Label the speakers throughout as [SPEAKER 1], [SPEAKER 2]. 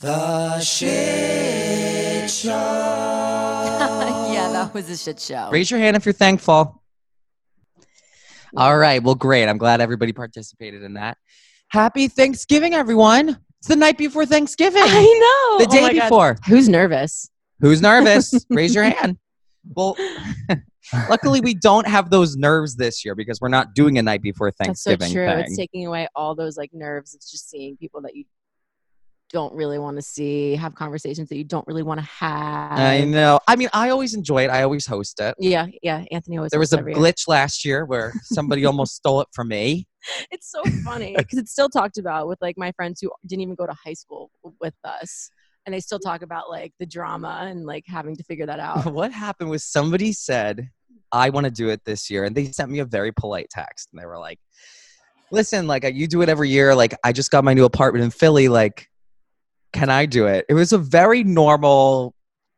[SPEAKER 1] The shit show.
[SPEAKER 2] yeah, that was a shit show.
[SPEAKER 3] Raise your hand if you're thankful. All right. Well, great. I'm glad everybody participated in that. Happy Thanksgiving, everyone. It's the night before Thanksgiving.
[SPEAKER 2] I know. Oh
[SPEAKER 3] The day before.
[SPEAKER 2] Who's nervous?
[SPEAKER 3] Who's nervous? Raise your hand. Well, luckily we don't have those nerves this year because we're not doing a night before
[SPEAKER 2] That's so
[SPEAKER 3] Thanksgiving
[SPEAKER 2] true.
[SPEAKER 3] thing.
[SPEAKER 2] It's taking away all those like nerves. It's just seeing people that you don't really want to see, have conversations that you don't really want to have.
[SPEAKER 3] I know. I mean, I always enjoy it. I always host it.
[SPEAKER 2] Yeah, yeah. Anthony always.
[SPEAKER 3] There was
[SPEAKER 2] hosts
[SPEAKER 3] a
[SPEAKER 2] every year.
[SPEAKER 3] glitch last year where somebody almost stole it from me.
[SPEAKER 2] It's so funny because it's still talked about with like my friends who didn't even go to high school with us, and they still talk about like the drama and like having to figure that out.
[SPEAKER 3] Uh, What happened was somebody said, I want to do it this year. And they sent me a very polite text. And they were like, listen, like uh, you do it every year. Like I just got my new apartment in Philly. Like, can I do it? It was a very normal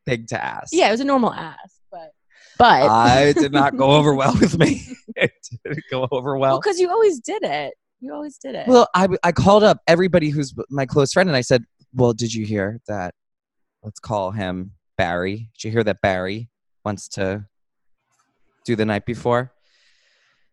[SPEAKER 3] thing to ask.
[SPEAKER 2] Yeah, it was a normal ask, but but
[SPEAKER 3] I did not go over well with me. it didn't go over well.
[SPEAKER 2] because you always did it. You always did it.
[SPEAKER 3] Well, I, I called up everybody who's my close friend and I said, Well, did you hear that? Let's call him Barry. Did you hear that Barry wants to do the night before?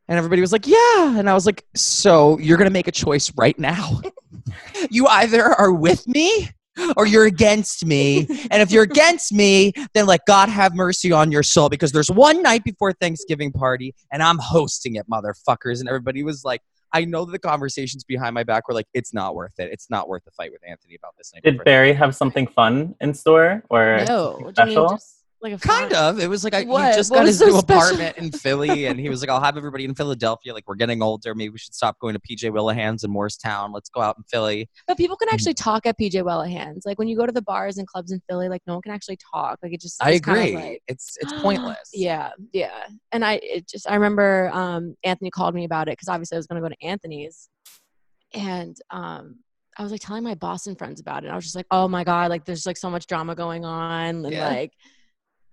[SPEAKER 3] And everybody was like, Yeah. And I was like, So you're going to make a choice right now. you either are with me or you're against me. And if you're against me, then like God have mercy on your soul because there's one night before Thanksgiving party and I'm hosting it, motherfuckers. And everybody was like, I know that the conversations behind my back were like, it's not worth it. It's not worth the fight with Anthony about this. night
[SPEAKER 4] Did
[SPEAKER 3] before
[SPEAKER 4] Barry have something fun in store or
[SPEAKER 2] no, what do you mean,
[SPEAKER 4] special?
[SPEAKER 2] just like a
[SPEAKER 3] Kind
[SPEAKER 2] fun-
[SPEAKER 3] of. It was like I, he
[SPEAKER 2] What?
[SPEAKER 3] just
[SPEAKER 2] What
[SPEAKER 3] got
[SPEAKER 2] was
[SPEAKER 3] his
[SPEAKER 2] so
[SPEAKER 3] new
[SPEAKER 2] special?
[SPEAKER 3] apartment in Philly, and he was like, "I'll have everybody in Philadelphia. Like, we're getting older. Maybe we should stop going to PJ Willihan's in Morristown. Let's go out in Philly."
[SPEAKER 2] But people can actually talk at PJ Wellahans. Like when you go to the bars and clubs in Philly, like no one can actually talk. Like it just
[SPEAKER 3] I
[SPEAKER 2] it's kind of
[SPEAKER 3] agree.
[SPEAKER 2] like-
[SPEAKER 3] it's it's pointless.
[SPEAKER 2] yeah, yeah. And I it just I remember um, Anthony called me about it because obviously I was going to go to Anthony's, and um, I was like telling my Boston friends about it. And I was just like, oh my god, like there's like so much drama going on and
[SPEAKER 3] Yeah.
[SPEAKER 2] like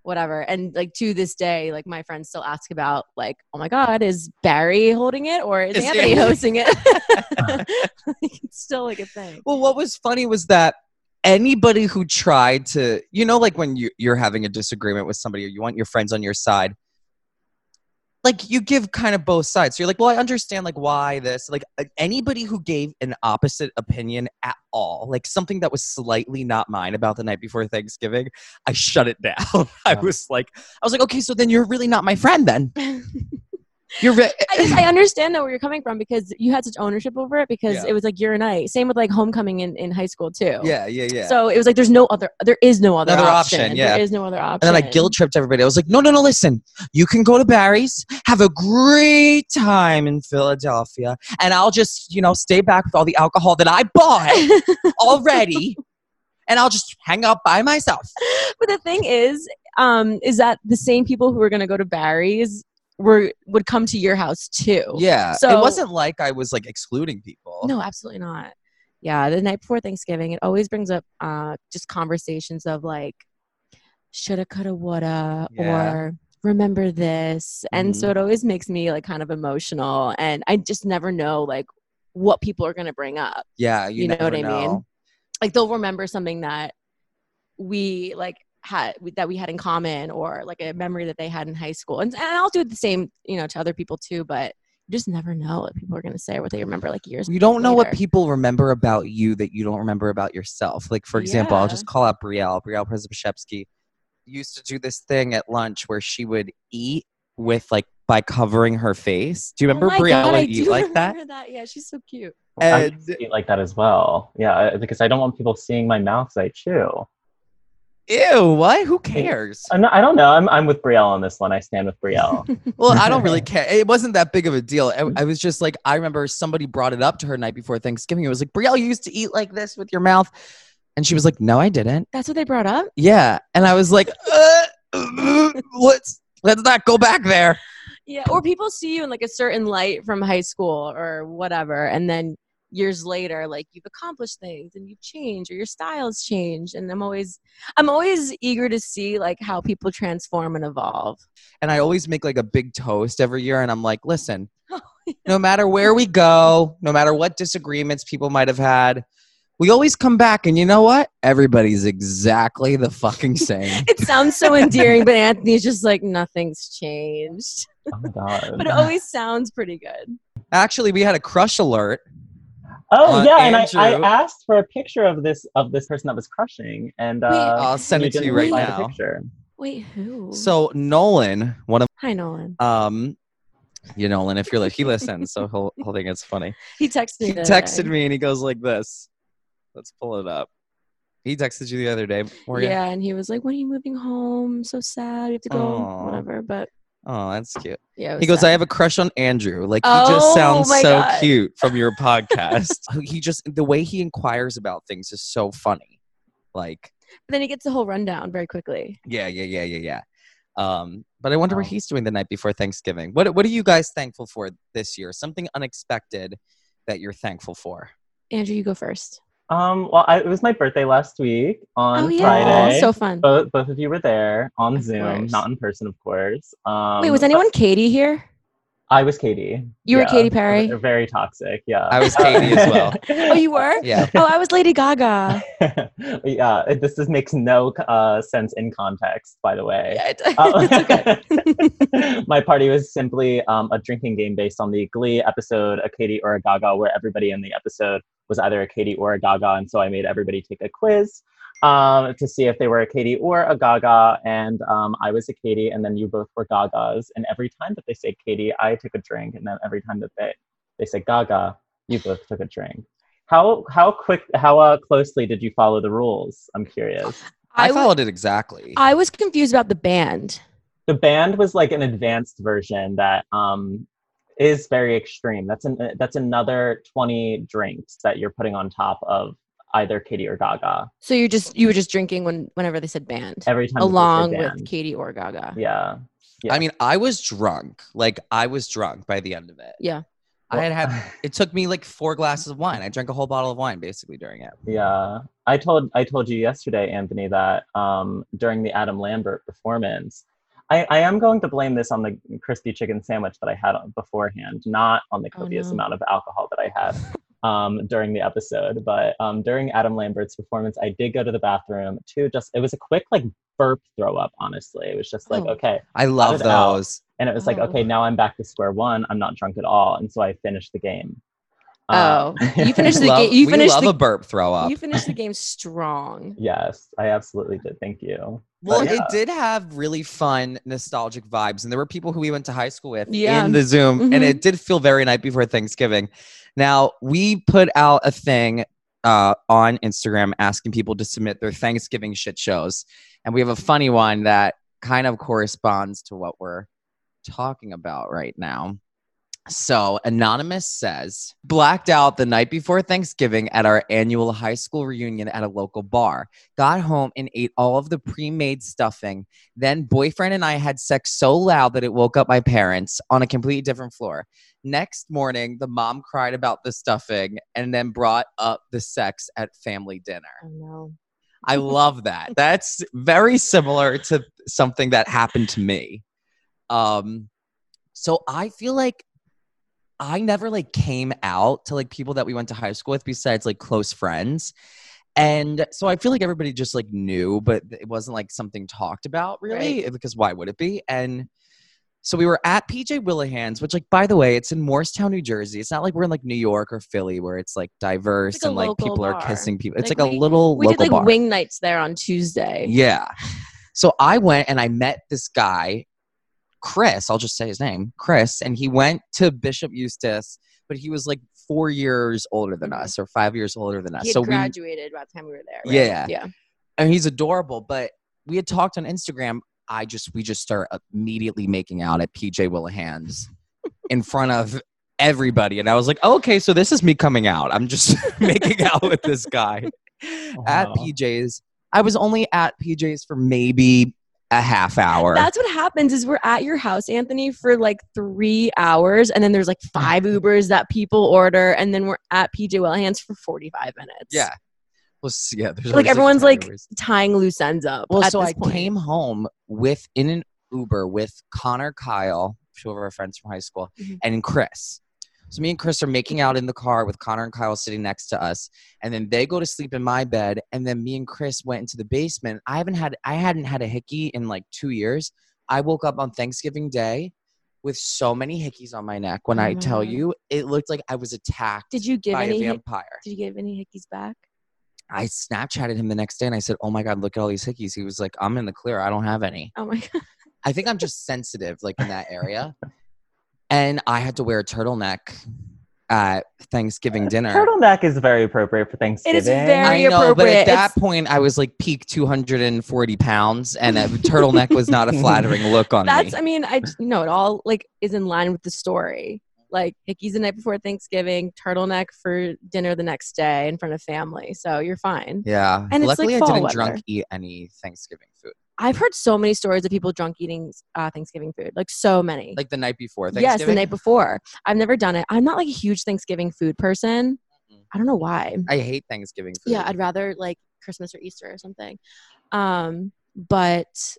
[SPEAKER 2] whatever. And like to this day, like my friends still ask about like, oh my god, is Barry holding it or is,
[SPEAKER 3] Is
[SPEAKER 2] Anthony
[SPEAKER 3] Anthony-
[SPEAKER 2] hosting it? Like, it's still like a thing.
[SPEAKER 3] Well, what was funny was that anybody who tried to, you know, like when you, you're having a disagreement with somebody or you want your friends on your side, like you give kind of both sides. So you're like, well, I understand like why this. Like uh, anybody who gave an opposite opinion at all, like something that was slightly not mine about the night before Thanksgiving, I shut it down. I
[SPEAKER 4] Yeah.
[SPEAKER 3] was like, I was like, okay, so then you're really not my friend then. You're re-
[SPEAKER 2] I just I understand though where you're coming from because you had such ownership over it because
[SPEAKER 3] Yeah.
[SPEAKER 2] it was like your night. Same with like homecoming in, in high school too.
[SPEAKER 3] yeah, yeah, yeah.
[SPEAKER 2] So it was like there's no other there is no other
[SPEAKER 3] Another
[SPEAKER 2] option.
[SPEAKER 3] option, yeah.
[SPEAKER 2] There is no other option.
[SPEAKER 3] And then I guilt tripped everybody. I was like, no, no, no, listen, you can go to Barry's, have a great time in Philadelphia, and I'll just, you know, stay back with all the alcohol that I bought already, and I'll just hang out by myself.
[SPEAKER 2] but the thing is, um, is that the same people who were gonna go to Barry's were would come to your house too.
[SPEAKER 3] Yeah.
[SPEAKER 2] So-
[SPEAKER 3] it wasn't like I was like excluding people.
[SPEAKER 2] No, absolutely not. Yeah, the night before Thanksgiving, it always brings up uh, just conversations of like, shoulda, coulda, woulda,
[SPEAKER 3] Yeah.
[SPEAKER 2] or remember this. And so it always makes me like kind of emotional. And I just never know like what people are going to bring up.
[SPEAKER 3] Yeah. You,
[SPEAKER 2] You know
[SPEAKER 3] never
[SPEAKER 2] what I mean? Like they'll remember something that we like had that we had in common or like a memory that they had in high school. And, and I'll do the same, you know, to other people too, but you just never know what people are going to say or what they remember like years
[SPEAKER 3] You don't know what
[SPEAKER 2] later.
[SPEAKER 3] people remember about you that you don't remember about yourself. Like, for example, I'll
[SPEAKER 2] Yeah.
[SPEAKER 3] just call out Brielle. Brielle Przebishevsky used to do this thing at lunch where she would eat with like by covering her face. Do you remember
[SPEAKER 2] oh my
[SPEAKER 3] Brielle
[SPEAKER 2] God, I
[SPEAKER 3] would eat
[SPEAKER 2] do
[SPEAKER 3] like that?
[SPEAKER 2] remember Yeah, she's so cute.
[SPEAKER 4] I
[SPEAKER 3] And-
[SPEAKER 4] used to eat like that as well. Yeah, I- because I don't want people seeing my mouth as I chew.
[SPEAKER 3] Ew, what? Who cares?
[SPEAKER 4] I'm not, I don't know. I'm, I'm with Brielle on this one. I stand with Brielle.
[SPEAKER 3] Well, I don't really care. It wasn't that big of a deal. I, I was just like, I remember somebody brought it up to her night before Thanksgiving. It was like, Brielle, you used to eat like this with your mouth. And she was like, No, I didn't.
[SPEAKER 2] That's what they brought up.
[SPEAKER 3] Yeah, and I was like, uh, let's let's not go back there.
[SPEAKER 2] Yeah, or people see you in like a certain light from high school or whatever, and then years later, like you've accomplished things and you've changed or your styles changed. And I'm always, I'm always eager to see like how people transform and evolve.
[SPEAKER 3] And I always make like a big toast every year, and I'm like, listen, no matter where we go, no matter what disagreements people might have had, We always come back, and you know what? Everybody's exactly the fucking same.
[SPEAKER 2] It sounds so endearing, but Anthony's just like, nothing's changed.
[SPEAKER 4] Oh my god.
[SPEAKER 2] But it always sounds pretty good.
[SPEAKER 3] Actually, we had a crush alert.
[SPEAKER 4] oh
[SPEAKER 3] uh,
[SPEAKER 4] yeah, and I, I
[SPEAKER 3] Andrew-
[SPEAKER 4] asked for a picture of this of this person that was crushing, and uh,
[SPEAKER 3] I'll send it to
[SPEAKER 4] didn't
[SPEAKER 3] you right
[SPEAKER 4] reply to the
[SPEAKER 3] now.
[SPEAKER 4] picture.
[SPEAKER 2] Wait, who?
[SPEAKER 3] So Nolan, one of
[SPEAKER 2] Hi, Nolan.
[SPEAKER 3] um, you know, Nolan, if you're like he listens, so he'll he'll think it's funny.
[SPEAKER 2] He texted me.
[SPEAKER 3] He
[SPEAKER 2] the other
[SPEAKER 3] texted
[SPEAKER 2] day.
[SPEAKER 3] me and he goes like this. Let's pull it up. He texted you the other day, Morgan.
[SPEAKER 2] Yeah, and he was like, "When are you moving home? So sad. You have to go.
[SPEAKER 3] Aw.
[SPEAKER 2] Whatever." But
[SPEAKER 3] Oh, that's cute.
[SPEAKER 2] yeah,
[SPEAKER 3] He
[SPEAKER 2] it was
[SPEAKER 3] goes,
[SPEAKER 2] sad.
[SPEAKER 3] I have a crush on Andrew. Like, he just
[SPEAKER 2] Oh
[SPEAKER 3] sounds
[SPEAKER 2] my
[SPEAKER 3] so
[SPEAKER 2] God.
[SPEAKER 3] cute from your podcast. he just, the way he inquires about things is so funny. Like,
[SPEAKER 2] But then he gets the whole rundown very quickly.
[SPEAKER 3] yeah, yeah, yeah, yeah, yeah. Um, but I wonder what
[SPEAKER 4] Wow.
[SPEAKER 3] he's doing the night before Thanksgiving. What, what are you guys thankful for this year? Something unexpected that you're thankful for?
[SPEAKER 2] Andrew, you go first.
[SPEAKER 4] Um, well, I, it was my birthday last week on
[SPEAKER 2] oh yeah,
[SPEAKER 4] Friday. Um,
[SPEAKER 2] so fun.
[SPEAKER 4] both, both of you were there on
[SPEAKER 2] Of
[SPEAKER 4] Zoom,
[SPEAKER 2] course.
[SPEAKER 4] not in person, of course. Um,
[SPEAKER 2] Wait, was
[SPEAKER 4] but
[SPEAKER 2] anyone Katie here?
[SPEAKER 4] I was Katie.
[SPEAKER 2] You were Katie Perry?
[SPEAKER 4] They're Very toxic. Yeah.
[SPEAKER 3] I was Katie as well.
[SPEAKER 2] Oh, you were?
[SPEAKER 3] Yeah.
[SPEAKER 2] Oh, I was Lady Gaga.
[SPEAKER 4] yeah. it- This is, makes no uh, sense in context, by the way.
[SPEAKER 2] Yeah, it-
[SPEAKER 4] Oh.
[SPEAKER 2] it's okay.
[SPEAKER 4] My party was simply um, a drinking game based on the Glee episode, a Katie or a Gaga, where everybody in the episode was either a Katie or a Gaga, and so I made everybody take a quiz um, to see if they were a Katie or a Gaga, and um, I was a Katie, and then you both were Gagas, and every time that they say Katie, I took a drink, and then every time that they they say Gaga, you both took a drink. How how quick how uh, closely did you follow the rules? I'm curious.
[SPEAKER 3] I,
[SPEAKER 2] I wa-
[SPEAKER 3] followed it exactly.
[SPEAKER 2] I was confused about the band.
[SPEAKER 4] the band was like an advanced version that um is very extreme that's an that's another 20 drinks that you're putting on top of either katie or gaga
[SPEAKER 2] So you just you were just drinking when whenever they said band,
[SPEAKER 4] every time that they say
[SPEAKER 2] along with
[SPEAKER 4] band.
[SPEAKER 2] Katie or Gaga.
[SPEAKER 4] yeah
[SPEAKER 3] I mean, I was drunk. Like, I was drunk by the end of it.
[SPEAKER 2] Yeah.
[SPEAKER 3] I had had It took me like four glasses of wine. I drank a whole bottle of wine basically during it.
[SPEAKER 4] yeah i told i told you yesterday anthony that um during the adam lambert performance I, I am going to blame this on the crispy chicken sandwich that I had on beforehand, not on the
[SPEAKER 2] Oh,
[SPEAKER 4] copious
[SPEAKER 2] no.
[SPEAKER 4] amount of alcohol that I had um, during the episode. But um, during Adam Lambert's performance, I did go to the bathroom to just, it was a quick like burp throw up, honestly. It was just like,
[SPEAKER 2] Oh.
[SPEAKER 4] okay.
[SPEAKER 3] I love
[SPEAKER 4] it out.
[SPEAKER 3] those.
[SPEAKER 4] And it was like,
[SPEAKER 2] Oh.
[SPEAKER 4] okay, now I'm back to square one. I'm not drunk at all. And so I finished the game. Um,
[SPEAKER 2] Oh, you finished the
[SPEAKER 3] Love-
[SPEAKER 2] game. You
[SPEAKER 3] we
[SPEAKER 2] finished
[SPEAKER 3] love
[SPEAKER 2] the
[SPEAKER 3] a burp throw up.
[SPEAKER 2] you finished the game strong.
[SPEAKER 4] Yes, I absolutely did. Thank you.
[SPEAKER 3] Well,
[SPEAKER 4] yeah.
[SPEAKER 3] it did have really fun, nostalgic vibes, and there were people who we went to high school with
[SPEAKER 2] Yeah.
[SPEAKER 3] in the Zoom, and
[SPEAKER 2] Mhm.
[SPEAKER 3] it did feel very night before Thanksgiving. Now we put out a thing uh, on Instagram asking people to submit their Thanksgiving shit shows, and we have a funny one that kind of corresponds to what we're talking about right now. So, Anonymous says, blacked out the night before Thanksgiving at our annual high school reunion at a local bar. Got home and ate all of the pre made stuffing. Then, boyfriend and I had sex so loud that it woke up my parents on a completely different floor. Next morning, the mom cried about the stuffing and then brought up the sex at family dinner.
[SPEAKER 2] Oh no.
[SPEAKER 3] I love that. That's very similar to something that happened to me. Um, so I feel like I never like came out to like people that we went to high school with besides like close friends. And so I feel like everybody just like knew, but it wasn't like something talked about really because why would it be? And so we were at PJ Willihan's, which like by the way, it's in Morristown, New Jersey. It's not like we're in like New York or Philly where it's like diverse
[SPEAKER 2] It's like a
[SPEAKER 3] and like
[SPEAKER 2] local
[SPEAKER 3] people are
[SPEAKER 2] bar.
[SPEAKER 3] kissing people. It's like,
[SPEAKER 2] Like,
[SPEAKER 3] a little
[SPEAKER 2] We
[SPEAKER 3] local
[SPEAKER 2] did like
[SPEAKER 3] bar.
[SPEAKER 2] wing nights there on Tuesday.
[SPEAKER 3] Yeah. So I went and I met this guy, Chris. I'll just say his name, Chris. And he went to Bishop Eustace, but he was like four years older than
[SPEAKER 2] Mhm.
[SPEAKER 3] us or five years older than us.
[SPEAKER 2] He had
[SPEAKER 3] so we
[SPEAKER 2] graduated by the time we were there. right?
[SPEAKER 3] Yeah.
[SPEAKER 2] Yeah.
[SPEAKER 3] and he's adorable. But we had talked on Instagram. I just we just start immediately making out at PJ Willihan's in front of everybody, and I was like, okay, so this is me coming out. I'm just making out with this guy at
[SPEAKER 4] Wow.
[SPEAKER 3] PJ's. I was only at PJ's for maybe a half hour.
[SPEAKER 2] That's what happens is we're at your house, Anthony, for like three hours, and then there's
[SPEAKER 3] Mm.
[SPEAKER 2] like five Ubers that people order, and then we're at PJ Wellhands for 45 minutes.
[SPEAKER 3] yeah. Well, s- yeah. There's
[SPEAKER 2] Like,
[SPEAKER 3] always,
[SPEAKER 2] everyone's,
[SPEAKER 3] three
[SPEAKER 2] like,
[SPEAKER 3] hours.
[SPEAKER 2] Tying loose ends up.
[SPEAKER 3] Well,
[SPEAKER 2] at
[SPEAKER 3] so
[SPEAKER 2] this
[SPEAKER 3] I
[SPEAKER 2] point.
[SPEAKER 3] came home with in an Uber with Connor Kyle, two of our friends from high school,
[SPEAKER 2] Mhm.
[SPEAKER 3] and Chris. So me and Chris are making out in the car with Connor and Kyle sitting next to us, and then they go to sleep in my bed, and then me and Chris went into the basement. I haven't had I hadn't had a hickey in like two years. I woke up on Thanksgiving Day with so many hickeys on my neck. When
[SPEAKER 2] Oh
[SPEAKER 3] I
[SPEAKER 2] my
[SPEAKER 3] tell
[SPEAKER 2] God.
[SPEAKER 3] you, it looked like I was attacked
[SPEAKER 2] Did you give
[SPEAKER 3] by a
[SPEAKER 2] any? hic-
[SPEAKER 3] vampire.
[SPEAKER 2] Did you give any hickeys back?
[SPEAKER 3] I Snapchatted him the next day and I said, "Oh my God, look at all these hickeys." He was like, "I'm in the clear. I don't have any."
[SPEAKER 2] Oh my god.
[SPEAKER 3] I think I'm just sensitive, like in that area. And I had to wear a turtleneck at Thanksgiving dinner.
[SPEAKER 4] Turtleneck is very appropriate for Thanksgiving.
[SPEAKER 2] very-
[SPEAKER 3] I know, but
[SPEAKER 2] appropriate.
[SPEAKER 3] at that
[SPEAKER 2] It's-
[SPEAKER 3] point, I was like peak 240 pounds, and a turtleneck was not a flattering look on
[SPEAKER 2] That's.
[SPEAKER 3] me.
[SPEAKER 2] I mean, I j- no. It all like is in line with the story. Like hickeys the night before Thanksgiving, turtleneck for dinner the next day in front of family. So you're fine.
[SPEAKER 3] yeah.
[SPEAKER 2] and it's,
[SPEAKER 3] Luckily,
[SPEAKER 2] like,
[SPEAKER 3] I
[SPEAKER 2] fall
[SPEAKER 3] didn't
[SPEAKER 2] weather.
[SPEAKER 3] drunk eat any Thanksgiving food.
[SPEAKER 2] I've heard so many stories of people drunk eating uh, Thanksgiving food. Like so many.
[SPEAKER 3] Like the night before Thanksgiving.
[SPEAKER 2] yes, the night before. I've never done it. I'm not like a huge Thanksgiving food person.
[SPEAKER 3] Mm-mm.
[SPEAKER 2] I don't know why.
[SPEAKER 3] I hate Thanksgiving food.
[SPEAKER 2] yeah i'd rather like christmas or easter or something um but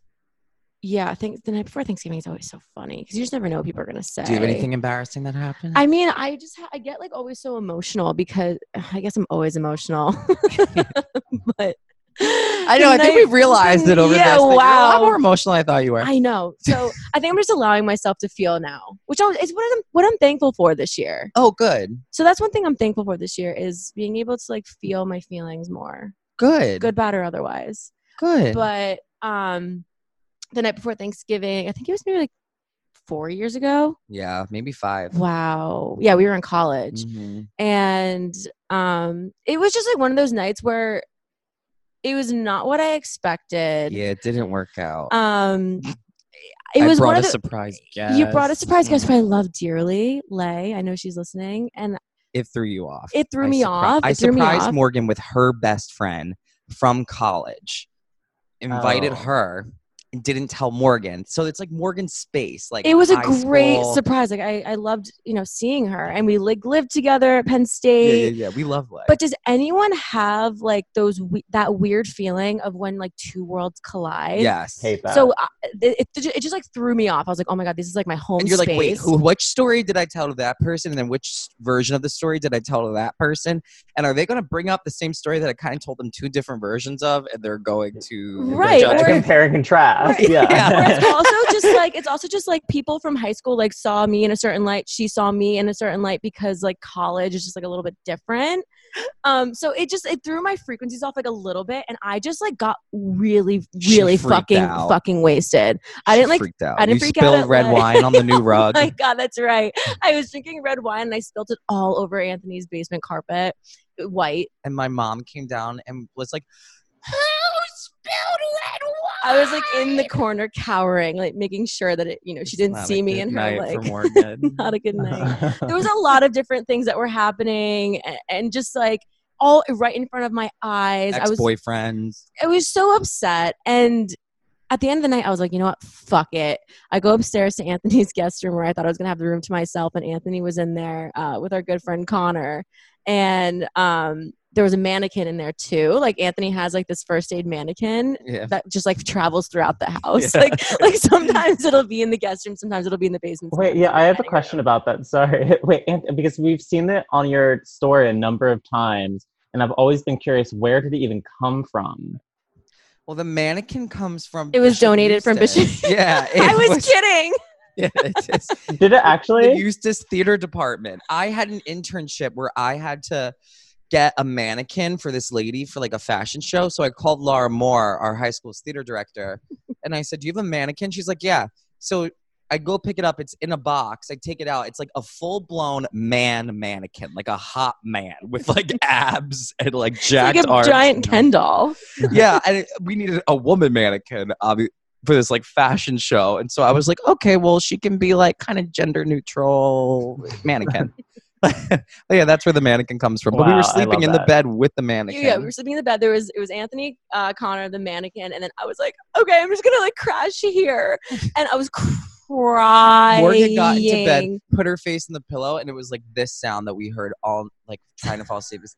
[SPEAKER 2] yeah i think the night before thanksgiving is always so funny because you just never know what people are going to say
[SPEAKER 3] Do you have anything embarrassing that happened?
[SPEAKER 2] i mean i just ha- i get like always so emotional because i guess i'm always emotional but
[SPEAKER 3] I know. I think we've realized it over
[SPEAKER 2] yeah,
[SPEAKER 3] this. that You're a lot
[SPEAKER 2] wow
[SPEAKER 3] more emotional than I thought you were.
[SPEAKER 2] i know so i think i'm just allowing myself to feel now which I, is what I'm, what I'm thankful for this year
[SPEAKER 3] oh, good.
[SPEAKER 2] so that's one thing i'm thankful for this year is being able to like feel my feelings more
[SPEAKER 3] Good.
[SPEAKER 2] good bad or otherwise
[SPEAKER 3] Good.
[SPEAKER 2] but um the night before thanksgiving i think it was maybe like four years ago
[SPEAKER 3] yeah, maybe 5
[SPEAKER 2] wow yeah we were in college
[SPEAKER 3] Mhm.
[SPEAKER 2] and um it was just like one of those nights where it was not what i expected
[SPEAKER 3] Yeah, it didn't work out.
[SPEAKER 2] um it
[SPEAKER 3] I
[SPEAKER 2] was
[SPEAKER 3] brought
[SPEAKER 2] one
[SPEAKER 3] a
[SPEAKER 2] of the
[SPEAKER 3] surprise guest.
[SPEAKER 2] you brought a surprise guest who i love dearly lay i know she's listening and
[SPEAKER 3] Mm-hmm. It threw you off.
[SPEAKER 2] it threw
[SPEAKER 3] I
[SPEAKER 2] me
[SPEAKER 3] surpri-
[SPEAKER 2] off
[SPEAKER 3] I
[SPEAKER 2] it threw me
[SPEAKER 3] surprised
[SPEAKER 2] off
[SPEAKER 3] Morgan with her best friend from college. Invited
[SPEAKER 4] Oh.
[SPEAKER 3] her and didn't tell Morgan. So it's like Morgan's space. Like
[SPEAKER 2] it was a
[SPEAKER 3] high
[SPEAKER 2] great
[SPEAKER 3] school.
[SPEAKER 2] surprise like I, I loved you know seeing her and we like lived together at penn
[SPEAKER 3] Yeah,
[SPEAKER 2] state
[SPEAKER 3] yeah, yeah. We love like.
[SPEAKER 2] But does anyone have like those we- that weird feeling of when like two worlds collide?
[SPEAKER 3] yes.
[SPEAKER 4] Hate that.
[SPEAKER 2] So uh, it, it, it just like threw me off. I was like, oh my god, this is like my home
[SPEAKER 3] and you're
[SPEAKER 2] space.
[SPEAKER 3] like, wait, who, which story did I tell to that person? And then which s- version of the story did I tell to that person? And are they going to bring up the same story that I kind of told them two different versions of? And they're going to they're
[SPEAKER 2] Right,
[SPEAKER 3] judge
[SPEAKER 4] Gotta
[SPEAKER 2] or-
[SPEAKER 3] me?
[SPEAKER 4] compare and contrast.
[SPEAKER 2] Right.
[SPEAKER 4] Yeah.
[SPEAKER 3] Yeah.
[SPEAKER 2] Or it's also just like it's also just like people from high school like saw me in a certain light. She saw me in a certain light because like college is just like a little bit different. Um, so it just it threw my frequencies off like a little bit, and I just like got really
[SPEAKER 3] She
[SPEAKER 2] really
[SPEAKER 3] freaked
[SPEAKER 2] fucking
[SPEAKER 3] out.
[SPEAKER 2] fucking wasted. I
[SPEAKER 3] She
[SPEAKER 2] didn't like
[SPEAKER 3] freaked out.
[SPEAKER 2] I didn't
[SPEAKER 3] you
[SPEAKER 2] freak out
[SPEAKER 3] spilled
[SPEAKER 2] at,
[SPEAKER 3] red
[SPEAKER 2] like-
[SPEAKER 3] wine on the new rug.
[SPEAKER 2] Oh my god, that's right. I was drinking red wine and I spilled it all over Anthony's basement carpet, white.
[SPEAKER 3] and my mom came down and was like, "Who spilled red wine?"
[SPEAKER 2] I was like in the corner cowering, like making sure that it, you know, she
[SPEAKER 3] It's
[SPEAKER 2] didn't
[SPEAKER 3] not
[SPEAKER 2] see
[SPEAKER 3] a
[SPEAKER 2] me
[SPEAKER 3] good
[SPEAKER 2] in
[SPEAKER 3] night
[SPEAKER 2] her
[SPEAKER 3] for
[SPEAKER 2] like
[SPEAKER 3] Morgan.
[SPEAKER 2] not a good night. There was a lot of different things that were happening and, and just like all right in front of my eyes. I was
[SPEAKER 3] Ex-boyfriends.
[SPEAKER 2] I was so upset and at the end of the night, I was like, you know what? Fuck it. I go upstairs to Anthony's guest room where I thought I was going to have the room to myself. And Anthony was in there uh, with our good friend Connor. And um, there was a mannequin in there too. Like, Anthony has like this first aid mannequin
[SPEAKER 3] yeah.
[SPEAKER 2] that just like travels throughout the house.
[SPEAKER 3] Yeah.
[SPEAKER 2] Like, like sometimes it'll be in the guest room, sometimes it'll be in the basement.
[SPEAKER 4] Wait,
[SPEAKER 2] sometimes
[SPEAKER 4] yeah,
[SPEAKER 2] it'll be
[SPEAKER 4] I
[SPEAKER 2] in
[SPEAKER 4] have a
[SPEAKER 2] the
[SPEAKER 4] question about that. Sorry. Wait, and, because we've seen it on your story a number of times, and I've always been curious where did it even come from?
[SPEAKER 3] Well, the mannequin comes from.
[SPEAKER 2] It was donated from
[SPEAKER 3] Eustis.
[SPEAKER 2] Bishop-
[SPEAKER 3] yeah.
[SPEAKER 2] dining room.
[SPEAKER 3] it
[SPEAKER 2] I was kidding.
[SPEAKER 3] yeah, it is.
[SPEAKER 4] Did it
[SPEAKER 3] the
[SPEAKER 4] actually?
[SPEAKER 3] Eustis Theater Department. I had an internship where I had to get a mannequin for this lady for like a fashion show. So I called Laura Moore, our high school's theater director, and I said, Do you have a mannequin? She's like, Yeah. So I go pick it up. It's in a box. I take it out. It's like a full blown man mannequin, like a hot man with like abs and like jacked
[SPEAKER 2] Like a
[SPEAKER 3] arms.
[SPEAKER 2] giant Ken doll.
[SPEAKER 3] yeah, and it, we needed a woman mannequin obvi- for this like fashion show, and so I was like, okay, well, she can be like kind of gender neutral mannequin. But yeah, that's where the mannequin comes from. but we
[SPEAKER 4] Wow, I
[SPEAKER 3] were sleeping
[SPEAKER 4] love
[SPEAKER 3] in the
[SPEAKER 4] that.
[SPEAKER 3] bed with the
[SPEAKER 2] Yeah,
[SPEAKER 3] mannequin.
[SPEAKER 2] yeah, we were sleeping in the bed. There was it was Anthony, uh, Connor, the mannequin, and then I was like, okay, I'm just gonna like crash here, and I was crying.
[SPEAKER 3] Morgan got into bed, put her face in the pillow, and it was like this sound that we heard all like trying to fall asleep. It was-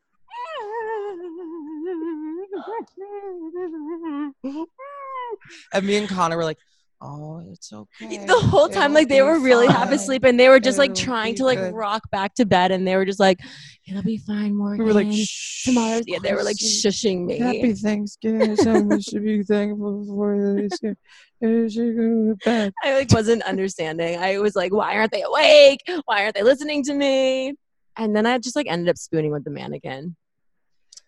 [SPEAKER 3] and me and Connor were like,
[SPEAKER 1] oh, it's okay.
[SPEAKER 2] the whole time like they
[SPEAKER 1] It'll
[SPEAKER 2] were
[SPEAKER 1] be
[SPEAKER 2] really half
[SPEAKER 1] fine.
[SPEAKER 2] asleep and they were just like
[SPEAKER 1] It'll
[SPEAKER 2] trying
[SPEAKER 1] be
[SPEAKER 2] to like
[SPEAKER 1] good.
[SPEAKER 2] rock back to bed and they were just like it'll be fine morgan
[SPEAKER 1] We were like, shh.
[SPEAKER 2] tomorrow's yeah they were like
[SPEAKER 1] Chrissy.
[SPEAKER 2] shushing me
[SPEAKER 1] Happy Thanksgiving. Someone should be thankful for this. year. You should go to bed.
[SPEAKER 2] i like wasn't understanding i was like why aren't they awake why aren't they listening to me and then i just like ended up spooning with the mannequin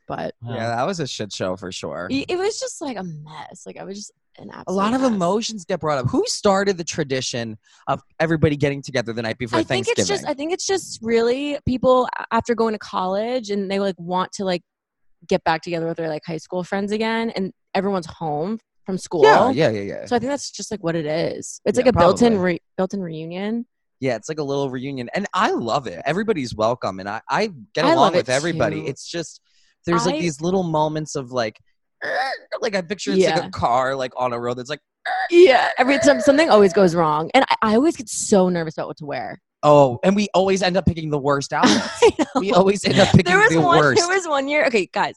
[SPEAKER 2] but
[SPEAKER 3] Yeah, that was a shit show for sure.
[SPEAKER 2] it it was just like a mess like i was just an absolute
[SPEAKER 3] E, a lot of
[SPEAKER 2] mess.
[SPEAKER 3] emotions get brought up. Who started the tradition of everybody getting together the night before
[SPEAKER 2] I think
[SPEAKER 3] Thanksgiving?
[SPEAKER 2] it's just I think it's just really people a- after going to college and they like want to like get back together with their like high school friends again and everyone's home from school.
[SPEAKER 3] yeah, yeah, yeah, yeah.
[SPEAKER 2] So I think that's just like what it is. It's
[SPEAKER 3] Yeah,
[SPEAKER 2] like a built-in
[SPEAKER 3] probably.
[SPEAKER 2] re- built-in reunion.
[SPEAKER 3] yeah, it's like a little reunion, and I love it. Everybody's welcome, and I, I get
[SPEAKER 2] I love
[SPEAKER 3] along
[SPEAKER 2] it
[SPEAKER 3] with everybody.
[SPEAKER 2] too.
[SPEAKER 3] It's just there's like
[SPEAKER 2] I-
[SPEAKER 3] these little moments of like, like I picture it's like
[SPEAKER 2] Yeah.
[SPEAKER 3] a car like on a road that's like,
[SPEAKER 2] Yeah, every time something always goes wrong, and I, I always get so nervous about what to wear.
[SPEAKER 3] oh, and we always end up picking the worst outfit.
[SPEAKER 2] I know.
[SPEAKER 3] we always end up picking
[SPEAKER 2] there was
[SPEAKER 3] the
[SPEAKER 2] one
[SPEAKER 3] worst.
[SPEAKER 2] there was one year okay guys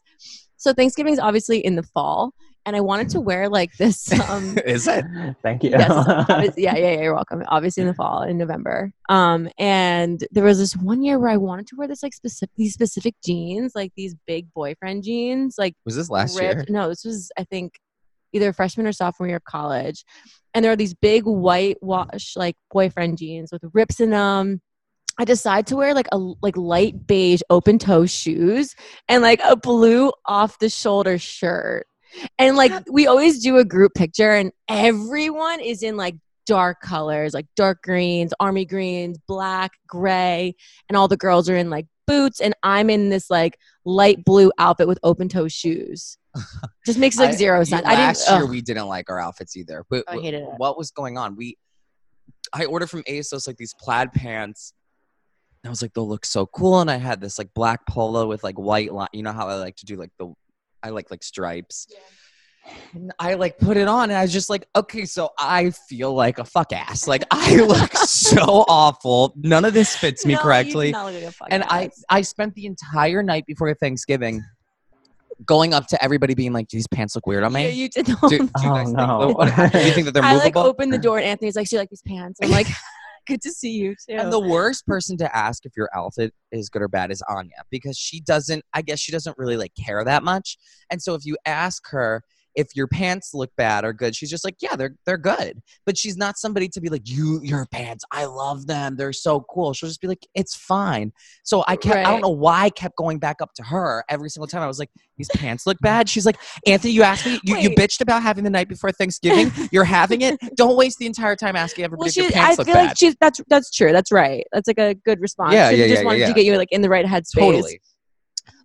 [SPEAKER 2] so thanksgiving's obviously in the fall and i wanted to wear like this um
[SPEAKER 3] Is it?
[SPEAKER 4] Thank you.
[SPEAKER 2] Yes, Obvi- yeah, yeah, yeah, you're welcome. Obviously in the fall in November. Um, and there was this one year where I wanted to wear this like specific these specific jeans, like these big boyfriend jeans, like
[SPEAKER 3] Was this last
[SPEAKER 2] ripped-
[SPEAKER 3] year?
[SPEAKER 2] No, this was I think either freshman or sophomore year of college. And there are these big white wash like boyfriend jeans with rips in them. I decide to wear like a like light beige open toe shoes and like a blue off the shoulder shirt. And like we always do a group picture and everyone is in like dark colors, like dark greens, army greens, black, gray, and all the girls are in like boots and I'm in this like light blue outfit with open toe shoes. Just makes like
[SPEAKER 3] I-
[SPEAKER 2] zero
[SPEAKER 3] you-
[SPEAKER 2] sense. I didn't
[SPEAKER 3] Last year
[SPEAKER 2] ugh, Oh,
[SPEAKER 3] we didn't like our outfits either. But
[SPEAKER 2] I hated it.
[SPEAKER 3] what was going on? We I ordered from ASOS like these plaid pants. And I was like, they'll look so cool. And I had this like black polo with like white line. You know how I like to do like the I like like stripes. And I like put it on and I was just like, okay, so I feel like a fuck ass. Like I look so awful. None of this fits me
[SPEAKER 2] No, you do
[SPEAKER 3] correctly
[SPEAKER 2] not look like a fuck
[SPEAKER 3] and I
[SPEAKER 2] ass.
[SPEAKER 3] I spent the entire night before Thanksgiving going up to everybody being like, "Do these pants look weird on me?
[SPEAKER 2] Yeah, you did the
[SPEAKER 3] do,
[SPEAKER 2] whole
[SPEAKER 3] do you guys
[SPEAKER 4] Oh,
[SPEAKER 3] think
[SPEAKER 4] no.
[SPEAKER 3] the- do you think that they're
[SPEAKER 2] I like
[SPEAKER 3] movable?"
[SPEAKER 2] opened the door and Anthony's like, she like these pants. I'm like, good to see you too.
[SPEAKER 3] and the worst person to ask if your outfit is good or bad is Anya because she doesn't. I guess she doesn't really like care that much. And so if you ask her if your pants look bad or good, she's just like, "Yeah, they're they're good." But she's not somebody to be like, "You your pants, I love them. They're so cool." She'll just be like, "It's fine." So I kept. I
[SPEAKER 2] Right.
[SPEAKER 3] don't know why I kept going back up to her every single time. I was like, "These pants look bad." She's like, "Anthony, you asked me. You, you
[SPEAKER 2] Wait.
[SPEAKER 3] bitched about having the night before Thanksgiving. You're having it. Don't waste the entire time asking everybody
[SPEAKER 2] well,
[SPEAKER 3] if your
[SPEAKER 2] she,
[SPEAKER 3] pants
[SPEAKER 2] I
[SPEAKER 3] look
[SPEAKER 2] feel
[SPEAKER 3] bad."
[SPEAKER 2] like she's that's that's true. That's right. That's like a good response.
[SPEAKER 3] Yeah,
[SPEAKER 2] Should've
[SPEAKER 3] yeah,
[SPEAKER 2] just
[SPEAKER 3] yeah,
[SPEAKER 2] wanted
[SPEAKER 3] yeah,
[SPEAKER 2] to get you like in the right headspace.
[SPEAKER 3] Totally.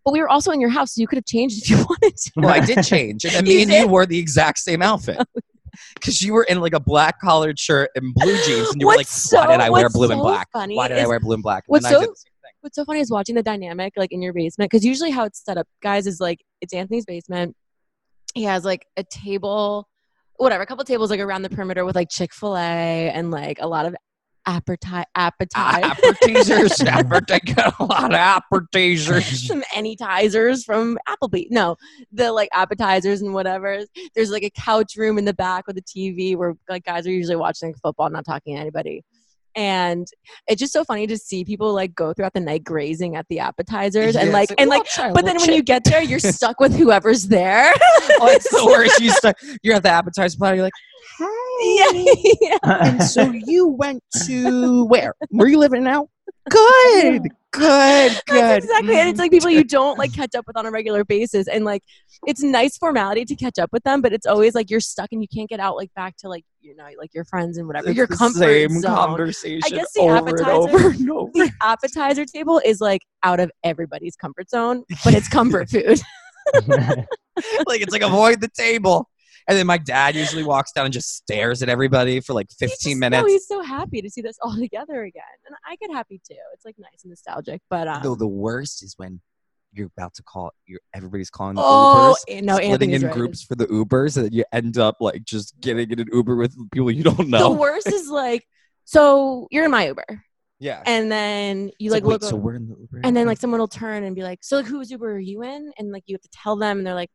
[SPEAKER 2] But we were also in your house, so you could have changed if you wanted to.
[SPEAKER 3] Well, I did change. And then
[SPEAKER 2] You
[SPEAKER 3] me and you
[SPEAKER 2] did?
[SPEAKER 3] wore the exact same outfit. Because you were in like a black collared shirt and blue jeans. And you
[SPEAKER 2] what's
[SPEAKER 3] were like,
[SPEAKER 2] so,
[SPEAKER 3] why did I wear
[SPEAKER 2] what's
[SPEAKER 3] blue and
[SPEAKER 2] so
[SPEAKER 3] black?
[SPEAKER 2] Funny
[SPEAKER 3] Why did
[SPEAKER 2] is
[SPEAKER 3] I wear blue and black? And
[SPEAKER 2] what's
[SPEAKER 3] then I
[SPEAKER 2] so-
[SPEAKER 3] did the same thing.
[SPEAKER 2] what's so funny is watching the dynamic like in your basement because usually how it's set up guys is like it's anthony's basement he has like a table whatever a couple tables like around the perimeter with like chick-fil-a and like a lot of appetite appetite
[SPEAKER 3] Ah, appetizers, appetizers, got a lot of appetizers.
[SPEAKER 2] some appetizers from Applebee. No, the like appetizers and whatever. There's like a couch room in the back with a TV where like guys are usually watching football, not talking to anybody. And it's just so funny to see people like go throughout the night grazing at the appetizers
[SPEAKER 3] Yeah,
[SPEAKER 2] and
[SPEAKER 3] it's
[SPEAKER 2] like and
[SPEAKER 3] well,
[SPEAKER 2] like.
[SPEAKER 3] I'll try a
[SPEAKER 2] But then
[SPEAKER 3] little
[SPEAKER 2] when you
[SPEAKER 3] chick.
[SPEAKER 2] get there, you're stuck with whoever's there.
[SPEAKER 3] oh, it's the worst. You start, you're at the appetizer platter. You're like,
[SPEAKER 2] yeah, yeah.
[SPEAKER 3] and so you went to where? Where you living now? Good, good, good.
[SPEAKER 2] That's exactly it.
[SPEAKER 3] Mhm.
[SPEAKER 2] It's like people you don't like catch up with on a regular basis, and like it's nice formality to catch up with them, but it's always like you're stuck and you can't get out like back to like you know like your friends and whatever
[SPEAKER 3] It's
[SPEAKER 2] your
[SPEAKER 3] the
[SPEAKER 2] comfort
[SPEAKER 3] same
[SPEAKER 2] zone.
[SPEAKER 3] conversation
[SPEAKER 2] I guess the
[SPEAKER 3] over and
[SPEAKER 2] appetizer-
[SPEAKER 3] over and over.
[SPEAKER 2] the appetizer table is like out of everybody's comfort zone, but it's comfort food.
[SPEAKER 3] like it's like avoid the table. And then my dad usually walks down and just stares at everybody for like
[SPEAKER 2] He's just-
[SPEAKER 3] 15
[SPEAKER 2] No,
[SPEAKER 3] minutes.
[SPEAKER 2] he's so happy to see this all together again, and I get happy too. It's like nice and nostalgic, but um,
[SPEAKER 3] Though the worst is when you're about to call, you're, everybody's calling the
[SPEAKER 2] oh
[SPEAKER 3] Ubers.
[SPEAKER 2] eh, no,
[SPEAKER 3] splitting
[SPEAKER 2] Anthony's
[SPEAKER 3] in
[SPEAKER 2] right.
[SPEAKER 3] groups for the Ubers, and then you end up like just getting in an Uber with people you don't
[SPEAKER 2] The
[SPEAKER 3] know.
[SPEAKER 2] worst is like, so you're in my Uber,
[SPEAKER 3] yeah.
[SPEAKER 2] and then you
[SPEAKER 3] It's
[SPEAKER 2] like,
[SPEAKER 3] wait,
[SPEAKER 2] look,
[SPEAKER 3] so
[SPEAKER 2] o-
[SPEAKER 3] we're in the Uber.
[SPEAKER 2] and then like someone will turn and be like, so like whose Uber are you in? And like you have to tell them, and
[SPEAKER 3] Uh-huh.
[SPEAKER 2] they're like,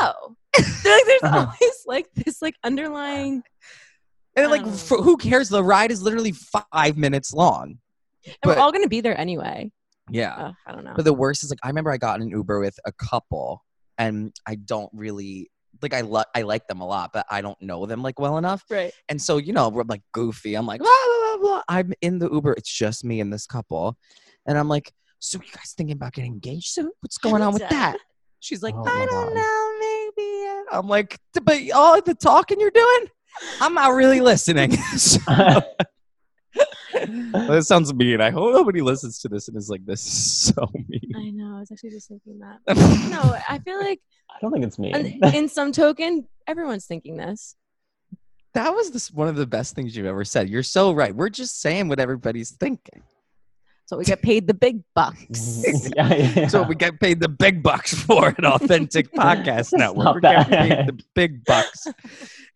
[SPEAKER 2] oh. They're like, there's always like this like underlying
[SPEAKER 3] And like,
[SPEAKER 2] Oh.
[SPEAKER 3] f- who cares? The ride is literally five minutes long.
[SPEAKER 2] and
[SPEAKER 3] but-
[SPEAKER 2] we're all going to be there anyway.
[SPEAKER 3] Yeah.
[SPEAKER 2] Ugh, I don't know.
[SPEAKER 3] But the worst is like I remember I got in an Uber with a couple, and I don't really like I lo- I like them a lot, but I don't know them like well enough.
[SPEAKER 2] right.
[SPEAKER 3] And so you know we're like goofy. I'm like blah blah blah. blah. I'm in the Uber. It's just me and this couple, and I'm like, so you guys thinking about getting engaged soon? What's going on with
[SPEAKER 2] Pizza.
[SPEAKER 3] that? She's like,
[SPEAKER 4] Oh,
[SPEAKER 3] I
[SPEAKER 4] my
[SPEAKER 3] don't
[SPEAKER 4] God.
[SPEAKER 3] know, maybe. I'm like, "D- but all the talking you're doing, I'm not really listening. So- that sounds mean. I hope nobody listens to this and is like, this is so mean.
[SPEAKER 2] I know. I was actually just thinking that.
[SPEAKER 3] no,
[SPEAKER 2] No, I feel like
[SPEAKER 4] I don't think it's me.
[SPEAKER 2] in- in some token, everyone's thinking this.
[SPEAKER 3] That was this one of the best things you've ever said. You're so right. We're just saying what everybody's thinking.
[SPEAKER 2] So we get paid the big bucks.
[SPEAKER 4] yeah, yeah.
[SPEAKER 3] So we get paid the big bucks for an authentic podcast
[SPEAKER 4] Stop
[SPEAKER 3] network. We're
[SPEAKER 4] that.
[SPEAKER 3] getting paid the big bucks.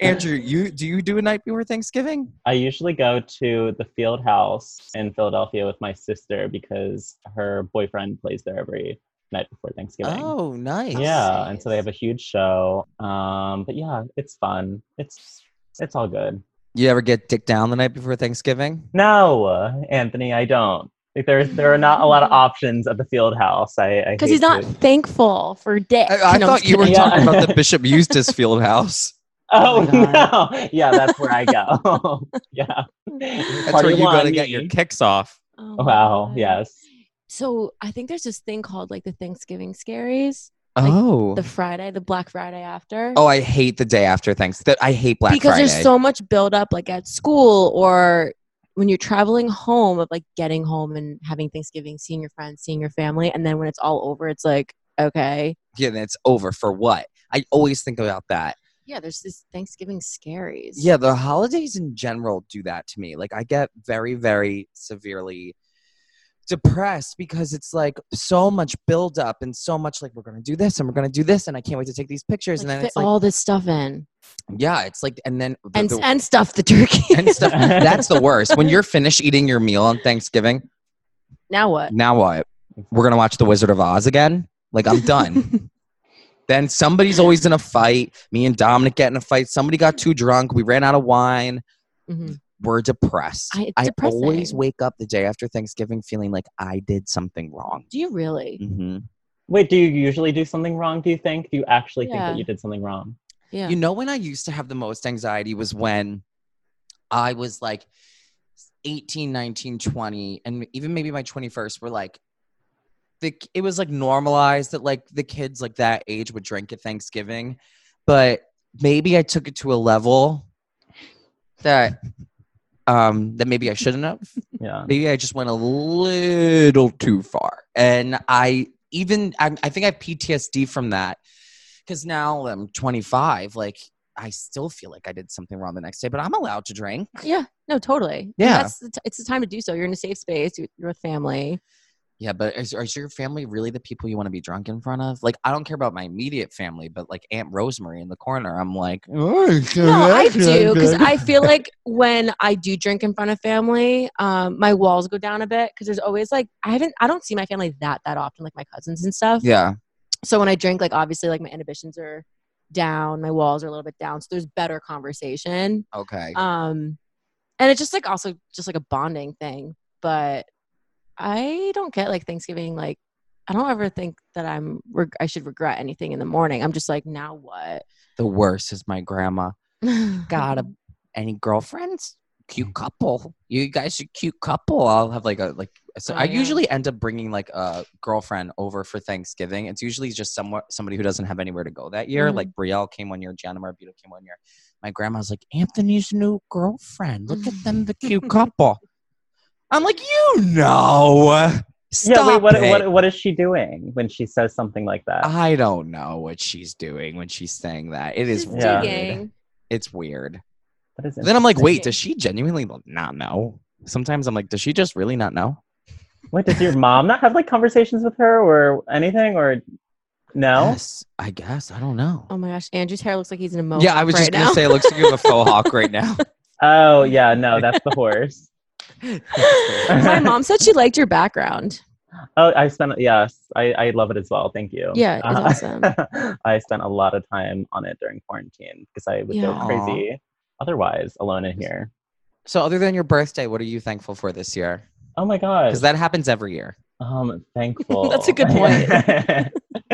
[SPEAKER 3] Andrew, you do you do a night before Thanksgiving?
[SPEAKER 4] I usually go to the field house in Philadelphia with my sister because her boyfriend plays there every night before Thanksgiving.
[SPEAKER 3] Oh, nice.
[SPEAKER 4] yeah, and so they have a huge show. Um, but yeah, it's fun. It's it's all good.
[SPEAKER 3] You ever get dick down the night before Thanksgiving?
[SPEAKER 4] No, Anthony, I don't. Like there, there are not a lot of options at the field house. I
[SPEAKER 2] Because he's not thankful for dick.
[SPEAKER 3] I, I
[SPEAKER 2] No, I'm
[SPEAKER 3] thought
[SPEAKER 2] just
[SPEAKER 3] you were
[SPEAKER 2] kidding.
[SPEAKER 4] Yeah.
[SPEAKER 3] talking about the Bishop Eustace Fieldhouse.
[SPEAKER 4] Oh
[SPEAKER 2] Oh
[SPEAKER 4] no! Yeah, that's where I go. yeah,
[SPEAKER 3] That's where you go to get your kicks off.
[SPEAKER 2] Oh my
[SPEAKER 4] Wow.
[SPEAKER 2] God.
[SPEAKER 4] Yes.
[SPEAKER 2] So I think there's this thing called like the Thanksgiving scaries,
[SPEAKER 3] oh.
[SPEAKER 2] the Friday, the Black Friday after.
[SPEAKER 3] oh, I hate the day after Thanksgiving. That I hate Black
[SPEAKER 2] because
[SPEAKER 3] Friday.
[SPEAKER 2] there's so much buildup, like at school or when you're traveling home, of like getting home and having Thanksgiving, seeing your friends, seeing your family, and then when it's all over, it's like okay,
[SPEAKER 3] yeah, and it's over for what? I always think about that.
[SPEAKER 2] yeah, there's this Thanksgiving scaries.
[SPEAKER 3] Yeah, the holidays in general do that to me. Like I get very, very severely depressed because it's like so much buildup and so much like we're gonna do this and we're gonna do this and I can't wait to take these pictures
[SPEAKER 2] Like,
[SPEAKER 3] and then
[SPEAKER 2] fit
[SPEAKER 3] it's like
[SPEAKER 2] all this stuff in
[SPEAKER 3] yeah, it's like and then the-
[SPEAKER 2] and
[SPEAKER 3] the-
[SPEAKER 2] and stuff the turkey
[SPEAKER 3] and stuff. That's the worst. When you're finished eating your meal on Thanksgiving,
[SPEAKER 2] now what?
[SPEAKER 3] now what? We're gonna watch The Wizard of Oz again. Like I'm done. then somebody's always in a fight. Me and Dominic get in a fight. Somebody got too drunk. We ran out of wine.
[SPEAKER 2] Mhm.
[SPEAKER 3] we're depressed.
[SPEAKER 2] I- it's
[SPEAKER 3] I always
[SPEAKER 2] depressing.
[SPEAKER 3] wake up the day after Thanksgiving feeling like I did something wrong.
[SPEAKER 2] Do you really?
[SPEAKER 3] hmm
[SPEAKER 4] Wait, do you usually do something wrong? Do you think? Do you actually think
[SPEAKER 2] Yeah.
[SPEAKER 4] that you did something wrong?
[SPEAKER 2] Yeah.
[SPEAKER 3] You know, when I used to have the most anxiety was when I was like 18, 19, 20, and even maybe my 21st were like, the, it was like normalized that like the kids like that age would drink at Thanksgiving, but maybe I took it to a level that um that maybe I shouldn't have.
[SPEAKER 4] Yeah.
[SPEAKER 3] maybe I just went a little too far. And I even I, I think I have PTSD from that because now I'm 25. Like I still feel like I did something wrong the next day, but I'm allowed to drink.
[SPEAKER 2] Yeah. No, totally. And
[SPEAKER 3] Yeah.
[SPEAKER 2] That's the t- it's the time to do so. You're in a safe space. You're you're with family.
[SPEAKER 3] Yeah, but is, is your family really the people you want to be drunk in front of? Like I don't care about my immediate family, but like Aunt Rosemary in the corner, I'm like,
[SPEAKER 2] No, I do because I feel like when I do drink in front of family, um, my walls go down a bit because there's always like I haven't I don't see my family that that often, like my cousins and stuff.
[SPEAKER 3] yeah,
[SPEAKER 2] So when I drink, like obviously, like my inhibitions are down, my walls are a little bit down. So there's better conversation.
[SPEAKER 3] okay.
[SPEAKER 2] Um, and it's just like also just like a bonding thing. But I don't get like Thanksgiving. Like I don't ever think that I'm reg- I should regret anything in the morning. I'm just like now what?
[SPEAKER 3] the worst is my grandma. Gotta
[SPEAKER 4] Mm-hmm.
[SPEAKER 3] any girlfriends?
[SPEAKER 4] Mm.
[SPEAKER 3] Cute couple. You guys are cute couple. I'll have like a like. So
[SPEAKER 2] Oh,
[SPEAKER 3] I
[SPEAKER 2] yeah.
[SPEAKER 3] usually end up bringing like a girlfriend over for Thanksgiving. It's usually just somewhat somebody who doesn't have anywhere to go that year.
[SPEAKER 2] Mhm.
[SPEAKER 3] Like
[SPEAKER 4] Mm-hmm.
[SPEAKER 3] Brielle came one year, Gianna Marbito came one year. My grandma's like Anthony's new girlfriend. Look at them,
[SPEAKER 4] Mm-hmm.
[SPEAKER 3] the cute couple. I'm like, you know, stop
[SPEAKER 4] yeah. Wait. What,
[SPEAKER 3] it. Uh,
[SPEAKER 4] what? What is she doing when she says something like that?
[SPEAKER 3] I don't know what she's doing when she's saying that. It is
[SPEAKER 2] Just
[SPEAKER 4] Yeah.
[SPEAKER 3] weird.
[SPEAKER 2] digging.
[SPEAKER 3] It's weird.
[SPEAKER 4] That is
[SPEAKER 3] Then I'm like, wait,
[SPEAKER 2] Interesting.
[SPEAKER 3] does she genuinely not know? Sometimes I'm like, does she just really not know?
[SPEAKER 4] Wait, does your mom not have like conversations with her or anything or no?
[SPEAKER 3] Yes, I guess. I don't know.
[SPEAKER 2] Oh my gosh, Andrew's hair looks like he's in a mohawk.
[SPEAKER 3] yeah, I was just
[SPEAKER 2] right
[SPEAKER 3] gonna
[SPEAKER 2] now.
[SPEAKER 3] say it looks like you have a faux hawk right now.
[SPEAKER 4] Oh yeah, no, that's the horse.
[SPEAKER 2] my mom said she liked your background.
[SPEAKER 4] Oh, I spent yes, I, I love it as well. Thank you.
[SPEAKER 2] Yeah, it's
[SPEAKER 4] Uh,
[SPEAKER 2] awesome.
[SPEAKER 4] I spent a lot of time on it during quarantine because I would
[SPEAKER 2] Yeah.
[SPEAKER 4] go crazy otherwise alone in here.
[SPEAKER 3] So, other than your birthday, what are you thankful for this year?
[SPEAKER 4] Oh my god.
[SPEAKER 3] Because that happens every year.
[SPEAKER 4] Um, thankful.
[SPEAKER 2] That's a good
[SPEAKER 4] point.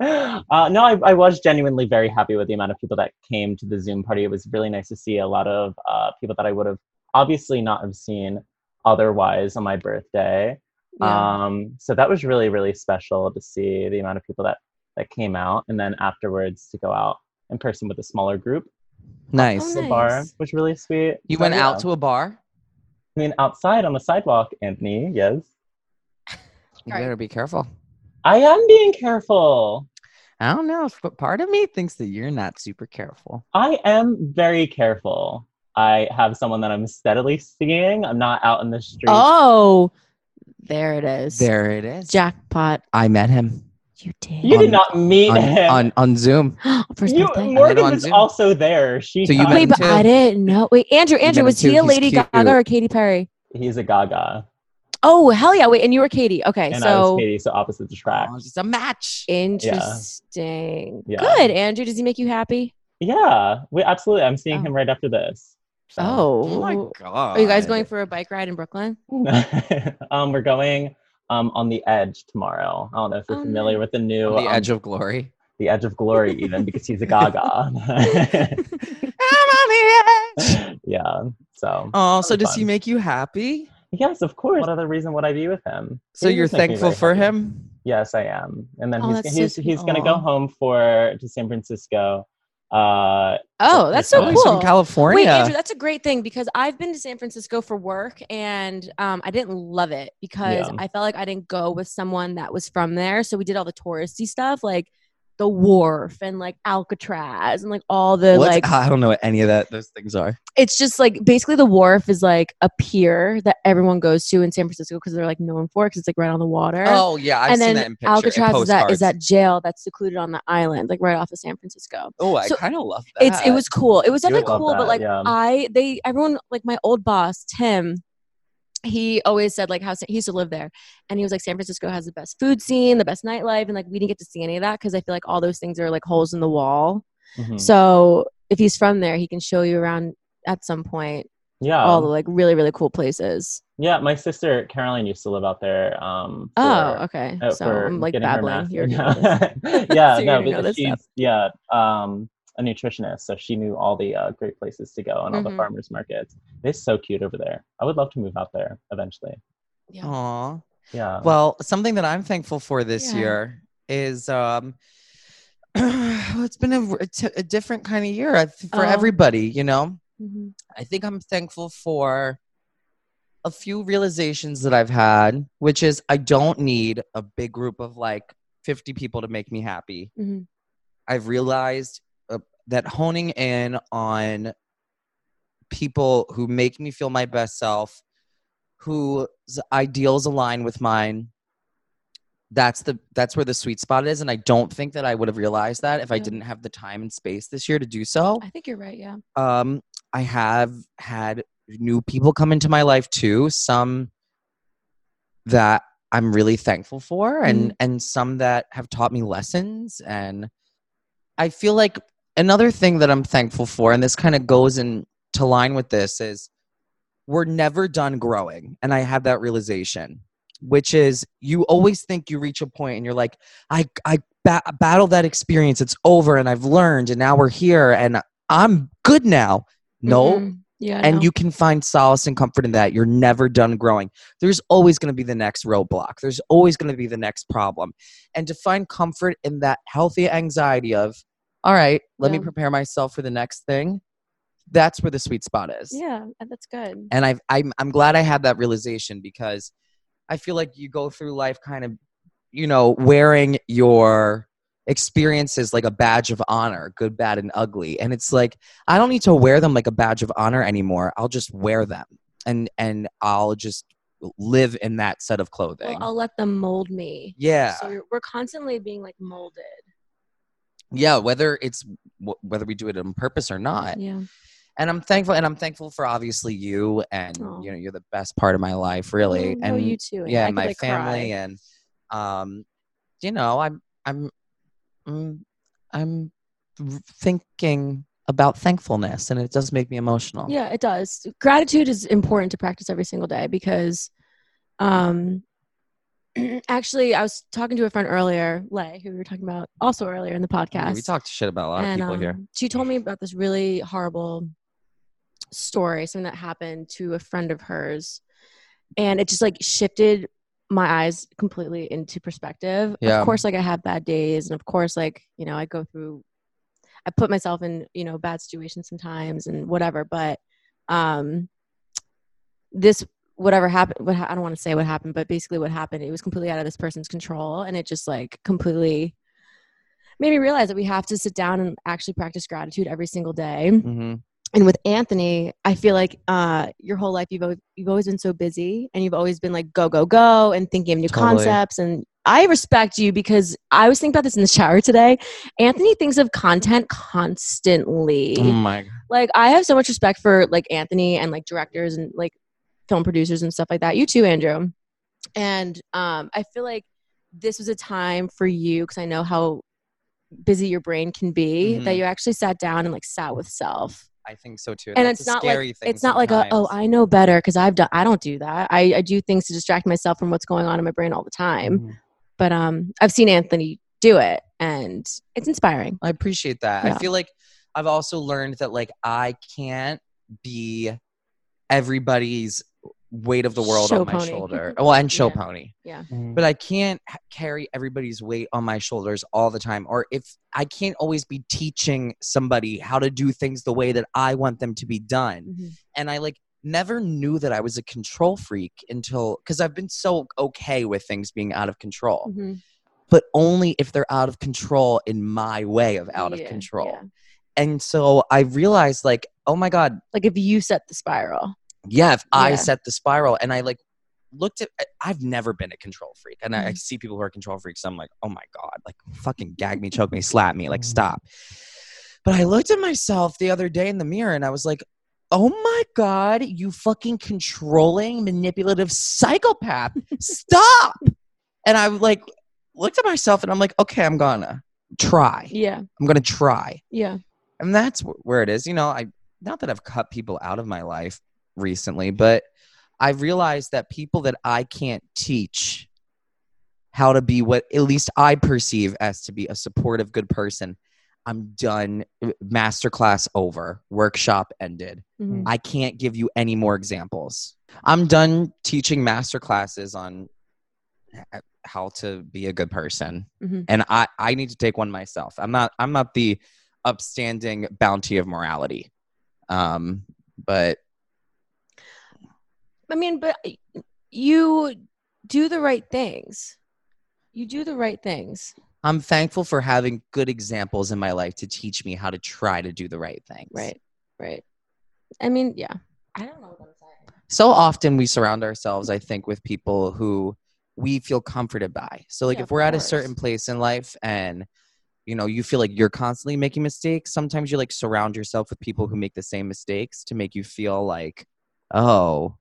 [SPEAKER 4] uh, no, I, I was genuinely very happy with the amount of people that came to the Zoom party. It was really nice to see a lot of uh, people that I would have obviously not have seen otherwise on my birthday.
[SPEAKER 2] Yeah.
[SPEAKER 4] Um, so that was really, really special to see the amount of people that that came out, and then afterwards to go out in person with a smaller group.
[SPEAKER 3] Nice.
[SPEAKER 4] to The
[SPEAKER 2] Nice.
[SPEAKER 4] bar was really sweet.
[SPEAKER 3] You
[SPEAKER 4] So,
[SPEAKER 3] went
[SPEAKER 4] yeah.
[SPEAKER 3] out to a bar?
[SPEAKER 4] I mean, outside on the sidewalk, Anthony. Yes,
[SPEAKER 3] You
[SPEAKER 2] Right.
[SPEAKER 3] better be careful.
[SPEAKER 4] I am being careful.
[SPEAKER 3] I don't know, but part of me thinks that you're not super careful.
[SPEAKER 4] I am very careful. I have someone that I'm steadily seeing. I'm not out in the street.
[SPEAKER 2] Oh, there it is.
[SPEAKER 3] There it is.
[SPEAKER 2] Jackpot.
[SPEAKER 3] I met him
[SPEAKER 2] You did. Oh,
[SPEAKER 4] you
[SPEAKER 3] on-
[SPEAKER 4] did not meet
[SPEAKER 3] on,
[SPEAKER 4] him.
[SPEAKER 3] on, on Zoom.
[SPEAKER 2] For his
[SPEAKER 4] you,
[SPEAKER 2] birthday.
[SPEAKER 4] Morgan
[SPEAKER 3] on
[SPEAKER 4] was
[SPEAKER 3] Zoom.
[SPEAKER 4] also there. She
[SPEAKER 3] So you
[SPEAKER 4] got-
[SPEAKER 3] met
[SPEAKER 2] Wait,
[SPEAKER 3] him
[SPEAKER 2] but I
[SPEAKER 3] too.
[SPEAKER 2] didn't know. Wait, Andrew,
[SPEAKER 3] met
[SPEAKER 2] Andrew,
[SPEAKER 3] him
[SPEAKER 2] was
[SPEAKER 3] too.
[SPEAKER 2] he a
[SPEAKER 3] He's
[SPEAKER 2] Lady
[SPEAKER 3] cute.
[SPEAKER 2] Gaga or Katy Perry?
[SPEAKER 4] he's a Gaga,
[SPEAKER 2] Oh, hell yeah. Wait, and you were Katy. Okay,
[SPEAKER 4] and I was
[SPEAKER 2] so
[SPEAKER 4] Katie, so opposite the track.
[SPEAKER 3] Oh, it's a match.
[SPEAKER 2] interesting.
[SPEAKER 4] Yeah.
[SPEAKER 2] Good, Andrew. Does he make you happy?
[SPEAKER 4] Yeah, we absolutely. I'm seeing
[SPEAKER 2] Oh.
[SPEAKER 4] him right after this. So-
[SPEAKER 3] Oh my
[SPEAKER 2] Oh.
[SPEAKER 3] god.
[SPEAKER 2] Are you guys going for a bike ride in Brooklyn?
[SPEAKER 4] um, we're going um on the Edge tomorrow. I don't know if you're
[SPEAKER 2] Oh,
[SPEAKER 4] familiar
[SPEAKER 2] nice.
[SPEAKER 4] with the new
[SPEAKER 3] On the
[SPEAKER 4] um,
[SPEAKER 3] edge of glory?
[SPEAKER 4] the Edge of Glory, even because he's a Gaga.
[SPEAKER 3] I'm on the edge.
[SPEAKER 4] yeah. So
[SPEAKER 3] Oh, so
[SPEAKER 4] That'd be
[SPEAKER 3] does he
[SPEAKER 4] fun.
[SPEAKER 3] make you happy?
[SPEAKER 4] yes, of course. What other reason would I be with him?
[SPEAKER 3] So
[SPEAKER 4] He
[SPEAKER 3] you're
[SPEAKER 4] does make me
[SPEAKER 3] thankful
[SPEAKER 4] very
[SPEAKER 3] for
[SPEAKER 4] happy.
[SPEAKER 3] him?
[SPEAKER 4] Yes, I am. And then
[SPEAKER 2] Oh,
[SPEAKER 4] he's
[SPEAKER 2] that's so
[SPEAKER 4] he's,
[SPEAKER 2] sweet.
[SPEAKER 4] he's gonna go
[SPEAKER 2] Aw.
[SPEAKER 4] home for to San Francisco. Uh,
[SPEAKER 2] Oh, that's so
[SPEAKER 4] Oh,
[SPEAKER 3] He's
[SPEAKER 2] cool.
[SPEAKER 3] from California.
[SPEAKER 2] Wait, Andrew, that's a great thing because I've been to San Francisco for work and um, I didn't love it because
[SPEAKER 4] Yeah.
[SPEAKER 2] I felt like I didn't go with someone that was from there. So we did all the touristy stuff like the wharf and like Alcatraz and like all the
[SPEAKER 3] What's-
[SPEAKER 2] like,
[SPEAKER 3] I don't know what any of that those things are.
[SPEAKER 2] it's just like basically the wharf is like a pier that everyone goes to in San Francisco because they're like known for because it's like right on the water.
[SPEAKER 3] Oh yeah, I've
[SPEAKER 2] and
[SPEAKER 3] seen
[SPEAKER 2] then
[SPEAKER 3] that in picture. in
[SPEAKER 2] Alcatraz is that, is
[SPEAKER 3] postcards.
[SPEAKER 2] that jail that's secluded on the island, like right off of San Francisco.
[SPEAKER 3] Oh, I
[SPEAKER 2] so
[SPEAKER 3] kind of love that.
[SPEAKER 2] It's it was cool. It was
[SPEAKER 4] You would
[SPEAKER 2] definitely
[SPEAKER 4] love
[SPEAKER 2] cool, but
[SPEAKER 4] that,
[SPEAKER 2] like
[SPEAKER 4] yeah.
[SPEAKER 2] I they everyone like my old boss Tim, he always said like how he used to live there, and he was like San Francisco has the best food scene, the best nightlife, and like we didn't get to see any of that because I feel like all those things are like holes in the wall.
[SPEAKER 4] mhm.
[SPEAKER 2] So if he's from there, he can show you around at some point
[SPEAKER 4] yeah,
[SPEAKER 2] all the like really really cool places.
[SPEAKER 4] yeah. My sister Caroline used to live out there. Um, for-
[SPEAKER 2] Oh, okay.
[SPEAKER 4] uh,
[SPEAKER 2] so
[SPEAKER 4] for
[SPEAKER 2] I'm like
[SPEAKER 4] getting her
[SPEAKER 2] babbling.
[SPEAKER 4] master's.
[SPEAKER 2] You're
[SPEAKER 4] yeah,
[SPEAKER 2] So you
[SPEAKER 4] no,
[SPEAKER 2] already know
[SPEAKER 4] but
[SPEAKER 2] this
[SPEAKER 4] she's
[SPEAKER 2] stuff.
[SPEAKER 4] yeah, um, a nutritionist, so she knew all the uh, great places to go and all the
[SPEAKER 2] Mhm.
[SPEAKER 4] farmers markets. They're so cute over there. I would love to move out there eventually.
[SPEAKER 3] Aw.
[SPEAKER 4] Yeah.
[SPEAKER 3] Well, something that I'm thankful for this
[SPEAKER 2] Yeah.
[SPEAKER 3] year is um well, it's been a, it's a different kind of year I th- for
[SPEAKER 2] Oh.
[SPEAKER 3] everybody, you know.
[SPEAKER 2] hmm
[SPEAKER 3] I think I'm thankful for a few realizations that I've had, which is I don't need a big group of like 50 people to make me happy.
[SPEAKER 2] hmm
[SPEAKER 3] I've realized uh, that honing in on people who make me feel my best self, whose ideals align with mine, that's the that's where the sweet spot is and I don't think that I would have realized that if I
[SPEAKER 2] Yeah.
[SPEAKER 3] didn't have the time and space this year to do so.
[SPEAKER 2] Oh, I think you're right. Yeah.
[SPEAKER 3] Um I have had new people come into my life too, some that I'm really thankful for and and some that have taught me lessons and I feel like another thing that I'm thankful for and this kind of goes in to line with this is we're never done growing and I had that realization which is you always think you reach a point and you're like I I ba- battle that experience it's over and I've learned and now we're here and I'm good now no
[SPEAKER 2] Mhm. Yeah.
[SPEAKER 3] and
[SPEAKER 2] no.
[SPEAKER 3] you can find solace and comfort in that. You're never done growing. There's always going to be the next roadblock. There's always going to be the next problem. And to find comfort in that healthy anxiety of, all right, let me
[SPEAKER 2] Yeah.
[SPEAKER 3] prepare myself for the next thing. That's where the sweet spot is.
[SPEAKER 2] Yeah, and that's good.
[SPEAKER 3] And I've, I'm, I'm glad I had that realization because I feel like you go through life kind of, you know, wearing your experiences like a badge of honor, good, bad, and ugly. And it's like, I don't need to wear them like a badge of honor anymore. I'll just wear them and, and I'll just live in that set of clothing.
[SPEAKER 2] Well, I'll let them mold me.
[SPEAKER 3] yeah.
[SPEAKER 2] So you're, we're constantly being like molded.
[SPEAKER 3] yeah. Whether it's, wh- whether we do it on purpose or not.
[SPEAKER 2] Yeah.
[SPEAKER 3] And I'm thankful. And I'm thankful for obviously you and,
[SPEAKER 2] Aw.
[SPEAKER 3] you know, you're the best part of my life, really.
[SPEAKER 2] No,
[SPEAKER 3] and
[SPEAKER 2] Mm-hmm. Oh, you too.
[SPEAKER 3] yeah,
[SPEAKER 2] I could,
[SPEAKER 3] my
[SPEAKER 2] like,
[SPEAKER 3] family
[SPEAKER 2] cry.
[SPEAKER 3] and um you know i'm i'm i'm, I'm r- mm, thinking about thankfulness, and it does make me emotional.
[SPEAKER 2] Yeah, it does. Gratitude is important to practice every single day because um actually I was talking to a friend earlier, Lay, who we were talking about also earlier in the
[SPEAKER 3] I mean,
[SPEAKER 2] podcast.
[SPEAKER 3] we talked shit about a lot of people here.
[SPEAKER 2] um, She told me about this really horrible story, something that happened to a friend of hers. And it just like shifted my eyes completely into perspective.
[SPEAKER 3] Yeah.
[SPEAKER 2] Of course, like I have bad days. And of course, like, you know, I go through, I put myself in, you know, bad situations sometimes and whatever. But um, this, whatever happened, what, ha- I don't want to say what happened, but basically what happened, it was completely out of this person's control. And it just like completely made me realize that we have to sit down and actually practice gratitude every single day
[SPEAKER 3] hmm
[SPEAKER 2] and with Anthony, I feel like uh, your whole life you've always, you've always been so busy and you've always been like go go go and thinking of new
[SPEAKER 3] Totally.
[SPEAKER 2] concepts and I respect you because I was thinking about this in the shower today. Anthony thinks of content constantly.
[SPEAKER 3] Oh my.
[SPEAKER 2] Like I have so much respect for like Anthony and like directors and like film producers and stuff like that. You too, Andrew. And um, I feel like this was a time for you because I know how busy your brain can be that
[SPEAKER 3] Mhm.
[SPEAKER 2] you actually sat down and like sat with self
[SPEAKER 3] I think so too.
[SPEAKER 2] and
[SPEAKER 3] that's
[SPEAKER 2] it's
[SPEAKER 3] a
[SPEAKER 2] not
[SPEAKER 3] scary
[SPEAKER 2] like
[SPEAKER 3] thing
[SPEAKER 2] it's not like a, oh
[SPEAKER 3] sometimes.
[SPEAKER 2] i know better because i've done i don't do that I, I do things to distract myself from what's going on in my brain all the time
[SPEAKER 3] Mhm.
[SPEAKER 2] but um i've seen anthony do it and it's inspiring
[SPEAKER 3] I appreciate that. I
[SPEAKER 2] Yeah.
[SPEAKER 3] feel like I've also learned that like I can't be everybody's weight of the world
[SPEAKER 2] Show
[SPEAKER 3] on my
[SPEAKER 2] pony.
[SPEAKER 3] shoulder. Well, and show
[SPEAKER 2] Yeah.
[SPEAKER 3] pony.
[SPEAKER 4] Mhm.
[SPEAKER 3] But I can't h- carry everybody's weight on my shoulders all the time or if I can't always be teaching somebody how to do things the way that I want them to be done and I like never knew that I was a control freak until because I've been so okay with things being out of control,
[SPEAKER 2] Mhm.
[SPEAKER 3] but only if they're out of control in my way of out
[SPEAKER 2] Yeah,
[SPEAKER 3] of control.
[SPEAKER 2] yeah.
[SPEAKER 3] And so I realized, like, oh my God,
[SPEAKER 2] like if you set the spiral
[SPEAKER 3] yeah, if I
[SPEAKER 2] Yeah.
[SPEAKER 3] set the spiral and I like looked at, I- I've never been a control freak. And I, I see people who are control freaks. I'm like, oh my God, like fucking gag me, choke me, slap me, like stop. But I looked at myself the other day in the mirror and I was like, oh my God, you fucking controlling, manipulative psychopath, stop. and I like looked at myself and I'm like, okay, I'm gonna try.
[SPEAKER 2] yeah
[SPEAKER 3] I'm gonna try
[SPEAKER 2] yeah
[SPEAKER 3] and that's wh- where it is you know i not that i've cut people out of my life recently but i realized that people that i can't teach how to be what at least i perceive as to be a supportive good person i'm done uh, masterclass over workshop ended
[SPEAKER 2] Mhm.
[SPEAKER 3] i can't give you any more examples i'm done teaching masterclasses on h- how to be a good person
[SPEAKER 2] Mhm.
[SPEAKER 3] and i i need to take one myself i'm not i'm not the upstanding bounty of morality um but
[SPEAKER 2] i mean but you do the right things you do the right things
[SPEAKER 3] i'm thankful for having good examples in my life to teach me how to try to do the right things
[SPEAKER 2] right right i mean yeah i don't know what i'm saying
[SPEAKER 3] so often we surround ourselves i think with people who we feel comforted by so like
[SPEAKER 2] Yeah,
[SPEAKER 3] if
[SPEAKER 2] of
[SPEAKER 3] we're at a
[SPEAKER 2] course.
[SPEAKER 3] certain place in life and you know you feel like you're constantly making mistakes sometimes you like surround yourself with people who make the same mistakes to make you feel like oh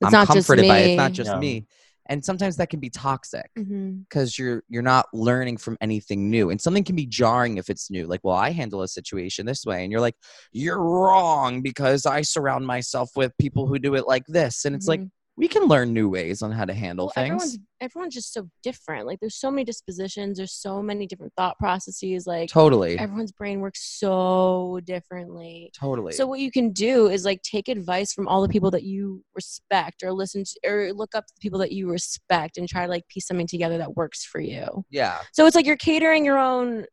[SPEAKER 2] it's
[SPEAKER 3] i'm
[SPEAKER 2] not
[SPEAKER 3] comforted
[SPEAKER 2] just me
[SPEAKER 3] by it. it's not just
[SPEAKER 4] Yeah.
[SPEAKER 3] me and sometimes that can be toxic
[SPEAKER 2] Mhm.
[SPEAKER 3] because you're you're not learning from anything new and something can be jarring if it's new like well i handle a situation this way and you're like you're wrong because i surround myself with people who do it like this and it's like
[SPEAKER 2] Mhm.
[SPEAKER 3] we can learn new ways on how to handle
[SPEAKER 2] Well,
[SPEAKER 3] things
[SPEAKER 2] Everyone's, everyone's just so different. Like there's so many dispositions, there's so many different thought processes. Like
[SPEAKER 3] totally
[SPEAKER 2] everyone's brain works so differently.
[SPEAKER 3] totally
[SPEAKER 2] So what you can do is like take advice from all the people that you respect or listen to or look up the people that you respect and try to like piece something together that works for you.
[SPEAKER 3] yeah
[SPEAKER 2] So it's like you're catering your own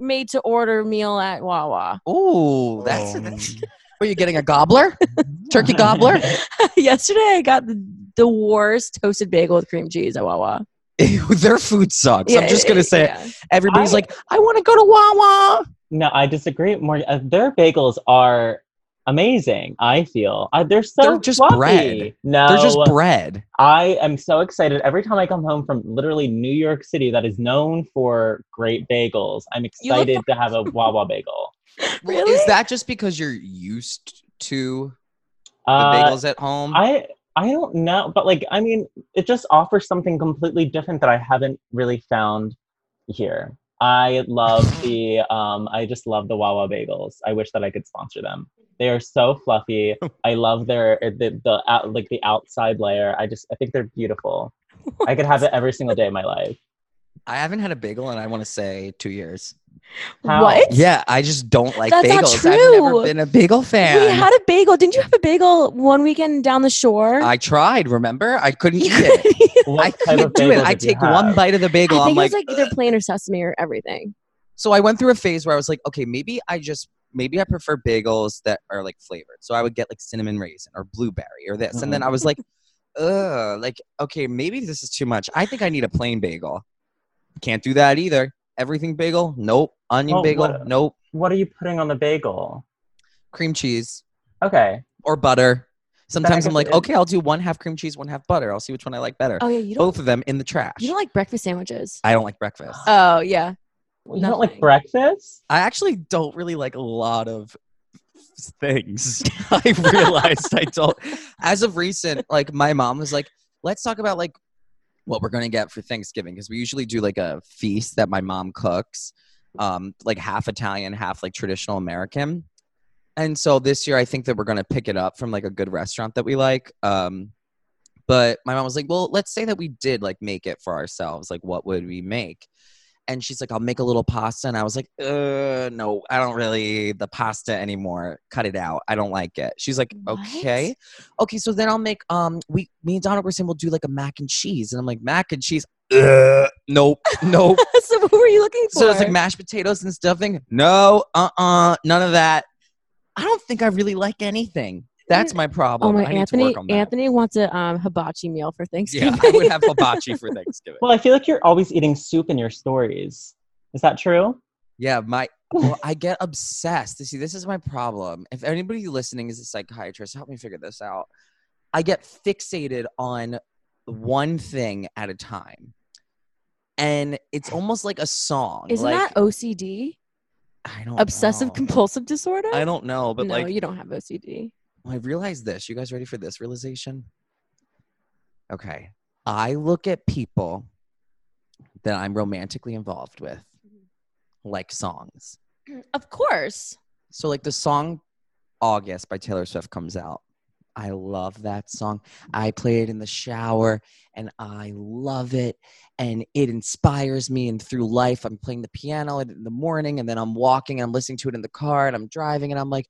[SPEAKER 2] made to order meal at Wawa.
[SPEAKER 3] Ooh, that's
[SPEAKER 4] Oh.
[SPEAKER 3] that's were you getting a gobbler
[SPEAKER 4] Mm-hmm.
[SPEAKER 3] turkey gobbler
[SPEAKER 2] Yesterday I got the, the worst toasted bagel with cream cheese at Wawa.
[SPEAKER 3] their food sucks i'm
[SPEAKER 2] Yeah,
[SPEAKER 3] just gonna say it.
[SPEAKER 2] yeah.
[SPEAKER 3] everybody's
[SPEAKER 4] I-
[SPEAKER 3] like i want to go to wawa
[SPEAKER 4] No, I disagree more. Uh, their bagels are amazing. I feel uh, they're so
[SPEAKER 3] They're just
[SPEAKER 4] fluffy.
[SPEAKER 3] bread.
[SPEAKER 4] No,
[SPEAKER 3] they're just bread
[SPEAKER 4] I am so excited every time I come home from literally New York City, that is known for great bagels. I'm
[SPEAKER 2] You look
[SPEAKER 4] excited to have a Wawa bagel.
[SPEAKER 3] Well,
[SPEAKER 2] Really?
[SPEAKER 3] Is that just because you're used to the
[SPEAKER 4] Uh,
[SPEAKER 3] bagels at home?
[SPEAKER 4] I I don't know, but like I mean, it just offers something completely different that I haven't really found here. I love the um I just love the Wawa bagels. I wish that I could sponsor them. They are so fluffy. I love their the, the out, like the outside layer. I just I think they're beautiful. I could have it every single day of my life.
[SPEAKER 3] I haven't had a bagel in I want to say two years.
[SPEAKER 4] How?
[SPEAKER 2] What?
[SPEAKER 3] Yeah, I just don't like
[SPEAKER 2] That's not
[SPEAKER 3] bagels. I've never
[SPEAKER 2] true.
[SPEAKER 3] been a bagel fan.
[SPEAKER 2] We had a bagel. Didn't you have a bagel one weekend down the shore?
[SPEAKER 3] I tried, remember? I couldn't
[SPEAKER 2] You
[SPEAKER 3] eat it.
[SPEAKER 2] couldn't-
[SPEAKER 4] What
[SPEAKER 3] I
[SPEAKER 4] type of
[SPEAKER 3] couldn't do it.
[SPEAKER 4] bagel
[SPEAKER 3] I
[SPEAKER 4] did you
[SPEAKER 3] take one
[SPEAKER 4] have?
[SPEAKER 3] bite of the bagel.
[SPEAKER 2] I
[SPEAKER 3] I'm
[SPEAKER 2] think
[SPEAKER 3] like,
[SPEAKER 2] it was like either plain or sesame or everything.
[SPEAKER 3] so I went through a phase where I was like, okay, maybe I just maybe I prefer bagels that are like flavored. So I would get like cinnamon raisin or blueberry or this. And then I was like,
[SPEAKER 2] Mm-hmm.
[SPEAKER 3] ugh, like, okay, maybe this is too much. I think I need a plain bagel. Can't do that either. Everything bagel? Nope. Onion
[SPEAKER 2] Oh,
[SPEAKER 4] Well,
[SPEAKER 3] bagel?
[SPEAKER 4] what-
[SPEAKER 3] Nope.
[SPEAKER 4] What are you putting on the bagel?
[SPEAKER 3] Cream cheese
[SPEAKER 4] Okay.
[SPEAKER 3] or butter. Sometimes
[SPEAKER 4] I
[SPEAKER 3] I'm like,
[SPEAKER 4] guess it-
[SPEAKER 3] okay, I'll do one half cream cheese, one half butter. I'll see which one I like better.
[SPEAKER 2] Oh yeah, you don't.
[SPEAKER 3] Both of them in the trash.
[SPEAKER 2] You don't like breakfast sandwiches.
[SPEAKER 3] I don't like breakfast.
[SPEAKER 2] Oh yeah.
[SPEAKER 4] You don't like
[SPEAKER 2] Nothing.
[SPEAKER 4] breakfast?
[SPEAKER 3] I actually don't really like a lot of things. I realized I don't. As of recent, like my mom was like, "Let's talk about like what we're gonna get for Thanksgiving," because we usually do like a feast that my mom cooks, um, like half Italian, half like traditional American. And so this year, I think that we're gonna pick it up from like a good restaurant that we like. Um, but my mom was like, "Well, let's say that we did like make it for ourselves. Like, what would we make?" and she's like, I'll make a little pasta. And I was like, uh, no, I don't really the pasta anymore. Cut it out. I don't like it. She's like,
[SPEAKER 2] What?
[SPEAKER 3] okay. Okay, so then I'll make, um, we, me and Donna were saying we'll do like a mac and cheese. And I'm like, mac and cheese. Uh, nope, nope.
[SPEAKER 2] so what were you looking for?
[SPEAKER 3] so it's like mashed potatoes and stuffing. No, uh uh none of that. I don't think I really like anything. That's my
[SPEAKER 2] oh
[SPEAKER 3] problem.
[SPEAKER 2] my
[SPEAKER 3] I need to
[SPEAKER 2] Anthony.
[SPEAKER 3] work on that.
[SPEAKER 2] Anthony wants a um, hibachi meal for
[SPEAKER 3] yeah,
[SPEAKER 2] Thanksgiving.
[SPEAKER 3] I would have hibachi for Thanksgiving.
[SPEAKER 4] Well, I feel like you're always eating soup in your stories. Is that true?
[SPEAKER 3] Yeah, my well, I get obsessed. See, this is my problem. If anybody listening is a psychiatrist, help me figure this out. I get fixated on one thing at a time. And it's almost like a song.
[SPEAKER 2] Isn't
[SPEAKER 3] like,
[SPEAKER 2] that OCD?
[SPEAKER 3] I don't
[SPEAKER 2] Obsessive
[SPEAKER 3] know.
[SPEAKER 2] compulsive disorder.
[SPEAKER 3] I don't know, but
[SPEAKER 2] no,
[SPEAKER 3] like
[SPEAKER 2] you don't have OCD.
[SPEAKER 3] I realized this. You guys ready for this realization? Okay. I look at people that I'm romantically involved with like songs.
[SPEAKER 2] Of course.
[SPEAKER 3] So like the song August by Taylor Swift comes out. I love that song. I play it in the shower and I love it and it inspires me and through life I'm playing the piano in the morning and then I'm walking and I'm listening to it in the car and I'm driving and I'm like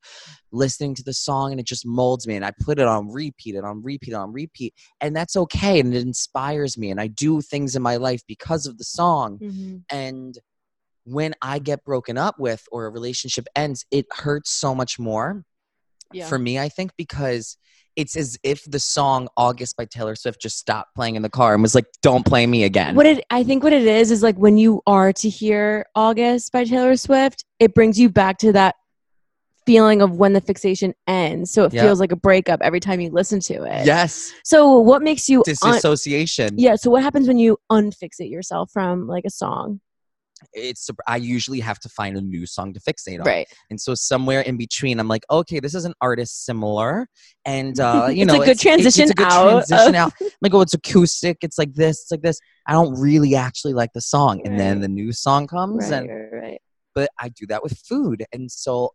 [SPEAKER 3] listening to the song and it just molds me and I put it on repeat and on repeat and on repeat and that's okay and it inspires me and I do things in my life because of the song
[SPEAKER 2] Mm-hmm.
[SPEAKER 3] and when I get broken up with or a relationship ends, it hurts so much more
[SPEAKER 2] Yeah.
[SPEAKER 3] for me, I think, because it's as if the song August by Taylor Swift just stopped playing in the car and was like, don't play me again.
[SPEAKER 2] what it I think what it is is like when you are to hear August by Taylor Swift, it brings you back to that feeling of when the fixation ends. So it
[SPEAKER 3] Yeah.
[SPEAKER 2] feels like a breakup every time you listen to it.
[SPEAKER 3] yes,
[SPEAKER 2] So what makes you un-
[SPEAKER 3] disassociation.
[SPEAKER 2] Yeah, so what happens when you unfixate yourself from like a song?
[SPEAKER 3] It's I usually have to find a new song to fixate on.
[SPEAKER 2] Right.
[SPEAKER 3] And so somewhere in between, I'm like, okay, this is an artist similar, and uh, you
[SPEAKER 2] It's
[SPEAKER 3] know,
[SPEAKER 2] a good transition
[SPEAKER 3] it's a good
[SPEAKER 2] out
[SPEAKER 3] transition
[SPEAKER 2] of-
[SPEAKER 3] out. I'm like, oh, it's acoustic. It's like this. It's like this. I don't really actually like the song, and then
[SPEAKER 2] Right.
[SPEAKER 3] the new song comes,
[SPEAKER 2] Right,
[SPEAKER 3] and
[SPEAKER 2] right, right.
[SPEAKER 3] but I do that with food, and so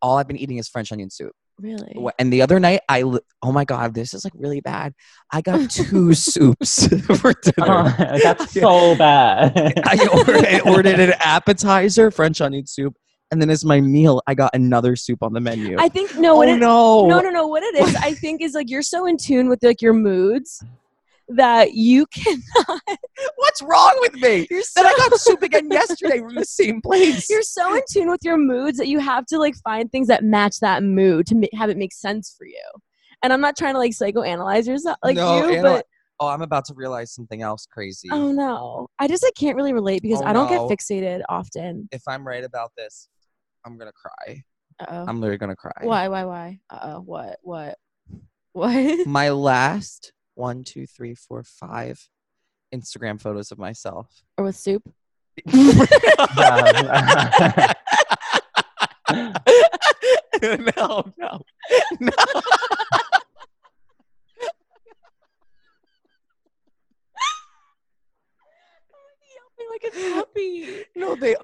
[SPEAKER 3] all I've been eating is French onion soup.
[SPEAKER 2] Really?
[SPEAKER 3] Wh- And the other night, I li- oh my god, this is like really bad. I got two soups for
[SPEAKER 2] Uh-huh.
[SPEAKER 3] dinner.
[SPEAKER 4] Oh, that's so bad.
[SPEAKER 3] I, ordered, I ordered an appetizer, French onion soup, and then as my meal, I got another soup on the menu.
[SPEAKER 2] I think no,
[SPEAKER 3] oh
[SPEAKER 2] what it,
[SPEAKER 3] no!
[SPEAKER 2] no, no, no. What it is, I think, is like you're so in tune with like your moods that you can.
[SPEAKER 3] What's wrong with me?
[SPEAKER 2] You're so
[SPEAKER 3] Then I got soup again yesterday from the same place.
[SPEAKER 2] you're so in tune with your moods that you have to like find things that match that mood to ma- have it make sense for you. And I'm not trying to like psychoanalyze yourself like
[SPEAKER 3] No,
[SPEAKER 2] you,
[SPEAKER 3] anal-
[SPEAKER 2] but
[SPEAKER 3] oh, I'm about to realize something else crazy.
[SPEAKER 2] oh no, I just like can't really relate because
[SPEAKER 3] Oh,
[SPEAKER 2] I don't
[SPEAKER 3] no.
[SPEAKER 2] get fixated often.
[SPEAKER 3] If I'm right about this, I'm gonna cry.
[SPEAKER 2] Uh
[SPEAKER 3] I'm literally gonna cry.
[SPEAKER 2] oh. Why? Why? Why? Uh oh. What? What? What?
[SPEAKER 3] My last one, two, three, four, five Instagram photos of myself.
[SPEAKER 2] or with soup?
[SPEAKER 3] no, no, no.
[SPEAKER 2] Yelping like a puppy.
[SPEAKER 3] No, they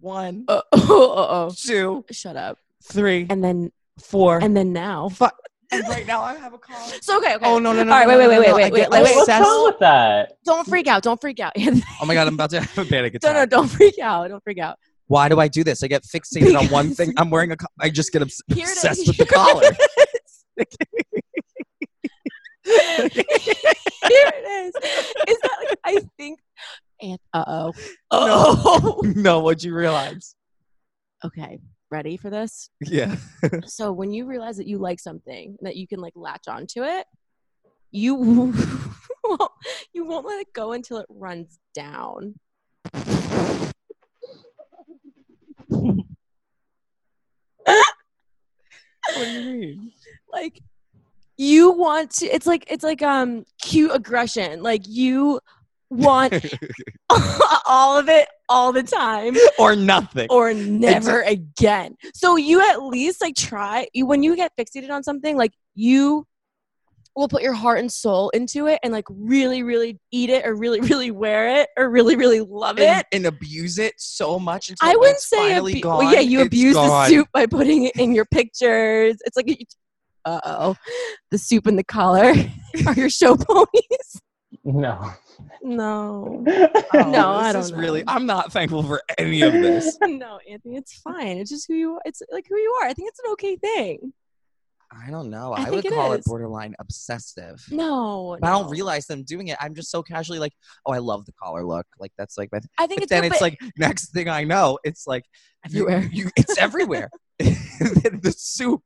[SPEAKER 1] One,
[SPEAKER 2] Oh, oh, oh, oh.
[SPEAKER 1] two,
[SPEAKER 2] Shut up.
[SPEAKER 1] three,
[SPEAKER 2] And then,
[SPEAKER 1] four.
[SPEAKER 2] and then now.
[SPEAKER 1] Fuck. And right now I have a call.
[SPEAKER 2] So okay, okay.
[SPEAKER 1] Oh no no no!
[SPEAKER 2] All right,
[SPEAKER 1] no,
[SPEAKER 2] wait,
[SPEAKER 1] no,
[SPEAKER 2] wait,
[SPEAKER 1] no,
[SPEAKER 2] wait,
[SPEAKER 1] no. I
[SPEAKER 2] wait,
[SPEAKER 1] get
[SPEAKER 2] wait, wait, wait.
[SPEAKER 4] What's
[SPEAKER 1] obsessed.
[SPEAKER 4] wrong with that?
[SPEAKER 2] Don't freak out. Don't freak out.
[SPEAKER 3] Oh my god, I'm about to have a panic attack.
[SPEAKER 2] don't no, don't freak out. Don't freak out.
[SPEAKER 3] Why do I do this? I get fixated on one
[SPEAKER 2] Because-
[SPEAKER 3] thing. I'm wearing a. Co- I just get obs-
[SPEAKER 2] Here it
[SPEAKER 3] obsessed
[SPEAKER 2] is.
[SPEAKER 3] with the collar.
[SPEAKER 2] Here it is. Is that like I think? And uh oh. Oh.
[SPEAKER 3] no, what you realize?
[SPEAKER 2] Okay. Ready for this?
[SPEAKER 3] Yeah.
[SPEAKER 2] So when you realize that you like something that you can like latch onto it, you won't, you won't let it go until it runs down.
[SPEAKER 1] What do you mean?
[SPEAKER 2] like you want to it's like it's like um cute aggression like you want all of it all the time
[SPEAKER 3] or nothing.
[SPEAKER 2] or never again so you at least like try you when you get fixated on something like you will put your heart and soul into it and like really really eat it or really really wear it or really really love
[SPEAKER 3] and,
[SPEAKER 2] it
[SPEAKER 3] and abuse it so much until
[SPEAKER 2] I
[SPEAKER 3] when
[SPEAKER 2] wouldn't
[SPEAKER 3] it's
[SPEAKER 2] say
[SPEAKER 3] finally
[SPEAKER 2] abu-
[SPEAKER 3] gone.
[SPEAKER 2] well, yeah, you
[SPEAKER 3] it's
[SPEAKER 2] abuse the
[SPEAKER 3] gone.
[SPEAKER 2] soup by putting it in your pictures. It's like, uh oh, the soup and the collar are your show ponies.
[SPEAKER 4] No.
[SPEAKER 2] No,
[SPEAKER 3] Oh,
[SPEAKER 2] No, I
[SPEAKER 3] this is
[SPEAKER 2] don't know.
[SPEAKER 3] Really, I'm not thankful for any of this.
[SPEAKER 2] no, Anthony, it's fine. It's just who you. It's like who you are. I think it's an okay thing.
[SPEAKER 3] I don't know.
[SPEAKER 2] I
[SPEAKER 3] I,
[SPEAKER 2] think
[SPEAKER 3] would
[SPEAKER 2] it
[SPEAKER 3] call
[SPEAKER 2] is.
[SPEAKER 3] it borderline obsessive.
[SPEAKER 2] No,
[SPEAKER 3] But I don't
[SPEAKER 2] no.
[SPEAKER 3] realize that I'm doing it. I'm just so casually like, oh, I love the collar look. Like that's like my. Th-
[SPEAKER 2] I think
[SPEAKER 3] but
[SPEAKER 2] it's
[SPEAKER 3] then
[SPEAKER 2] good,
[SPEAKER 3] it's
[SPEAKER 2] but-
[SPEAKER 3] like next thing I know, it's like
[SPEAKER 2] Everywhere.
[SPEAKER 3] You, you, it's everywhere. the soup,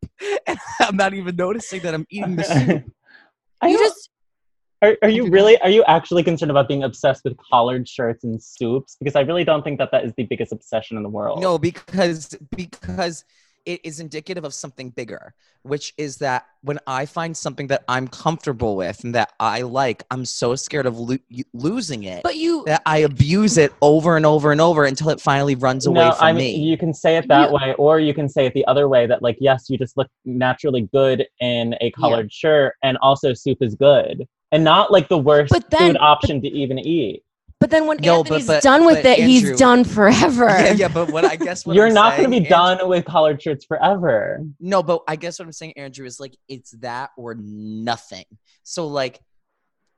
[SPEAKER 3] and I'm not even noticing that I'm eating the soup.
[SPEAKER 4] I
[SPEAKER 2] you
[SPEAKER 4] don't-
[SPEAKER 2] just
[SPEAKER 4] Are, are you really are you actually concerned about being obsessed with collared shirts and soups? Because I really don't think that that is the biggest obsession in the world.
[SPEAKER 3] No, because because it is indicative of something bigger, which is that when I find something that I'm comfortable with and that I like, I'm so scared of lo- losing it
[SPEAKER 2] but you
[SPEAKER 3] that I abuse it over and over and over until it finally runs away
[SPEAKER 4] no,
[SPEAKER 3] from
[SPEAKER 4] I
[SPEAKER 3] me.
[SPEAKER 4] mean you can say it that
[SPEAKER 2] You-
[SPEAKER 4] way, or you can say it the other way that like yes, you just look naturally good in a collared shirt, and also soup is good, and not like the worst
[SPEAKER 2] But then-
[SPEAKER 4] food option to even eat.
[SPEAKER 2] but then when
[SPEAKER 3] No, but-
[SPEAKER 2] Anthony's
[SPEAKER 3] but-
[SPEAKER 2] done with
[SPEAKER 3] but
[SPEAKER 2] it,
[SPEAKER 3] Andrew-
[SPEAKER 2] he's done forever.
[SPEAKER 3] yeah, yeah, but what I guess what
[SPEAKER 4] You're
[SPEAKER 3] I'm
[SPEAKER 4] not going to
[SPEAKER 3] saying,
[SPEAKER 4] be done with collared shirts forever.
[SPEAKER 3] No, but I guess what I'm saying, Andrew, is like it's that or nothing. So like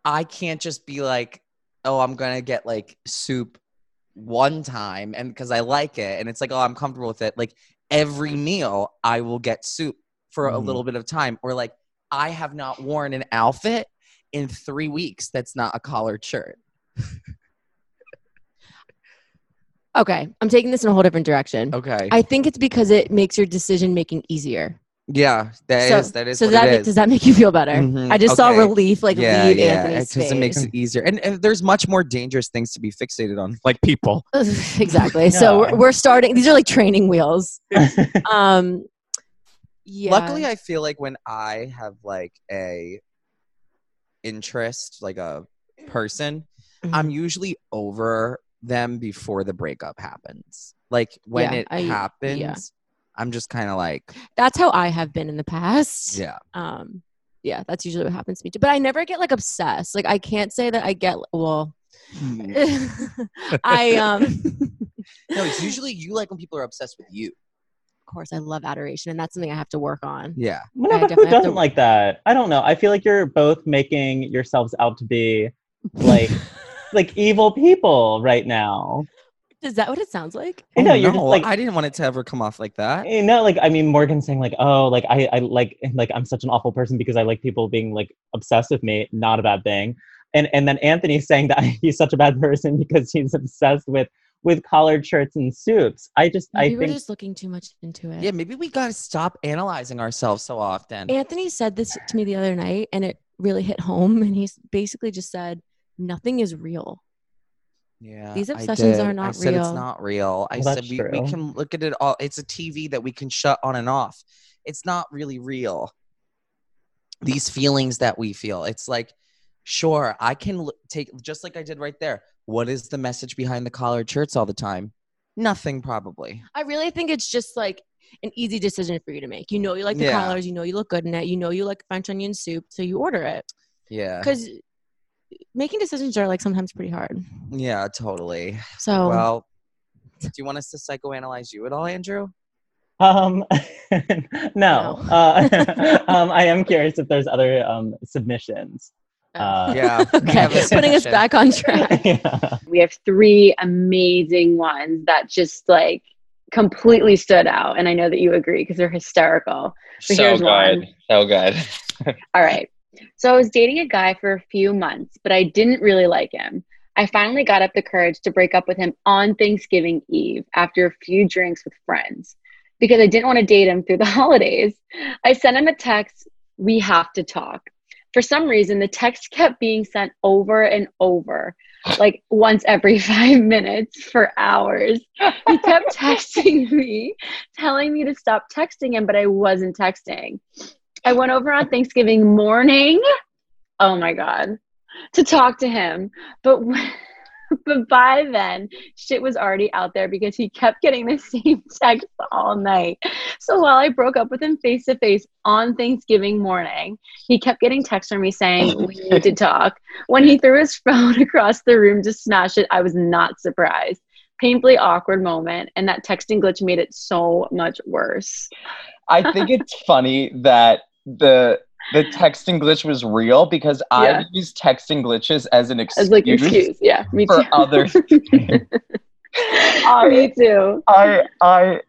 [SPEAKER 3] I can't just be like, oh, I'm gonna get like soup one time and because I like it and it's like, oh, I'm comfortable with it. Like every meal I will get soup for a
[SPEAKER 4] Mhm.
[SPEAKER 3] little bit of time. Or like I have not worn an outfit in three weeks that's not a collared shirt.
[SPEAKER 2] Okay, I'm taking this in a whole different direction.
[SPEAKER 3] Okay.
[SPEAKER 2] I think it's because it makes your decision making easier.
[SPEAKER 3] yeah, that is
[SPEAKER 2] so,
[SPEAKER 3] that is
[SPEAKER 2] so
[SPEAKER 3] what
[SPEAKER 2] does that
[SPEAKER 3] it
[SPEAKER 2] make,
[SPEAKER 3] is.
[SPEAKER 2] does that make you feel better?
[SPEAKER 3] Mhm,
[SPEAKER 2] I just saw
[SPEAKER 3] okay.
[SPEAKER 2] relief like leave Anthony's
[SPEAKER 3] it,
[SPEAKER 2] face.
[SPEAKER 3] it makes it easier, and, and there's much more dangerous things to be fixated on, like people.
[SPEAKER 2] exactly. So
[SPEAKER 4] Yeah.
[SPEAKER 2] we're, we're starting. These are like training wheels. Um, yeah.
[SPEAKER 3] Luckily, I feel like when I have like a interest, like a person,
[SPEAKER 2] Mm-hmm.
[SPEAKER 3] I'm usually over them before the breakup happens. Like when
[SPEAKER 2] Yeah,
[SPEAKER 3] it
[SPEAKER 2] I- yeah.
[SPEAKER 3] happens, I'm just kind of like,
[SPEAKER 2] that's how I have been in the past.
[SPEAKER 3] yeah,
[SPEAKER 2] Um, yeah, that's usually what happens to me. Too. But I never get like obsessed. Like I can't say that I get well. Mm. I um.
[SPEAKER 3] no. It's usually you like when people are obsessed with you.
[SPEAKER 2] of course, I love adoration, and that's something I have to work on.
[SPEAKER 3] Yeah,
[SPEAKER 4] Well,
[SPEAKER 2] I
[SPEAKER 4] no, but
[SPEAKER 2] definitely
[SPEAKER 4] who
[SPEAKER 2] have to-
[SPEAKER 4] doesn't like that? I don't know. I feel like you're both making yourselves out to be like like evil people right now.
[SPEAKER 2] Is that what it sounds like?
[SPEAKER 4] I know
[SPEAKER 3] Oh,
[SPEAKER 4] you're just
[SPEAKER 3] no,
[SPEAKER 4] like
[SPEAKER 3] I didn't want it to ever come off like that.
[SPEAKER 4] you know, like I mean Morgan saying like, oh, like I, I like like I'm such an awful person because I like people being like obsessed with me, not a bad thing. And and then Anthony saying that he's such a bad person because he's obsessed with with collared shirts and soups. I just
[SPEAKER 2] Maybe
[SPEAKER 4] I
[SPEAKER 2] we're
[SPEAKER 4] think
[SPEAKER 2] just looking too much into it.
[SPEAKER 3] Yeah, maybe we gotta stop analyzing ourselves so often.
[SPEAKER 2] Anthony said this to me the other night and it really hit home. And he s- basically just said, Nothing is real.
[SPEAKER 3] Yeah,
[SPEAKER 2] These
[SPEAKER 3] I
[SPEAKER 2] obsessions are
[SPEAKER 3] did. I
[SPEAKER 2] not
[SPEAKER 3] said it's
[SPEAKER 2] real.
[SPEAKER 3] not real. I
[SPEAKER 4] Well,
[SPEAKER 3] said
[SPEAKER 4] that's
[SPEAKER 3] we, we
[SPEAKER 4] true.
[SPEAKER 3] can look at it all. It's a TV that we can shut on and off. It's not really real. These feelings that we feel. It's like, sure, I can l- take just like I did right there. What is the message behind the collared shirts all the time? Nothing, probably.
[SPEAKER 2] I really think it's just like an easy decision for you to make. You know, you like the
[SPEAKER 3] Yeah.
[SPEAKER 2] collars, you know, you look good in it, you know, you like French onion soup, so you order it.
[SPEAKER 4] Uh-huh.
[SPEAKER 3] Yeah.
[SPEAKER 2] Because making decisions are like sometimes pretty hard. Oh.
[SPEAKER 3] Yeah, totally.
[SPEAKER 2] So
[SPEAKER 3] Well, Do you want us to psychoanalyze you at all, Andrew?
[SPEAKER 4] Um, no. Uh, um, I am curious if there's other um, submissions. Uh,
[SPEAKER 3] Yeah.
[SPEAKER 2] okay,
[SPEAKER 3] Have a
[SPEAKER 2] putting us
[SPEAKER 3] session.
[SPEAKER 2] back on track.
[SPEAKER 4] yeah.
[SPEAKER 5] We have three amazing ones that just like completely stood out. And I know that you agree because they're hysterical. So
[SPEAKER 6] so
[SPEAKER 5] here's
[SPEAKER 6] good.
[SPEAKER 5] one.
[SPEAKER 6] So good.
[SPEAKER 5] All right. So I was dating a guy for a few months, but I didn't really like him. I finally got up the courage to break up with him on Thanksgiving Eve after a few drinks with friends because I didn't want to date him through the holidays. I sent him a text, we have to talk. For some reason, the text kept being sent over and over, like once every five minutes for hours. He kept texting me, telling me to stop texting him, but I wasn't texting. I went over on Thanksgiving morning. Oh my god, to talk to him, but when, but by then shit was already out there because he kept getting the same text all night. So while I broke up with him face to face on Thanksgiving morning, he kept getting texts from me saying we need to talk. When he threw his phone across the room to smash it, I was not surprised. Painfully awkward moment, and that texting glitch made it so much worse.
[SPEAKER 6] I think it's funny that the the texting glitch was real because
[SPEAKER 5] Yeah.
[SPEAKER 6] I use texting glitches as an excuse.
[SPEAKER 5] As like excuse, yeah, me
[SPEAKER 6] Mm-hmm. for
[SPEAKER 5] too. Oh,
[SPEAKER 6] other
[SPEAKER 5] Me too.
[SPEAKER 6] I I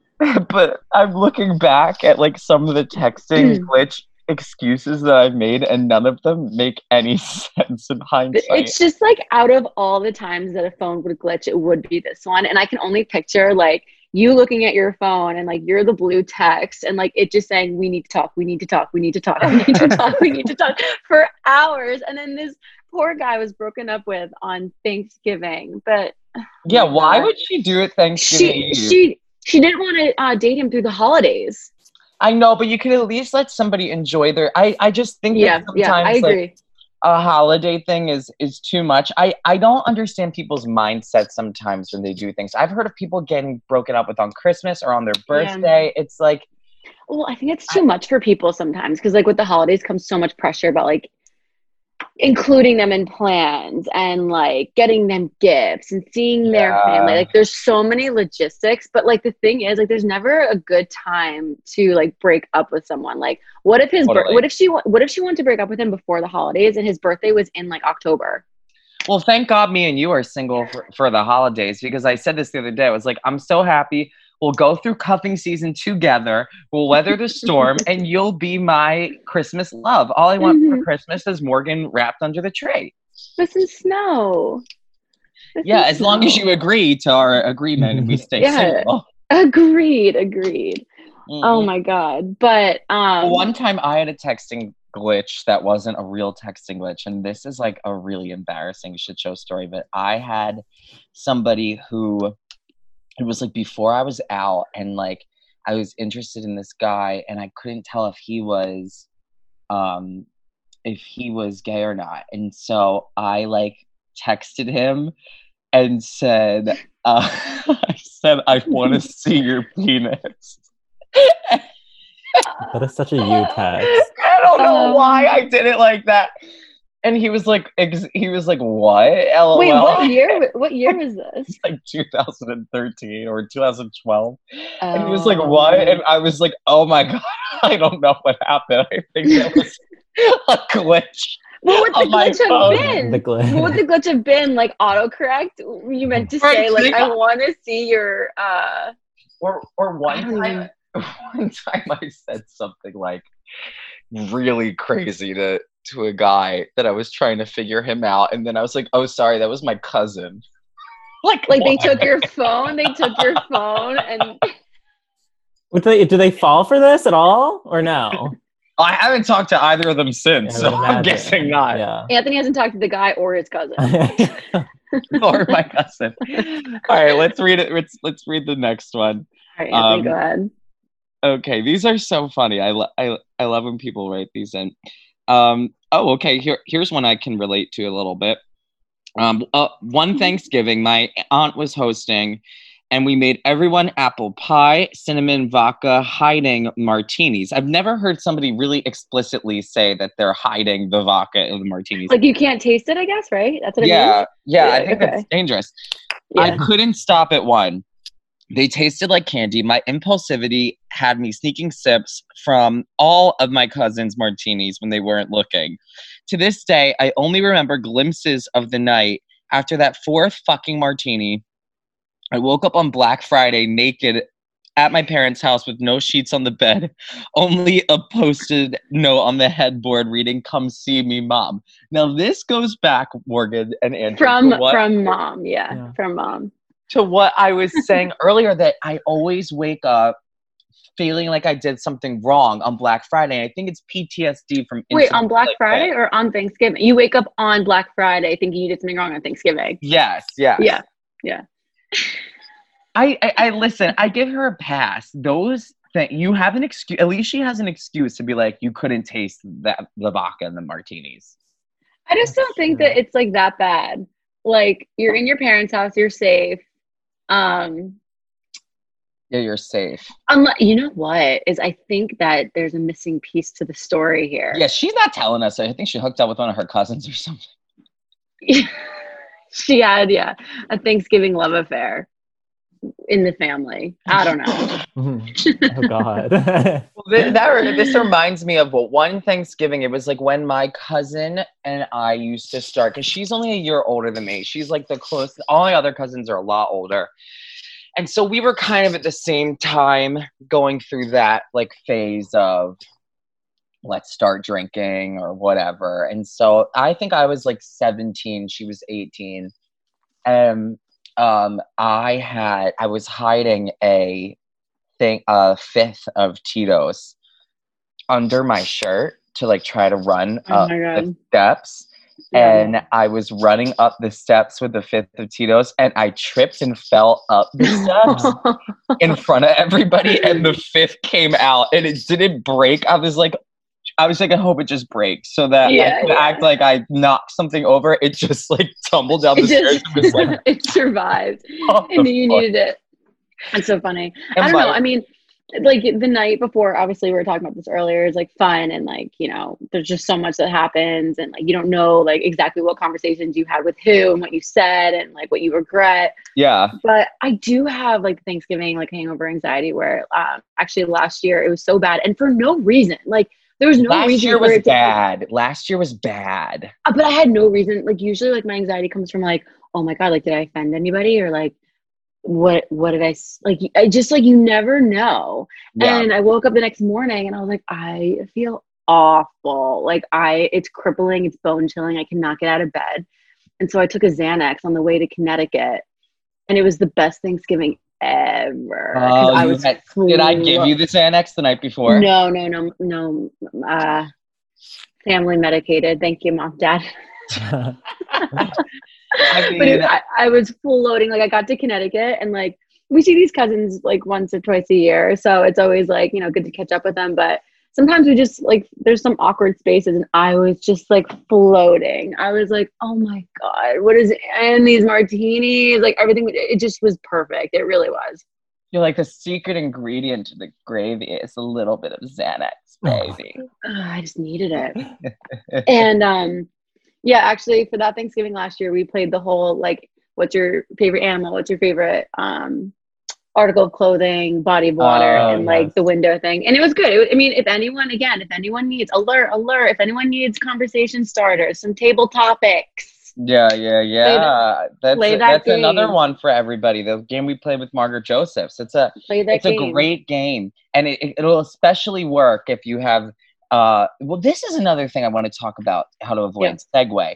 [SPEAKER 6] but I'm looking back at like some of the texting
[SPEAKER 5] Mm.
[SPEAKER 6] glitch excuses that I've made and none of them make any sense in hindsight.
[SPEAKER 5] It's just like out of all the times that a phone would glitch, it would be this one. And I can only picture like you looking at your phone and like you're the blue text and like it just saying, We need to talk, we need to talk, we need to talk, we need to talk, we need to talk for hours. And then this poor guy was broken up with on Thanksgiving. But
[SPEAKER 6] yeah, why
[SPEAKER 5] God.
[SPEAKER 6] would she do it
[SPEAKER 5] she
[SPEAKER 6] Thanksgiving Eve?
[SPEAKER 5] she she didn't want to uh, date him through the holidays.
[SPEAKER 6] I know, but you could at least let somebody enjoy their I I just think
[SPEAKER 5] Yeah,
[SPEAKER 6] that sometimes
[SPEAKER 5] yeah, I
[SPEAKER 6] like,
[SPEAKER 5] agree.
[SPEAKER 6] a holiday thing is is too much. I I don't understand people's mindset sometimes when they do things. I've heard of people getting broken up with on Christmas or on their
[SPEAKER 5] Yeah.
[SPEAKER 6] birthday. It's like
[SPEAKER 5] Well, I think it's too much for people sometimes because, like, with the holidays comes so much pressure about like including them in plans and like getting them gifts and seeing their
[SPEAKER 6] Yeah.
[SPEAKER 5] family. Like, there's so many logistics, but like the thing is, like, there's never a good time to like break up with someone. Like, what if his bir-
[SPEAKER 6] Totally.
[SPEAKER 5] what if she wa- what if she wanted to break up with him before the holidays and his birthday was in like October?
[SPEAKER 6] Well, thank God me and you are single for, for the holidays because I said this the other day. I was like, I'm so happy. We'll go through cuffing season together. We'll weather the storm and you'll be my Christmas love. All I want for
[SPEAKER 5] Mhm.
[SPEAKER 6] Christmas is Morgan wrapped under the tree.
[SPEAKER 5] This is snow. This
[SPEAKER 6] Yeah,
[SPEAKER 5] is
[SPEAKER 6] as long as
[SPEAKER 5] snow.
[SPEAKER 6] you agree to our agreement and we stay
[SPEAKER 5] Yeah.
[SPEAKER 6] single.
[SPEAKER 5] agreed, agreed. Oh my god! But um,
[SPEAKER 6] Mm-hmm. One time I had a texting glitch that wasn't a real texting glitch. And this is like a really embarrassing shit show story, but I had somebody who it was like before I was out and like I was interested in this guy and I couldn't tell if he was um if he was gay or not. And so I like texted him and said uh, I said I want to see your penis.
[SPEAKER 4] That is such a you text.
[SPEAKER 6] I don't know
[SPEAKER 5] Um,
[SPEAKER 6] why I did it like that. And he was like, ex- he was like, what? LOL.
[SPEAKER 5] Wait, what year? w- What year was this?
[SPEAKER 6] It's like 2013 or 2012. And he was like,
[SPEAKER 5] Oh.
[SPEAKER 6] what? And I was like, oh my God, I don't know what happened. I think that was a glitch.
[SPEAKER 5] what would
[SPEAKER 6] on
[SPEAKER 5] the
[SPEAKER 6] my
[SPEAKER 5] glitch have
[SPEAKER 6] phone.
[SPEAKER 5] been?
[SPEAKER 4] The glitch.
[SPEAKER 5] Oh, what would the glitch have been? Like autocorrect? You meant to
[SPEAKER 6] Right, uh,
[SPEAKER 5] say like,
[SPEAKER 6] yeah.
[SPEAKER 5] I want to see your. uh
[SPEAKER 6] Or, or
[SPEAKER 5] I
[SPEAKER 6] one
[SPEAKER 5] don't
[SPEAKER 6] time, one time I said something like really crazy to, to a guy that I was trying to figure him out. And then I was like, oh, sorry, that was my cousin. like,
[SPEAKER 5] Like they
[SPEAKER 6] what?
[SPEAKER 5] took your phone. They took your phone, and
[SPEAKER 4] What do they do? They fall for this at all or no?
[SPEAKER 6] I haven't talked to either of them since,
[SPEAKER 4] I
[SPEAKER 6] so
[SPEAKER 4] would
[SPEAKER 6] I'm
[SPEAKER 4] imagine.
[SPEAKER 6] guessing not.
[SPEAKER 5] Anthony hasn't talked to the guy or his cousin.
[SPEAKER 4] Yeah.
[SPEAKER 6] or my cousin. All right, let's read it. Let's let's read the next one.
[SPEAKER 5] All right, Anthony,
[SPEAKER 6] Um,
[SPEAKER 5] go ahead.
[SPEAKER 6] Okay, these are so funny. I lo- I I love when people write these in. Um. Oh, okay. Here here's one I can relate to a little bit. Um. Uh, one Thanksgiving, my aunt was hosting. And we made everyone apple pie, cinnamon vodka, hiding martinis. I've never heard somebody really explicitly say that they're hiding the vodka and the martinis.
[SPEAKER 5] Like you can't taste it, I guess, right? That's what it
[SPEAKER 6] yeah, yeah, I
[SPEAKER 5] Yeah,
[SPEAKER 6] think
[SPEAKER 5] okay.
[SPEAKER 6] that's dangerous.
[SPEAKER 5] means.
[SPEAKER 6] I couldn't stop at one. They tasted like candy. My impulsivity had me sneaking sips from all of my cousins' martinis when they weren't looking. To this day, I only remember glimpses of the night after that fourth fucking martini. I woke up on Black Friday naked at my parents' house with no sheets on the bed, only a posted note on the headboard reading, Come see me, mom. Now, this goes back, Morgan and Andrew.
[SPEAKER 5] From
[SPEAKER 6] to what-
[SPEAKER 5] from mom, yeah,
[SPEAKER 4] Yeah.
[SPEAKER 5] from mom.
[SPEAKER 6] to what I was saying earlier that I always wake up feeling like I did something wrong on Black Friday. I think it's PTSD from
[SPEAKER 5] Wait,
[SPEAKER 6] incidents
[SPEAKER 5] on Black
[SPEAKER 6] like that.
[SPEAKER 5] Friday or on Thanksgiving? You wake up on Black Friday thinking you did something wrong on Thanksgiving.
[SPEAKER 6] Yes, yes.
[SPEAKER 5] Yeah.
[SPEAKER 6] I, I, I listen. I give her a pass. Those that you have an excuse. At least she has an excuse to be like, you couldn't taste that the vodka and the martinis.
[SPEAKER 5] I just
[SPEAKER 4] That's
[SPEAKER 5] don't think
[SPEAKER 4] true.
[SPEAKER 5] that it's like that bad. Like you're in your parents' house, you're safe. Um,
[SPEAKER 6] Yeah, you're safe.
[SPEAKER 5] unless you know what is, I think that there's a missing piece to the story here.
[SPEAKER 6] Yeah, she's not telling us. I think she hooked up with one of her cousins or something.
[SPEAKER 5] she had yeah a Thanksgiving love affair in the family. I don't know.
[SPEAKER 6] Uh,
[SPEAKER 4] oh God.
[SPEAKER 6] Well, th- that re- this reminds me of well, one Thanksgiving. It was like when my cousin and I used to start because she's only a year older than me. She's like the close. All my other cousins are a lot older, and so we were kind of at the same time going through that like phase of let's start drinking or whatever. And so I think I was like seventeen. She was eighteen, and um, I had I was hiding a thing a fifth of Tito's under my shirt to like try to run
[SPEAKER 5] Oh
[SPEAKER 6] up
[SPEAKER 5] my
[SPEAKER 6] the
[SPEAKER 5] god.
[SPEAKER 6] steps.
[SPEAKER 5] Yeah.
[SPEAKER 6] And I was running up the steps with the fifth of Tito's and I tripped and fell up the steps in front of everybody and the fifth came out and it didn't break. I was like I was like, I hope it just breaks so that
[SPEAKER 5] Yeah,
[SPEAKER 6] I could
[SPEAKER 5] yeah.
[SPEAKER 6] act like I knocked something over. It just like tumbled down the
[SPEAKER 5] it
[SPEAKER 6] stairs
[SPEAKER 5] just
[SPEAKER 6] and was like,
[SPEAKER 5] it survived,
[SPEAKER 6] What
[SPEAKER 5] and
[SPEAKER 6] the
[SPEAKER 5] then you
[SPEAKER 6] fuck?
[SPEAKER 5] needed it. That's so funny.
[SPEAKER 6] and
[SPEAKER 5] I don't know.
[SPEAKER 6] my-
[SPEAKER 5] I mean, like the night before, obviously, we were talking about this earlier, is like fun and like, you know, there's just so much that happens and like you don't know like exactly what conversations you had with who and what you said and like what you regret.
[SPEAKER 6] yeah.
[SPEAKER 5] But I do have like Thanksgiving like hangover anxiety where um, actually last year it was so bad and for no reason. Like there was no
[SPEAKER 6] Last
[SPEAKER 5] reason
[SPEAKER 6] year
[SPEAKER 5] for
[SPEAKER 6] was
[SPEAKER 5] it to-
[SPEAKER 6] bad. Last year was bad.
[SPEAKER 5] Uh, but I had no reason. Like usually, like my anxiety comes from like, oh my god, like did I offend anybody or like what what did I s- like? I just like you never know.
[SPEAKER 6] Yeah.
[SPEAKER 5] And I woke up the next morning and I was like, I feel awful. Like I, it's crippling. It's bone chilling. I cannot get out of bed. And so I took a Xanax on the way to Connecticut, and it was the best Thanksgiving ever. 'cause
[SPEAKER 6] Oh,
[SPEAKER 5] I
[SPEAKER 6] you
[SPEAKER 5] was
[SPEAKER 6] had- Did I give
[SPEAKER 5] flo-
[SPEAKER 6] you the Xanax the night before?
[SPEAKER 5] No, no, no, no. Uh, family medicated. Thank you, mom, dad.
[SPEAKER 6] I
[SPEAKER 5] but it,
[SPEAKER 6] mean-
[SPEAKER 5] I, I was full loading. Like I got to Connecticut and like we see these cousins like once or twice a year, so it's always like you know good to catch up with them. But sometimes we just like there's some awkward spaces, and I was just like floating. I was like, oh my god, what is in these martinis? Like everything, it just was perfect. It really was.
[SPEAKER 6] You're like the secret ingredient to the gravy is a little bit of Xanax,
[SPEAKER 4] Oh.
[SPEAKER 6] baby.
[SPEAKER 5] Ugh, I just needed it. and um, yeah, actually, for that Thanksgiving last year, we played the whole like, what's your favorite animal? What's your favorite um, article of clothing, body of water,
[SPEAKER 6] Oh,
[SPEAKER 5] and like
[SPEAKER 4] yes.
[SPEAKER 5] the window thing. And it was good. It was- I mean, if anyone, again, if anyone needs alert, alert, if anyone needs conversation starters, some table topics.
[SPEAKER 6] Yeah, yeah, yeah. That's
[SPEAKER 5] play that
[SPEAKER 6] that's another
[SPEAKER 5] game.
[SPEAKER 6] one for everybody. The game we played with Margaret Josephs. It's a
[SPEAKER 5] Play that
[SPEAKER 6] it's
[SPEAKER 5] game.
[SPEAKER 6] a great game, and it, it- it'll especially work if you have. Uh, well, this is another thing I want to talk about how to avoid segue.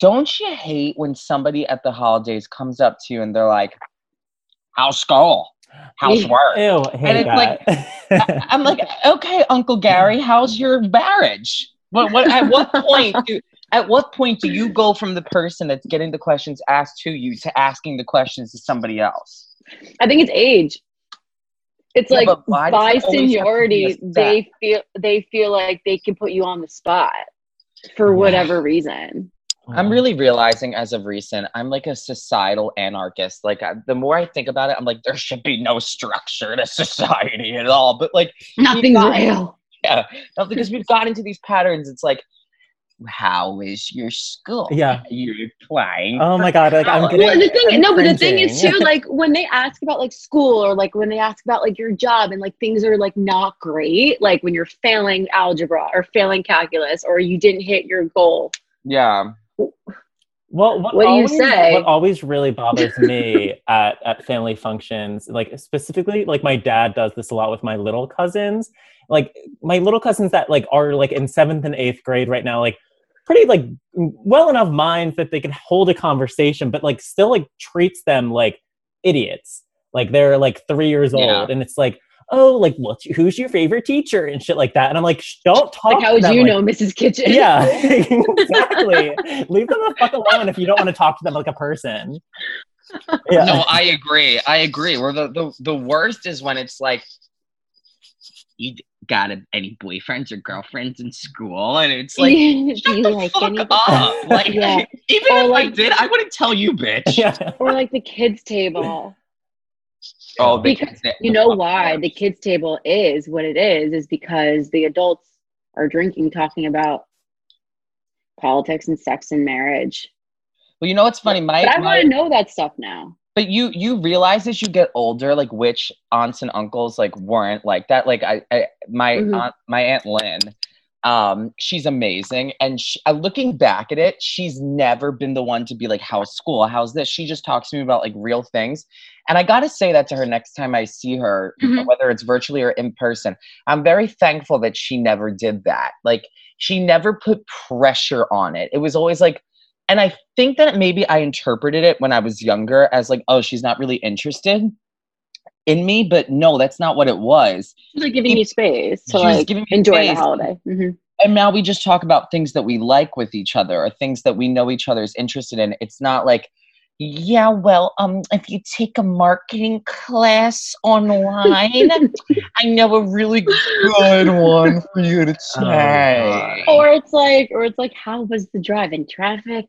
[SPEAKER 6] Don't you hate when somebody at the holidays comes up to you and they're like, "How's school? How's
[SPEAKER 5] Yeah.
[SPEAKER 6] work?"
[SPEAKER 4] Ew, I hate
[SPEAKER 6] it's like-
[SPEAKER 4] that.
[SPEAKER 6] I'm like, okay, Uncle Gary, how's your marriage? What, what, at what point do at what point do you go from the person that's getting the questions asked to you to asking the questions to somebody else?
[SPEAKER 5] I think it's age. It's
[SPEAKER 6] Yeah,
[SPEAKER 5] like
[SPEAKER 6] but why does
[SPEAKER 5] by
[SPEAKER 6] it always have to be a
[SPEAKER 5] seniority, they feel they feel like they can put you on the spot for
[SPEAKER 4] Yeah.
[SPEAKER 5] whatever reason. Mm.
[SPEAKER 6] I'm really realizing as of recent, I'm like a societal anarchist. Like I, the more I think about it, I'm like, there should be no structure to society at all. But like
[SPEAKER 5] Nothing's
[SPEAKER 6] got-
[SPEAKER 5] real.
[SPEAKER 6] yeah, that's because we've got into these patterns. It's like how is your school?
[SPEAKER 4] Yeah.
[SPEAKER 6] You're applying.
[SPEAKER 5] Um,
[SPEAKER 4] Oh my god! Like I'm
[SPEAKER 6] Well,
[SPEAKER 4] getting.
[SPEAKER 5] well, the thing,
[SPEAKER 4] I'm
[SPEAKER 5] no, but the thing
[SPEAKER 4] cringing.
[SPEAKER 5] is too, like when they ask about like school or like when they ask about like your job and like things are like not great, like when you're failing algebra or failing calculus or you didn't hit your goal.
[SPEAKER 6] Yeah.
[SPEAKER 4] Well, what,
[SPEAKER 5] What do you
[SPEAKER 4] always,
[SPEAKER 5] say?
[SPEAKER 4] What always really bothers me at, at family functions, like specifically, like my dad does this a lot with my little cousins. Like my little cousins that like are like in seventh and eighth grade right now, like pretty like well enough minds that they can hold a conversation, but like still like treats them like idiots. Like they're like three years old,
[SPEAKER 6] Yeah.
[SPEAKER 4] and it's like, oh, like what's who's your favorite teacher and shit like that. And I'm like, "Shh, don't talk.
[SPEAKER 5] Like, how would
[SPEAKER 4] to them
[SPEAKER 5] you
[SPEAKER 4] like
[SPEAKER 5] know, Mrs. Kitchen?
[SPEAKER 4] yeah, exactly. Leave them the fuck alone if you don't want to talk to them like a person. Yeah.
[SPEAKER 6] No, I agree. I agree. Where the, the, the worst is when it's like, you d- got a- any boyfriends or girlfriends in school? And it's like,
[SPEAKER 5] do
[SPEAKER 6] shut
[SPEAKER 5] you
[SPEAKER 6] the
[SPEAKER 5] like
[SPEAKER 6] fuck
[SPEAKER 5] any?
[SPEAKER 6] up. Like,
[SPEAKER 5] Yeah.
[SPEAKER 6] even
[SPEAKER 5] Or
[SPEAKER 6] if I
[SPEAKER 5] like-
[SPEAKER 6] did, I wouldn't tell you, bitch.
[SPEAKER 4] yeah.
[SPEAKER 5] Or like the kids table.
[SPEAKER 6] Oh, they
[SPEAKER 5] Because
[SPEAKER 6] can sit
[SPEAKER 5] You
[SPEAKER 6] in the
[SPEAKER 5] know
[SPEAKER 6] fucking
[SPEAKER 5] why
[SPEAKER 6] room.
[SPEAKER 5] the kids table is what it is is because the adults are drinking, talking about politics and sex and marriage.
[SPEAKER 6] Well, you know what's funny? My,
[SPEAKER 5] But I
[SPEAKER 6] my-
[SPEAKER 5] want to know that stuff now.
[SPEAKER 6] But you you realize as you get older, like which aunts and uncles like weren't like that. Like I, I my
[SPEAKER 5] Mhm.
[SPEAKER 6] aunt my aunt Lynn, um, she's amazing. And she, uh, looking back at it, she's never been the one to be like, "How's school? How's this?" She just talks to me about like real things. And I gotta say that to her next time I see her,
[SPEAKER 5] Mhm.
[SPEAKER 6] whether it's virtually or in person. I'm very thankful that she never did that. Like she never put pressure on it. It was always like, and I think that maybe I interpreted it when I was younger as like, oh, she's not really interested in me, but no, that's not what it was.
[SPEAKER 5] She's like giving you space to
[SPEAKER 6] She's
[SPEAKER 5] like
[SPEAKER 6] giving me
[SPEAKER 5] enjoy
[SPEAKER 6] space.
[SPEAKER 5] the holiday. hmm
[SPEAKER 6] And now we just talk about things that we like with each other or things that we know each other's interested in. It's not like, yeah, well, um, if you take a marketing class online, I know a really good one for you to
[SPEAKER 4] Oh,
[SPEAKER 6] try.
[SPEAKER 4] God.
[SPEAKER 5] Or it's like, or it's like, how was the drive in traffic?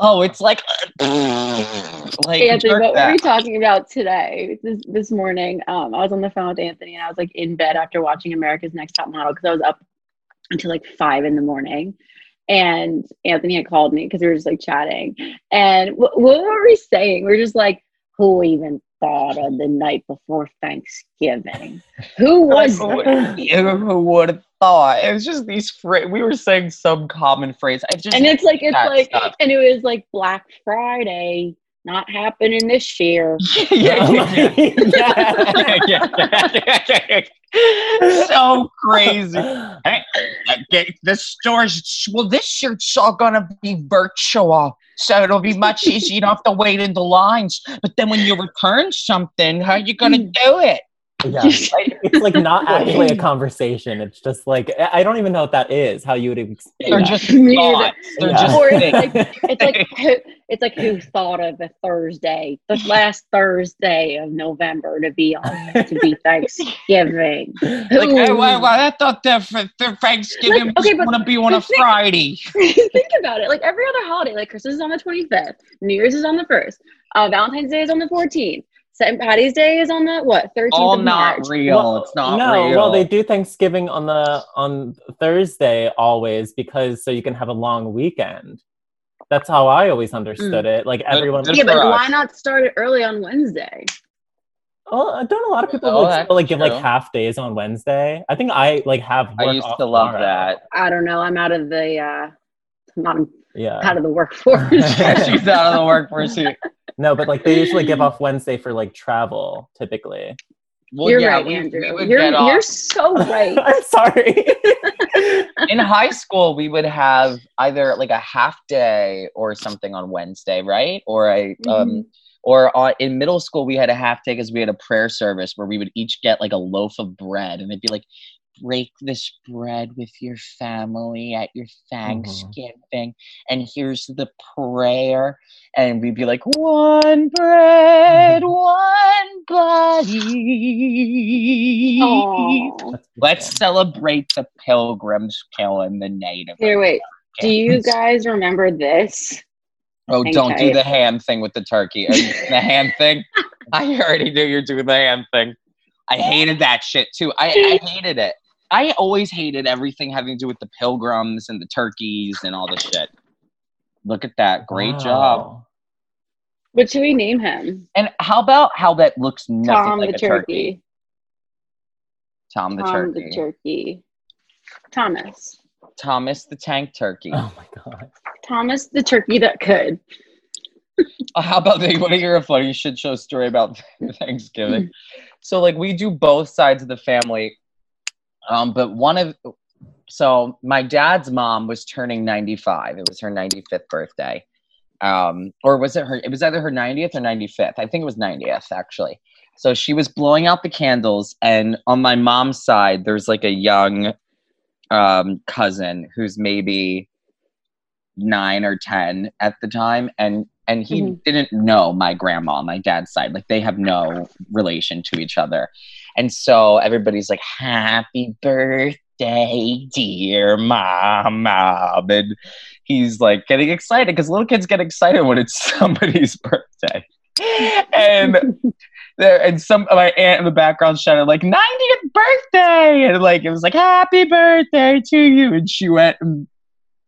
[SPEAKER 6] Oh, it's like, like
[SPEAKER 5] Anthony,
[SPEAKER 6] jerk
[SPEAKER 5] what were
[SPEAKER 6] that.
[SPEAKER 5] we talking about today? This this morning, um, I was on the phone with Anthony, and I was like in bed after watching America's Next Top Model because I was up until like five in the morning, and Anthony had called me because we were just like chatting, and wh- what were we saying? We are just like, who even thought of the night before Thanksgiving? Who was
[SPEAKER 6] Like,
[SPEAKER 5] there?
[SPEAKER 6] who- who would have thought? It was just these phrases. We were saying some common phrase. I just
[SPEAKER 5] and it's like it's
[SPEAKER 6] that
[SPEAKER 5] like
[SPEAKER 6] stuff.
[SPEAKER 5] and it was like black friday not happening this year
[SPEAKER 6] yeah, yeah,
[SPEAKER 4] yeah.
[SPEAKER 6] yeah, yeah, yeah, yeah, yeah. so crazy.
[SPEAKER 4] yeah.
[SPEAKER 6] Okay, the stores. Well, this year it's all gonna be virtual, so it'll be much easier. You don't have to wait in the lines. But then when you return something, how are you gonna
[SPEAKER 5] Mm.
[SPEAKER 6] do it?
[SPEAKER 4] Like, it's like not actually a conversation. It's just like I I don't even know what that is. How you would explain
[SPEAKER 6] They're
[SPEAKER 5] Yeah.
[SPEAKER 4] that.
[SPEAKER 6] just
[SPEAKER 5] Me neither.
[SPEAKER 6] thoughts. They're
[SPEAKER 4] Yeah.
[SPEAKER 6] just
[SPEAKER 5] Or it's
[SPEAKER 6] things.
[SPEAKER 5] like- it's like who, it's like who thought of a thursday the last thursday of november to be on to be thanksgiving who?
[SPEAKER 6] Like, hey, why, why, I thought that for, for Thanksgiving
[SPEAKER 5] Like, okay,
[SPEAKER 6] was
[SPEAKER 5] but
[SPEAKER 6] going to be on
[SPEAKER 5] the
[SPEAKER 6] a
[SPEAKER 5] thing-
[SPEAKER 6] Friday.
[SPEAKER 5] think about it like every other holiday like christmas is on the 25th new year's is on the 1st uh, valentine's day is on the 14th st patty's day is on the what 13th
[SPEAKER 6] All
[SPEAKER 5] of
[SPEAKER 6] not
[SPEAKER 5] march
[SPEAKER 6] real.
[SPEAKER 4] Well,
[SPEAKER 6] it's not
[SPEAKER 4] no,
[SPEAKER 6] real.
[SPEAKER 4] well, they do Thanksgiving on the on Thursday always because so you can have a long weekend. That's how I always
[SPEAKER 6] Mm.
[SPEAKER 4] understood it. Like everyone,
[SPEAKER 6] good
[SPEAKER 5] yeah
[SPEAKER 6] for
[SPEAKER 5] but
[SPEAKER 6] us.
[SPEAKER 5] why not start it early on wednesday
[SPEAKER 4] Well, uh, don't a lot of people
[SPEAKER 6] Oh,
[SPEAKER 4] like,
[SPEAKER 6] that's
[SPEAKER 4] still, like give
[SPEAKER 6] true.
[SPEAKER 4] like half days on Wednesday? I think I like have.
[SPEAKER 6] I
[SPEAKER 4] work
[SPEAKER 6] used
[SPEAKER 4] off
[SPEAKER 6] to love
[SPEAKER 4] tomorrow.
[SPEAKER 6] that.
[SPEAKER 5] I don't know. I'm out of the uh, I'm out-
[SPEAKER 6] Uh,
[SPEAKER 4] Yeah.
[SPEAKER 5] out of the workforce.
[SPEAKER 6] She's out of the workforce. here.
[SPEAKER 4] No, but like they usually give off Wednesday for like travel typically.
[SPEAKER 6] Well,
[SPEAKER 5] you're
[SPEAKER 6] yeah,
[SPEAKER 5] right,
[SPEAKER 6] we,
[SPEAKER 5] Andrew.
[SPEAKER 6] we would
[SPEAKER 5] you're
[SPEAKER 6] get off.
[SPEAKER 5] you're so right.
[SPEAKER 4] I'm sorry.
[SPEAKER 6] In high school, we would have either like a half day or something on Wednesday, right? Or a um, or on, in middle school, we had a half day because we had a prayer service where we would each get like a loaf of bread, and it'd be like, break this bread with your family at your
[SPEAKER 5] Mm-hmm.
[SPEAKER 6] Thanksgiving, and here's the prayer, and we'd be like, one bread, one body.
[SPEAKER 5] Aw.
[SPEAKER 6] Let's celebrate the pilgrims killing the native.
[SPEAKER 5] Here, wait. Do you guys remember this?
[SPEAKER 6] Oh,
[SPEAKER 5] hang
[SPEAKER 6] don't do
[SPEAKER 5] tight.
[SPEAKER 6] the ham thing with the turkey. Are you doing the ham thing. I already knew you're doing the ham thing. I hated that shit too. I, I hated it. I always hated everything having to do with the pilgrims and the turkeys and all this shit. Look at that. Great job.
[SPEAKER 4] Wow.
[SPEAKER 5] What should we name him?
[SPEAKER 6] And how about how that looks nothing
[SPEAKER 5] Tom
[SPEAKER 6] like
[SPEAKER 5] the
[SPEAKER 6] a turkey?
[SPEAKER 5] turkey.
[SPEAKER 6] Tom the
[SPEAKER 5] Tom
[SPEAKER 6] turkey.
[SPEAKER 5] the turkey. Thomas.
[SPEAKER 6] Thomas the tank turkey.
[SPEAKER 4] Oh my god.
[SPEAKER 5] Thomas the turkey that could.
[SPEAKER 6] Uh, How about they want to hear a funny shit show story about Thanksgiving? so like we do both sides of the family, um, but one of so my dad's mom was turning ninety five. It was her ninety fifth birthday, um, or was it her? It was either her ninetieth or ninety fifth. I think it was ninetieth actually. So she was blowing out the candles, and on my mom's side, there's like a young um, cousin who's maybe nine or ten at the time, and and he
[SPEAKER 3] Mm-hmm.
[SPEAKER 5] Mhm.
[SPEAKER 6] didn't know my grandma on my dad's side. Like they have no relation to each other, and so everybody's like, "Happy birthday, dear mama," and he's like getting excited because little kids get excited when it's somebody's birthday, and there and some my aunt in the background shouted like 90th birthday and like it was like happy birthday to you and she went and-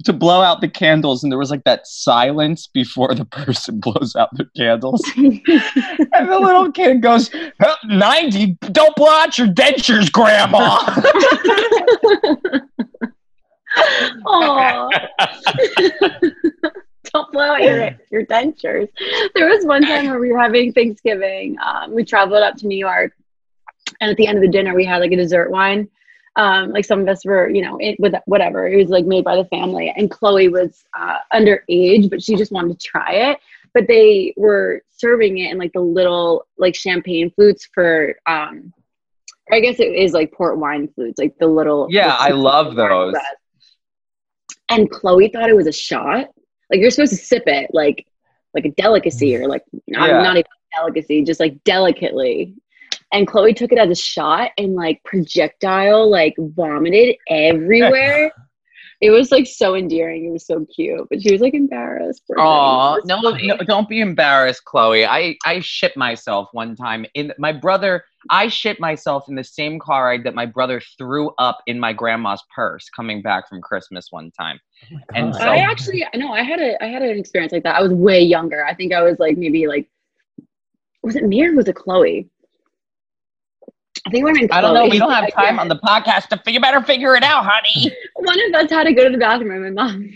[SPEAKER 6] to blow out the candles and there was like that silence before the person blows out the candles and the little kid goes "Huh, 90 don't blow out your dentures grandma
[SPEAKER 5] Aw. Don't blow out your, your dentures. There was one time where we were having Thanksgiving. Um, we traveled up to New York, and at the end of the dinner, we had like a dessert wine. Um, like some of us were, you know, it, with whatever. It was like made by the family, and Chloe was uh, underage, but she just wanted to try it. But they were serving it in like the little like champagne flutes for. Um, or I guess it is like port wine flutes, like the little.
[SPEAKER 6] Yeah, I love those.
[SPEAKER 5] And Chloe thought it was a shot. Like you're supposed to sip it, like like a delicacy, or like not,
[SPEAKER 6] Yeah.
[SPEAKER 5] not even a delicacy, just like delicately. And Chloe took it as a shot and like projectile, like vomited everywhere. it was like so endearing. It was so cute, but she was like embarrassed. for them.
[SPEAKER 6] Aw,
[SPEAKER 5] It was
[SPEAKER 6] no,
[SPEAKER 5] funny.
[SPEAKER 6] no, don't be embarrassed, Chloe. I I shit myself one time in my brother. I shit myself in the same car ride that my brother threw up in my grandma's purse coming back from Christmas one time.
[SPEAKER 4] Oh my
[SPEAKER 6] And
[SPEAKER 4] God.
[SPEAKER 6] so-
[SPEAKER 5] I actually no, I had a I had an experience like that. I was way younger. I think I was like maybe like was it me or was it Chloe? I think we were in Chloe.
[SPEAKER 6] I don't know. We don't have
[SPEAKER 5] I
[SPEAKER 6] time on the
[SPEAKER 5] can't-
[SPEAKER 6] podcast to. fi- You better figure it out, honey.
[SPEAKER 5] one of us had to go to the bathroom and my mom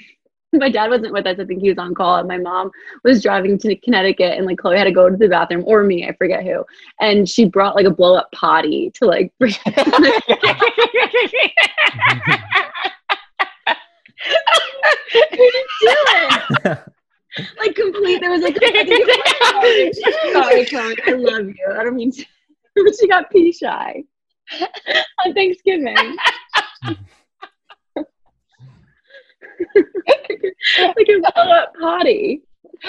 [SPEAKER 5] my dad wasn't with us. I think he was on call and my mom was driving to Connecticut and like Chloe had to go to the bathroom or me, I forget who. And she brought like a blow up potty to like bring we didn't do it. Like complete. There was like. I think it was- oh, Sorry, Chloe. I love you. I don't mean. To, she got pee shy on Thanksgiving. like a blow up potty.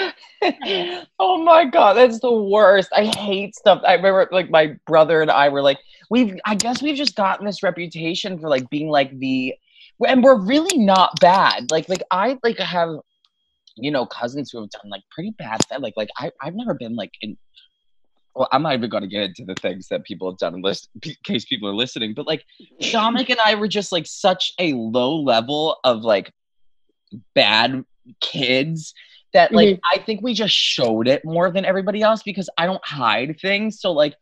[SPEAKER 6] oh my god, that's the worst. I hate stuff. I remember like my brother and I were like, we've I guess we've just gotten this reputation for like being like the and we're really not bad. Like like I like have you know cousins who have done like pretty bad stuff. Like like I I've never been like in well, I'm not even going to get into the things that people have done in, list, in case people are listening, but like Dominic and I were just like such a low level of like bad kids that like
[SPEAKER 5] Mm-hmm.
[SPEAKER 6] I think we just showed it more than everybody else because I don't hide things. So like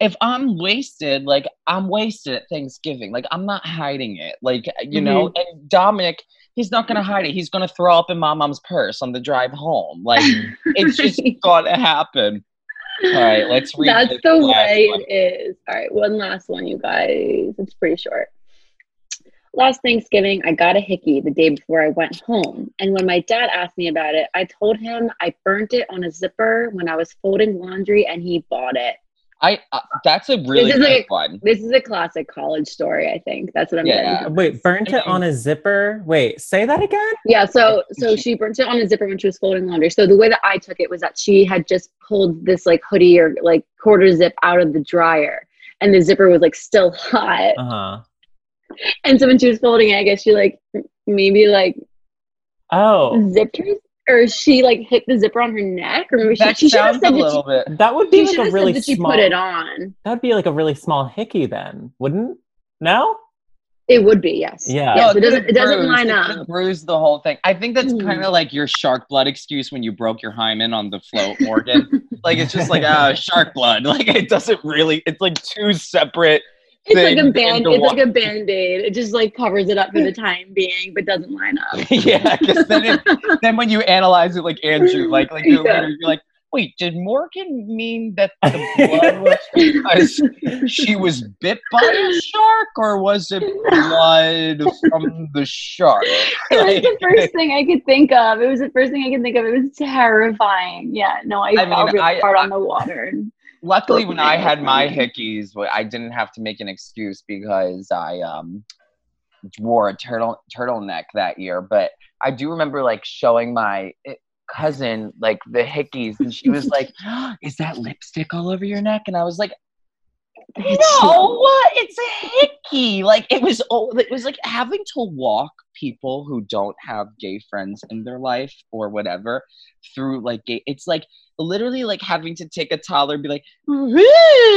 [SPEAKER 6] if I'm wasted, like I'm wasted at Thanksgiving. Like I'm not hiding it. Like you know,
[SPEAKER 5] Mm-hmm.
[SPEAKER 6] and Dominic, he's not gonna hide it. He's gonna throw up in my mom's purse on the drive home. Like it's just gonna happen. All right, let's read
[SPEAKER 5] That's
[SPEAKER 6] this
[SPEAKER 5] the
[SPEAKER 6] last
[SPEAKER 5] way
[SPEAKER 6] one.
[SPEAKER 5] it is. All right, one last one, you guys. It's pretty short. Last Thanksgiving, I got a hickey the day before I went home. And when my dad asked me about it, I told him I burnt it on a zipper when I was folding laundry and he bought it.
[SPEAKER 6] I uh, that's a really
[SPEAKER 5] is
[SPEAKER 6] good
[SPEAKER 5] like-
[SPEAKER 6] one.
[SPEAKER 5] This is a classic college story, I think. That's what I'm
[SPEAKER 6] Yeah.
[SPEAKER 5] getting.
[SPEAKER 4] Wait, burnt it on a zipper? Wait, say that again?
[SPEAKER 5] Yeah, so so she burnt it on a zipper when she was folding laundry. So the way that I took it was that she had just pulled this like hoodie or like quarter zip out of the dryer and the zipper was like still hot.
[SPEAKER 4] Uh-huh.
[SPEAKER 5] And so when she was folding it, I guess she like m- maybe like
[SPEAKER 4] Oh.
[SPEAKER 6] Mm.
[SPEAKER 5] zipped her or she like hit the zipper on her neck or maybe she,
[SPEAKER 6] That
[SPEAKER 5] she should have
[SPEAKER 6] sounds a
[SPEAKER 5] said that
[SPEAKER 6] little bit.
[SPEAKER 4] That would
[SPEAKER 5] she,
[SPEAKER 4] be
[SPEAKER 5] should
[SPEAKER 4] like a
[SPEAKER 5] have
[SPEAKER 4] really
[SPEAKER 5] said that she
[SPEAKER 4] small
[SPEAKER 5] put it on.
[SPEAKER 4] That'd be like a really small hickey then, wouldn't? No?
[SPEAKER 5] It would be, yes.
[SPEAKER 4] Yeah.
[SPEAKER 5] Yes,
[SPEAKER 6] No,
[SPEAKER 5] it doesn't. It
[SPEAKER 6] could've
[SPEAKER 5] doesn't
[SPEAKER 6] bruised-
[SPEAKER 5] line
[SPEAKER 6] could've
[SPEAKER 5] up.
[SPEAKER 6] Bruised the whole thing. I think that's
[SPEAKER 5] Mm.
[SPEAKER 6] kind of like your shark blood excuse when you broke your hymen on the float organ. like it's just like ah, shark blood. Like it doesn't really. It's like two separate.
[SPEAKER 5] It's like
[SPEAKER 6] Then
[SPEAKER 5] a band.
[SPEAKER 6] into
[SPEAKER 5] It's
[SPEAKER 6] one.
[SPEAKER 5] like a band aid. It just like covers it up for the time being, but doesn't line up.
[SPEAKER 6] yeah, because then, it- then when you analyze it, like Andrew, like like you're,
[SPEAKER 5] Yeah.
[SPEAKER 6] later, you're like, wait, did Morgan mean that the blood was because she was bit by a shark, or was it blood from the shark?
[SPEAKER 5] it was the first thing I could think of. It was the first thing I could think of. It was terrifying. Yeah, no, I,
[SPEAKER 6] I
[SPEAKER 5] fell
[SPEAKER 6] mean,
[SPEAKER 5] really
[SPEAKER 6] I-
[SPEAKER 5] hard on the water.
[SPEAKER 6] Luckily, when I
[SPEAKER 5] Okay.
[SPEAKER 6] had my hickeys, wh- I didn't have to make an excuse because I um, wore a turtle turtleneck that year. But I do remember like showing my eh, cousin like the hickeys, and she was like, "Is that lipstick all over your neck?" And I was like, "No, what? It's a hickey." Like it was. Oh, it was like having to walk people who don't have gay friends in their life or whatever through like gay. It's like literally like having to take a toddler and be like, "Woo!"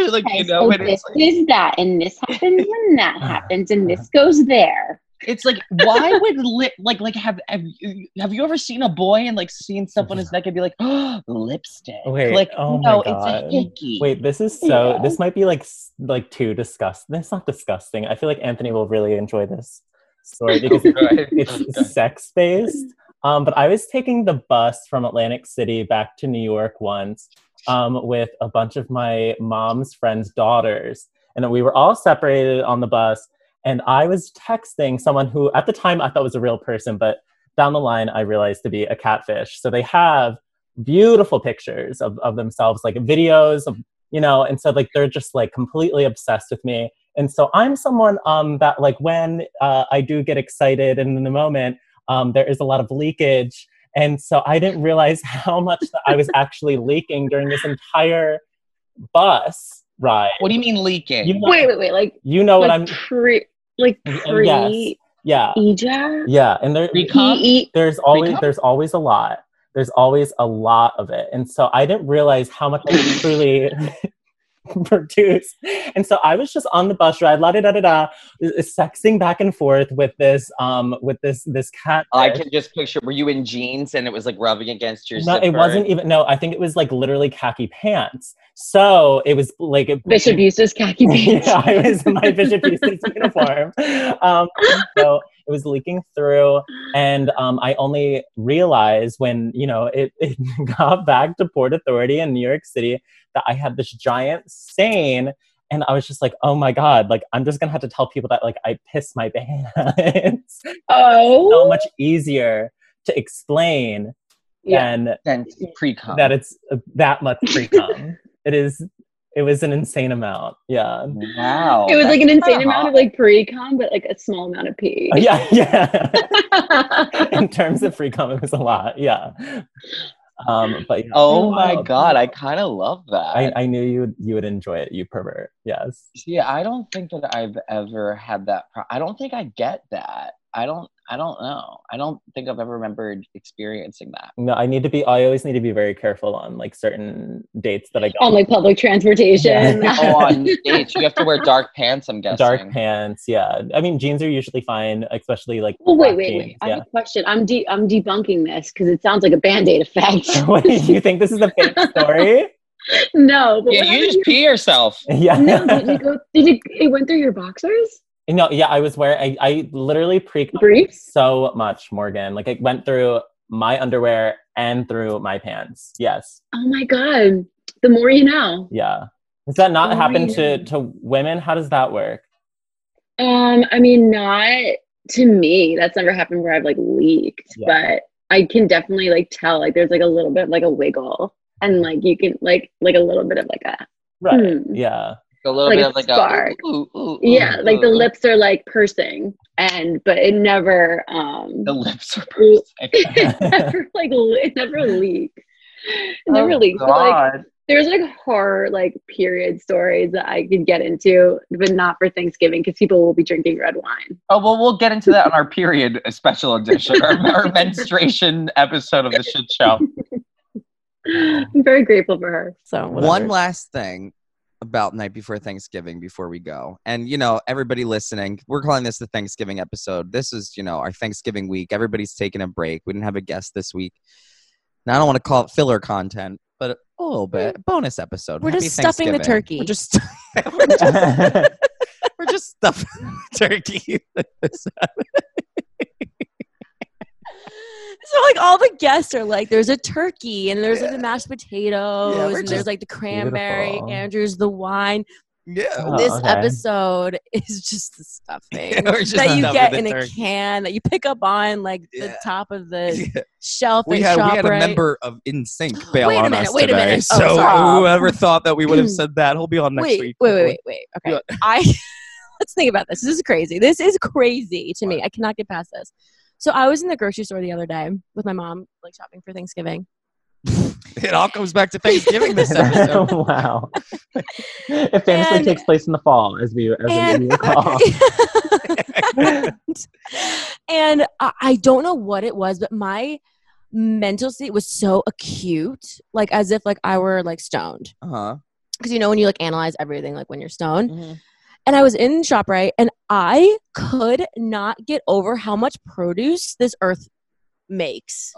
[SPEAKER 6] like you know, and
[SPEAKER 5] this
[SPEAKER 6] it's like,
[SPEAKER 5] is that, and this happens, and that happens, and this goes there.
[SPEAKER 6] it's like why would lip like like have have you, have you ever seen a boy and like seeing stuff on his neck and be like, oh, lipstick?
[SPEAKER 4] Wait,
[SPEAKER 6] like
[SPEAKER 4] oh my
[SPEAKER 6] no,
[SPEAKER 4] God.
[SPEAKER 6] it's a hickey.
[SPEAKER 4] Wait, this is so.
[SPEAKER 5] Yeah.
[SPEAKER 4] This might be like s- like too disgusting. It's not disgusting. I feel like Anthony will really enjoy this story because it's sex based. Um, but I was taking the bus from Atlantic City back to New York once um, with a bunch of my mom's friends' daughters, and we were all separated on the bus. And I was texting someone who, at the time, I thought was a real person, but down the line, I realized to be a catfish. So they have beautiful pictures of, of themselves, like videos of you know and so like they're just like completely obsessed with me and so i'm someone um that like when uh, i do get excited and in the moment um there is a lot of leakage and so i didn't realize how much that i was actually leaking during this entire bus ride
[SPEAKER 6] what do you mean leaking?
[SPEAKER 4] You-
[SPEAKER 5] Wait, wait, wait! Like,
[SPEAKER 4] you
[SPEAKER 6] Oh,
[SPEAKER 4] know what
[SPEAKER 5] like
[SPEAKER 4] i'm
[SPEAKER 5] pre, like
[SPEAKER 4] Yes.
[SPEAKER 5] pre
[SPEAKER 4] yeah
[SPEAKER 5] EJA,
[SPEAKER 4] yeah and there
[SPEAKER 6] Pre-cum?
[SPEAKER 5] PE.
[SPEAKER 4] there's always
[SPEAKER 6] Pre-cum?
[SPEAKER 4] there's always a lot there's always a lot of it and so i didn't realize how much i truly produce and so i was just on the bus ride la da da da da sexting back and forth with this um with this this cat
[SPEAKER 6] I can just picture. Were you in jeans and it was like rubbing against your?
[SPEAKER 4] no it
[SPEAKER 6] zipper?
[SPEAKER 4] wasn't even no i think it was like literally khaki pants so it was like it,
[SPEAKER 5] Bishop uses khaki pants.
[SPEAKER 4] yeah, I was in my Bishop Eustace uniform. Um, so it was leaking through, and um, I only realized when you know it, it got back to Port Authority in New York City that I had this giant stain. And I was just like, oh my God, like I'm just gonna have to tell people that like I piss my pants.
[SPEAKER 5] Oh,
[SPEAKER 4] so much easier to explain
[SPEAKER 5] yeah.
[SPEAKER 4] than
[SPEAKER 6] Then pre-cum.
[SPEAKER 4] that it's uh, that much pre cum. it is it was an insane amount. Yeah.
[SPEAKER 6] wow.
[SPEAKER 5] It was like an
[SPEAKER 6] that's
[SPEAKER 5] insane
[SPEAKER 6] kinda
[SPEAKER 5] amount of
[SPEAKER 6] hot.
[SPEAKER 5] like pre-com, but like a small amount of pee.
[SPEAKER 4] Uh, yeah, yeah. In terms of free cum, it was a lot. Yeah. Um, but yeah,
[SPEAKER 6] Oh my
[SPEAKER 4] wild.
[SPEAKER 6] god, I kind of love that.
[SPEAKER 4] I, I knew you would you would enjoy it, you pervert. Yes.
[SPEAKER 6] See, I don't think that I've ever had that. Pro- I don't think I get that. I don't. I don't know. I don't think I've ever remembered experiencing that.
[SPEAKER 4] No, I need to be. I always need to be very careful on like certain dates that I go.
[SPEAKER 5] on like public transportation.
[SPEAKER 4] Yeah.
[SPEAKER 6] Oh, on dates, you have to wear dark pants. I'm guessing.
[SPEAKER 4] dark pants. Yeah. I mean, jeans are usually fine, especially like.
[SPEAKER 5] Well, Oh, wait,
[SPEAKER 4] black
[SPEAKER 5] wait,
[SPEAKER 4] jeans,
[SPEAKER 5] wait. I
[SPEAKER 4] Yeah.
[SPEAKER 5] have a question. I'm de- I'm debunking this because it sounds like a band aid effect.
[SPEAKER 4] Wait, you think this is a fake story?
[SPEAKER 5] no, but
[SPEAKER 6] Yeah,
[SPEAKER 5] what
[SPEAKER 6] you
[SPEAKER 5] happened
[SPEAKER 6] just pee yourself.
[SPEAKER 4] yeah.
[SPEAKER 5] to your- no, did you go? Did it? It went through your boxers
[SPEAKER 4] No, yeah, I was wearing. I, I literally pre
[SPEAKER 5] briefs.
[SPEAKER 4] so much, Morgan. Like it went through my underwear and through my pants. Yes,
[SPEAKER 5] Oh my god! The more you know.
[SPEAKER 4] yeah. Does that not happen to
[SPEAKER 5] Morgan.
[SPEAKER 4] to women? How does that work?
[SPEAKER 5] Um, I mean, not to me. That's never happened where I've like leaked,
[SPEAKER 4] Yeah.
[SPEAKER 5] but I can definitely like tell. Like, there's like a little bit of, like a wiggle, and like you can like like a little bit of like a
[SPEAKER 4] Right.
[SPEAKER 5] Hmm.
[SPEAKER 4] Yeah.
[SPEAKER 6] A little
[SPEAKER 5] Like
[SPEAKER 6] bit
[SPEAKER 5] a
[SPEAKER 6] of like
[SPEAKER 5] spark.
[SPEAKER 6] a ooh, ooh, ooh,
[SPEAKER 5] yeah,
[SPEAKER 6] ooh,
[SPEAKER 5] like the
[SPEAKER 6] ooh.
[SPEAKER 5] lips are like pursing, and but it never um
[SPEAKER 6] The lips are.
[SPEAKER 5] Ooh.
[SPEAKER 6] perfect.
[SPEAKER 5] it never like le- it never leaks. It never
[SPEAKER 6] Oh,
[SPEAKER 5] leaks. But, like
[SPEAKER 6] God.
[SPEAKER 5] there's like horror like period stories that I could get into, but not for Thanksgiving because people will be drinking red wine.
[SPEAKER 6] Oh well, we'll get into that on our period special edition, our, our menstruation episode of the shit show.
[SPEAKER 5] I'm very grateful for her.
[SPEAKER 2] So whatever.
[SPEAKER 3] One last thing about night before Thanksgiving before we go. And you know, everybody listening, we're calling this the Thanksgiving episode. This is, you know, our Thanksgiving week. Everybody's taking a break. We didn't have a guest this week. Now I don't want to call it filler content, but a little bit bonus episode.
[SPEAKER 2] We're
[SPEAKER 3] Happy
[SPEAKER 2] just stuffing the
[SPEAKER 3] Thanksgiving.
[SPEAKER 2] turkey.
[SPEAKER 3] We're just we're just, we're just stuffing the turkey.
[SPEAKER 2] So like all the guests are like, there's a turkey and there's like the mashed potatoes
[SPEAKER 3] Yeah, we're
[SPEAKER 2] and
[SPEAKER 3] just-
[SPEAKER 2] there's like the cranberry.
[SPEAKER 4] Beautiful.
[SPEAKER 2] Andrew's the wine.
[SPEAKER 6] Uh,
[SPEAKER 3] yeah.
[SPEAKER 4] Oh,
[SPEAKER 2] this
[SPEAKER 4] okay.
[SPEAKER 2] episode is just the stuffing
[SPEAKER 3] Yeah, we're just
[SPEAKER 2] that you
[SPEAKER 3] stuffing
[SPEAKER 2] get
[SPEAKER 3] the
[SPEAKER 2] in a
[SPEAKER 3] turkey.
[SPEAKER 2] can that you pick up on like the
[SPEAKER 3] Yeah.
[SPEAKER 2] top of the
[SPEAKER 3] Yeah.
[SPEAKER 2] shelf
[SPEAKER 3] We had
[SPEAKER 2] at
[SPEAKER 3] we had a
[SPEAKER 2] ShopRite.
[SPEAKER 3] member of InSync bail
[SPEAKER 2] Wait a
[SPEAKER 3] on
[SPEAKER 2] minute,
[SPEAKER 3] us
[SPEAKER 2] wait a
[SPEAKER 3] today.
[SPEAKER 2] minute. Oh,
[SPEAKER 3] so
[SPEAKER 2] sorry. Hmm.
[SPEAKER 3] whoever thought that we would have said that, he'll be on next
[SPEAKER 2] wait,
[SPEAKER 3] week.
[SPEAKER 2] Wait, wait, wait, wait. Okay. I let's think about this. This is crazy. This is crazy to me. I cannot get past this. So I was in the grocery store the other day with my mom, like shopping for Thanksgiving.
[SPEAKER 3] It all comes back to Thanksgiving this episode.
[SPEAKER 4] wow. It famously
[SPEAKER 2] And-
[SPEAKER 4] takes place in the fall, as we as we
[SPEAKER 2] And-
[SPEAKER 4] recall.
[SPEAKER 2] and I, I don't know what it was, but my mental state was so acute, like as if like I were like stoned.
[SPEAKER 3] Uh-huh.
[SPEAKER 2] Because you know when you like analyze everything, like when you're stoned.
[SPEAKER 3] Mm-hmm.
[SPEAKER 2] And I was in ShopRite and I could not get over how much produce this earth makes.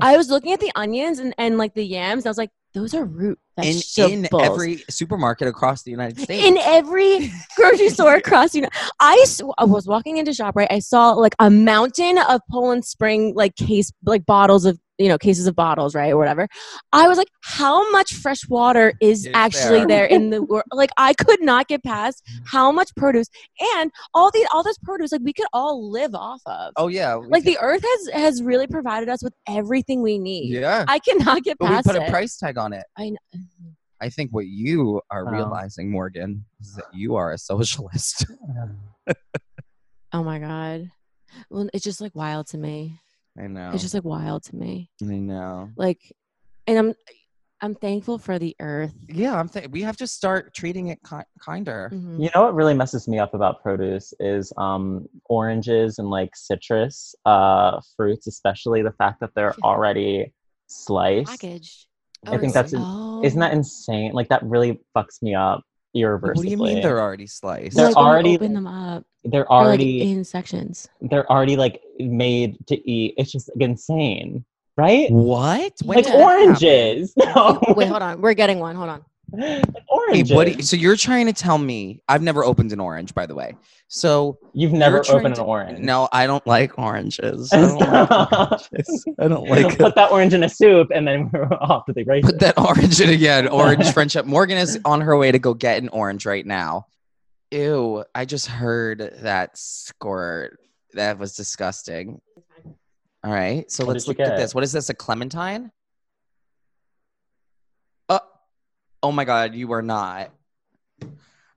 [SPEAKER 2] I was looking at the onions and, and like the yams, and I was like, those are root
[SPEAKER 3] In,
[SPEAKER 2] vegetables.
[SPEAKER 3] in every supermarket across the United States.
[SPEAKER 2] in e-, every grocery store across you know I, s- I was walking into shop right i saw like a mountain of poland spring like case like bottles of you know cases of bottles right or whatever i was like how much fresh water is
[SPEAKER 3] Is
[SPEAKER 2] actually
[SPEAKER 3] there.
[SPEAKER 2] there, in the world like i could not get past how much produce and all the all this produce like we could all live off of
[SPEAKER 3] oh yeah. we
[SPEAKER 2] like
[SPEAKER 3] can-
[SPEAKER 2] the earth has has really provided us with everything we need
[SPEAKER 3] Yeah.
[SPEAKER 2] i cannot get
[SPEAKER 3] But we
[SPEAKER 2] past
[SPEAKER 3] put a
[SPEAKER 2] it
[SPEAKER 3] price tag on it.
[SPEAKER 2] I kn-
[SPEAKER 3] I think what you are
[SPEAKER 4] Wow.
[SPEAKER 3] realizing, Morgan, is that you are a socialist.
[SPEAKER 2] oh my god well it's just like wild to me
[SPEAKER 3] I know.
[SPEAKER 2] It's just like wild to me.
[SPEAKER 3] I know.
[SPEAKER 2] Like, and I'm, I'm thankful for the earth.
[SPEAKER 3] Yeah, I'm. Th- we have to start treating it ki- kinder.
[SPEAKER 2] Mhm.
[SPEAKER 4] You know what really messes me up about produce is um, oranges and like citrus uh, fruits, especially the fact that they're
[SPEAKER 2] Yeah.
[SPEAKER 4] already sliced.
[SPEAKER 2] Packaged.
[SPEAKER 3] I think
[SPEAKER 2] it's-
[SPEAKER 3] that's
[SPEAKER 4] an-
[SPEAKER 2] oh.
[SPEAKER 4] Isn't that insane? Like that really fucks me up irreversibly.
[SPEAKER 3] What do you mean they're already sliced?
[SPEAKER 4] They're
[SPEAKER 2] like when you
[SPEAKER 4] already-
[SPEAKER 2] open them up.
[SPEAKER 4] They're
[SPEAKER 2] They're
[SPEAKER 4] already
[SPEAKER 2] like in sections.
[SPEAKER 4] they're already like made to eat. It's just like, insane, right?
[SPEAKER 3] what? When
[SPEAKER 4] Like
[SPEAKER 3] did that happen?
[SPEAKER 4] oranges. No.
[SPEAKER 2] Wait, hold on. We're getting one. Hold on.
[SPEAKER 4] like
[SPEAKER 3] Wait,
[SPEAKER 4] oranges.
[SPEAKER 3] what? do you- so you're trying to tell me? I've never opened an orange, by the way. So
[SPEAKER 4] You've never
[SPEAKER 3] trying
[SPEAKER 4] opened
[SPEAKER 3] to-
[SPEAKER 4] an orange.
[SPEAKER 3] no, I don't like oranges. I don't like oranges. I don't like it.
[SPEAKER 4] Put that orange in a soup and then we're off to the races.
[SPEAKER 3] Put that orange in again. Orange friendship. Morgan is on her way to go get an orange right now. Ew, I just heard that squirt. That was disgusting. All right, so
[SPEAKER 4] What
[SPEAKER 3] let's
[SPEAKER 4] did you
[SPEAKER 3] look at
[SPEAKER 4] get?
[SPEAKER 3] this. What is this? A clementine? Uh, oh my God, you are not. Ah!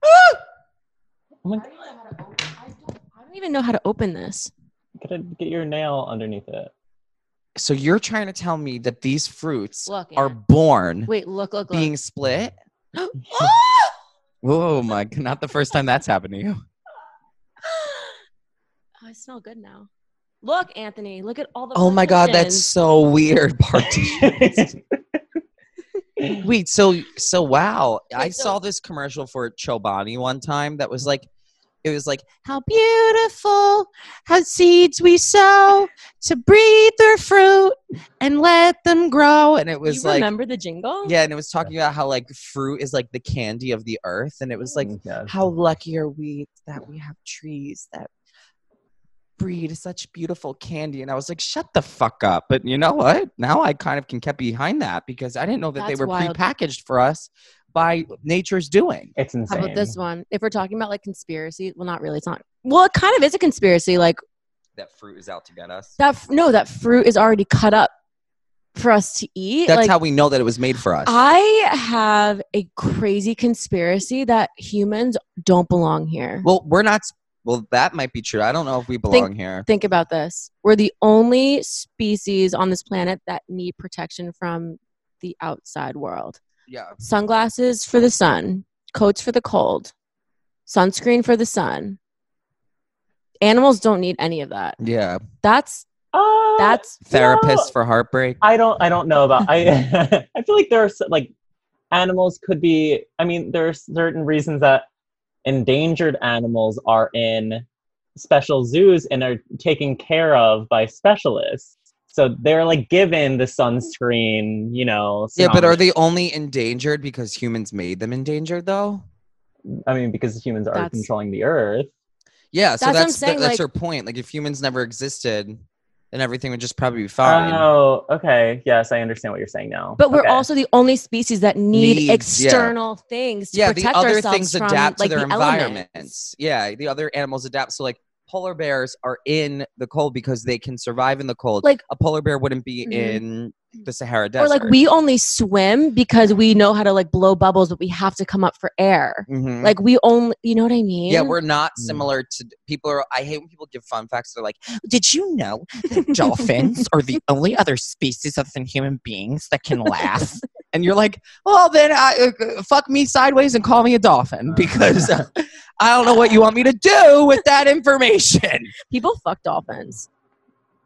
[SPEAKER 4] Oh my-
[SPEAKER 2] I don't even know how to open this.
[SPEAKER 4] gotta get your nail underneath it.
[SPEAKER 3] So you're trying to tell me that these fruits
[SPEAKER 2] Look.
[SPEAKER 3] are
[SPEAKER 2] Ann.
[SPEAKER 3] born
[SPEAKER 2] Wait. Look. Look. Look.
[SPEAKER 3] being split? Oh my! g- Not the first time that's happened to you.
[SPEAKER 2] oh, I smell good now. Look, Anthony. Look at all the.
[SPEAKER 3] Oh my God, that's
[SPEAKER 2] partitions.
[SPEAKER 3] so weird. Partition. Wait, so so wow. I
[SPEAKER 2] Wait, so-
[SPEAKER 3] saw this commercial for Chobani one time that was like it was like how beautiful how seeds we sow to breed their fruit and let them grow and it was
[SPEAKER 2] you
[SPEAKER 3] like
[SPEAKER 2] remember the jingle?
[SPEAKER 3] yeah and it was talking about how like fruit is like the candy of the earth and it was like
[SPEAKER 4] Yes.
[SPEAKER 3] how lucky are we that we have trees that breed such beautiful candy and i was like shut the fuck up but you know what now i kind of can get behind that because i didn't know that
[SPEAKER 2] That's
[SPEAKER 3] they were
[SPEAKER 2] wild.
[SPEAKER 3] prepackaged for us by nature's doing
[SPEAKER 4] It's insane.
[SPEAKER 2] How about this one? If we're talking about like conspiracy, well, not really. It's not. Well, it kind of is a conspiracy. Like
[SPEAKER 3] that fruit is out to get us
[SPEAKER 2] that. f- No, that fruit is already cut up for us to eat.
[SPEAKER 3] that's
[SPEAKER 2] like,
[SPEAKER 3] how we know that it was made for us
[SPEAKER 2] I have a crazy conspiracy that humans don't belong here.
[SPEAKER 3] well we're not s- well that might be true i don't know if we belong here
[SPEAKER 2] Think about this: we're the only species on this planet that need protection from the outside world.
[SPEAKER 3] yeah
[SPEAKER 2] Sunglasses for the sun, coats for the cold, sunscreen for the sun. Animals don't need any of that.
[SPEAKER 3] yeah
[SPEAKER 2] That's
[SPEAKER 4] Uh,
[SPEAKER 2] That's
[SPEAKER 3] therapist
[SPEAKER 4] No.
[SPEAKER 3] for heartbreak
[SPEAKER 4] I don't I don't know about I I feel like there are so, like animals could be i mean there are certain reasons that endangered animals are in special zoos and are taken care of by specialists so they're like given the sunscreen you know
[SPEAKER 3] Yeah, but
[SPEAKER 4] tsunami-
[SPEAKER 3] are they only endangered because humans made them endangered, though?
[SPEAKER 4] i mean because humans are
[SPEAKER 2] That's-
[SPEAKER 4] controlling the earth
[SPEAKER 3] Yeah, so
[SPEAKER 2] That's what I'm
[SPEAKER 3] that's
[SPEAKER 2] saying,
[SPEAKER 3] that's
[SPEAKER 2] like-
[SPEAKER 3] your point. Like, if humans never existed, then everything would just probably be fine.
[SPEAKER 4] oh okay yes i understand what you're saying now
[SPEAKER 2] But we're
[SPEAKER 4] Okay.
[SPEAKER 2] also the only species that need
[SPEAKER 3] Needs, yeah.
[SPEAKER 2] external things to
[SPEAKER 3] yeah, the
[SPEAKER 2] protect
[SPEAKER 3] other
[SPEAKER 2] ourselves
[SPEAKER 3] things
[SPEAKER 2] from,
[SPEAKER 3] adapt
[SPEAKER 2] like,
[SPEAKER 3] to their
[SPEAKER 2] the
[SPEAKER 3] environments.
[SPEAKER 2] elements.
[SPEAKER 3] Yeah, the other animals adapt. So, like, polar bears are in the cold because they can survive in the cold.
[SPEAKER 2] Like- Mm-hmm.
[SPEAKER 3] a polar bear wouldn't be
[SPEAKER 5] Mhm.
[SPEAKER 3] in the Sahara Desert.
[SPEAKER 2] Or like we only swim because we know how to like blow bubbles, but we have to come up for air.
[SPEAKER 3] Mhm.
[SPEAKER 2] Like we only, you know what I mean?
[SPEAKER 3] Yeah, we're not
[SPEAKER 4] Mm.
[SPEAKER 3] similar to people. Are, I hate when people give fun facts. They're like, "Did you know that dolphins are the only other species other than human beings that can laugh?" and you're like, "Well, then I, uh, fuck me sideways and call me a dolphin because uh, I don't know what you want me to do with that information."
[SPEAKER 2] people fuck dolphins.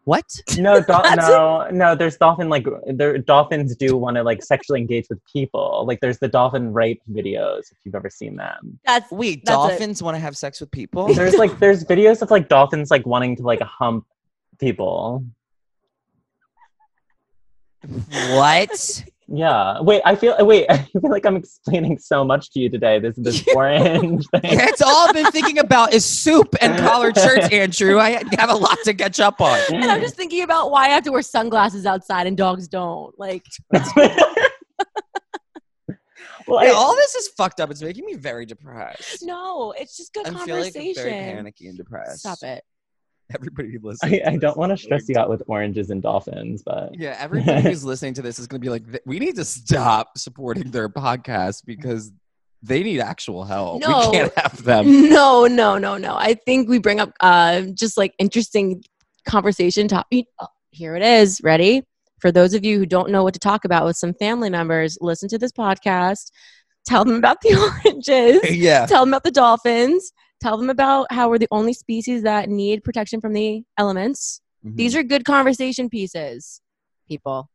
[SPEAKER 3] What?
[SPEAKER 4] No, do-
[SPEAKER 2] That's
[SPEAKER 4] no, no. There's dolphin like there. Dolphins do want to like sexually engage with people. Like there's the dolphin rape videos if you've ever seen them.
[SPEAKER 2] That's
[SPEAKER 3] Wait,
[SPEAKER 2] That's it.
[SPEAKER 3] dolphins want to have sex with people?
[SPEAKER 4] There's like there's videos of like dolphins like wanting to like hump people.
[SPEAKER 3] what?
[SPEAKER 4] Yeah. Wait. I feel. Wait. I feel like I'm explaining so much to you today. This this orange thing.
[SPEAKER 3] That's all I've been thinking about is soup and collared shirts, Andrew. I have a lot to catch up on.
[SPEAKER 2] and I'm just thinking about why I have to wear sunglasses outside and dogs don't. Like
[SPEAKER 4] well,
[SPEAKER 3] Yeah,
[SPEAKER 4] I-
[SPEAKER 3] all this is fucked up. It's making me very depressed.
[SPEAKER 2] no, it's just good
[SPEAKER 3] I'm feeling like I'm very
[SPEAKER 2] conversation.
[SPEAKER 3] panicky and depressed.
[SPEAKER 2] Stop it.
[SPEAKER 3] Everybody who listens.
[SPEAKER 4] I,
[SPEAKER 3] to
[SPEAKER 4] I
[SPEAKER 3] this
[SPEAKER 4] don't want to
[SPEAKER 3] is
[SPEAKER 4] stress
[SPEAKER 3] really-
[SPEAKER 4] you out with oranges and dolphins, but
[SPEAKER 3] Yeah, everybody who's listening to this is going to be like, "Th- we need to stop supporting their podcast because they need actual help.
[SPEAKER 2] No.
[SPEAKER 3] We can't have them.
[SPEAKER 2] No, no, no, no. I think we bring up uh, just like interesting conversation topic. Oh, here it is. Ready? For those of you who don't know what to talk about with some family members, listen to this podcast. Tell them about the oranges.
[SPEAKER 3] yeah.
[SPEAKER 2] tell them about the dolphins. Tell them about how we're the only species that need protection from the elements.
[SPEAKER 3] Mm-hmm.
[SPEAKER 2] These are good conversation pieces, people.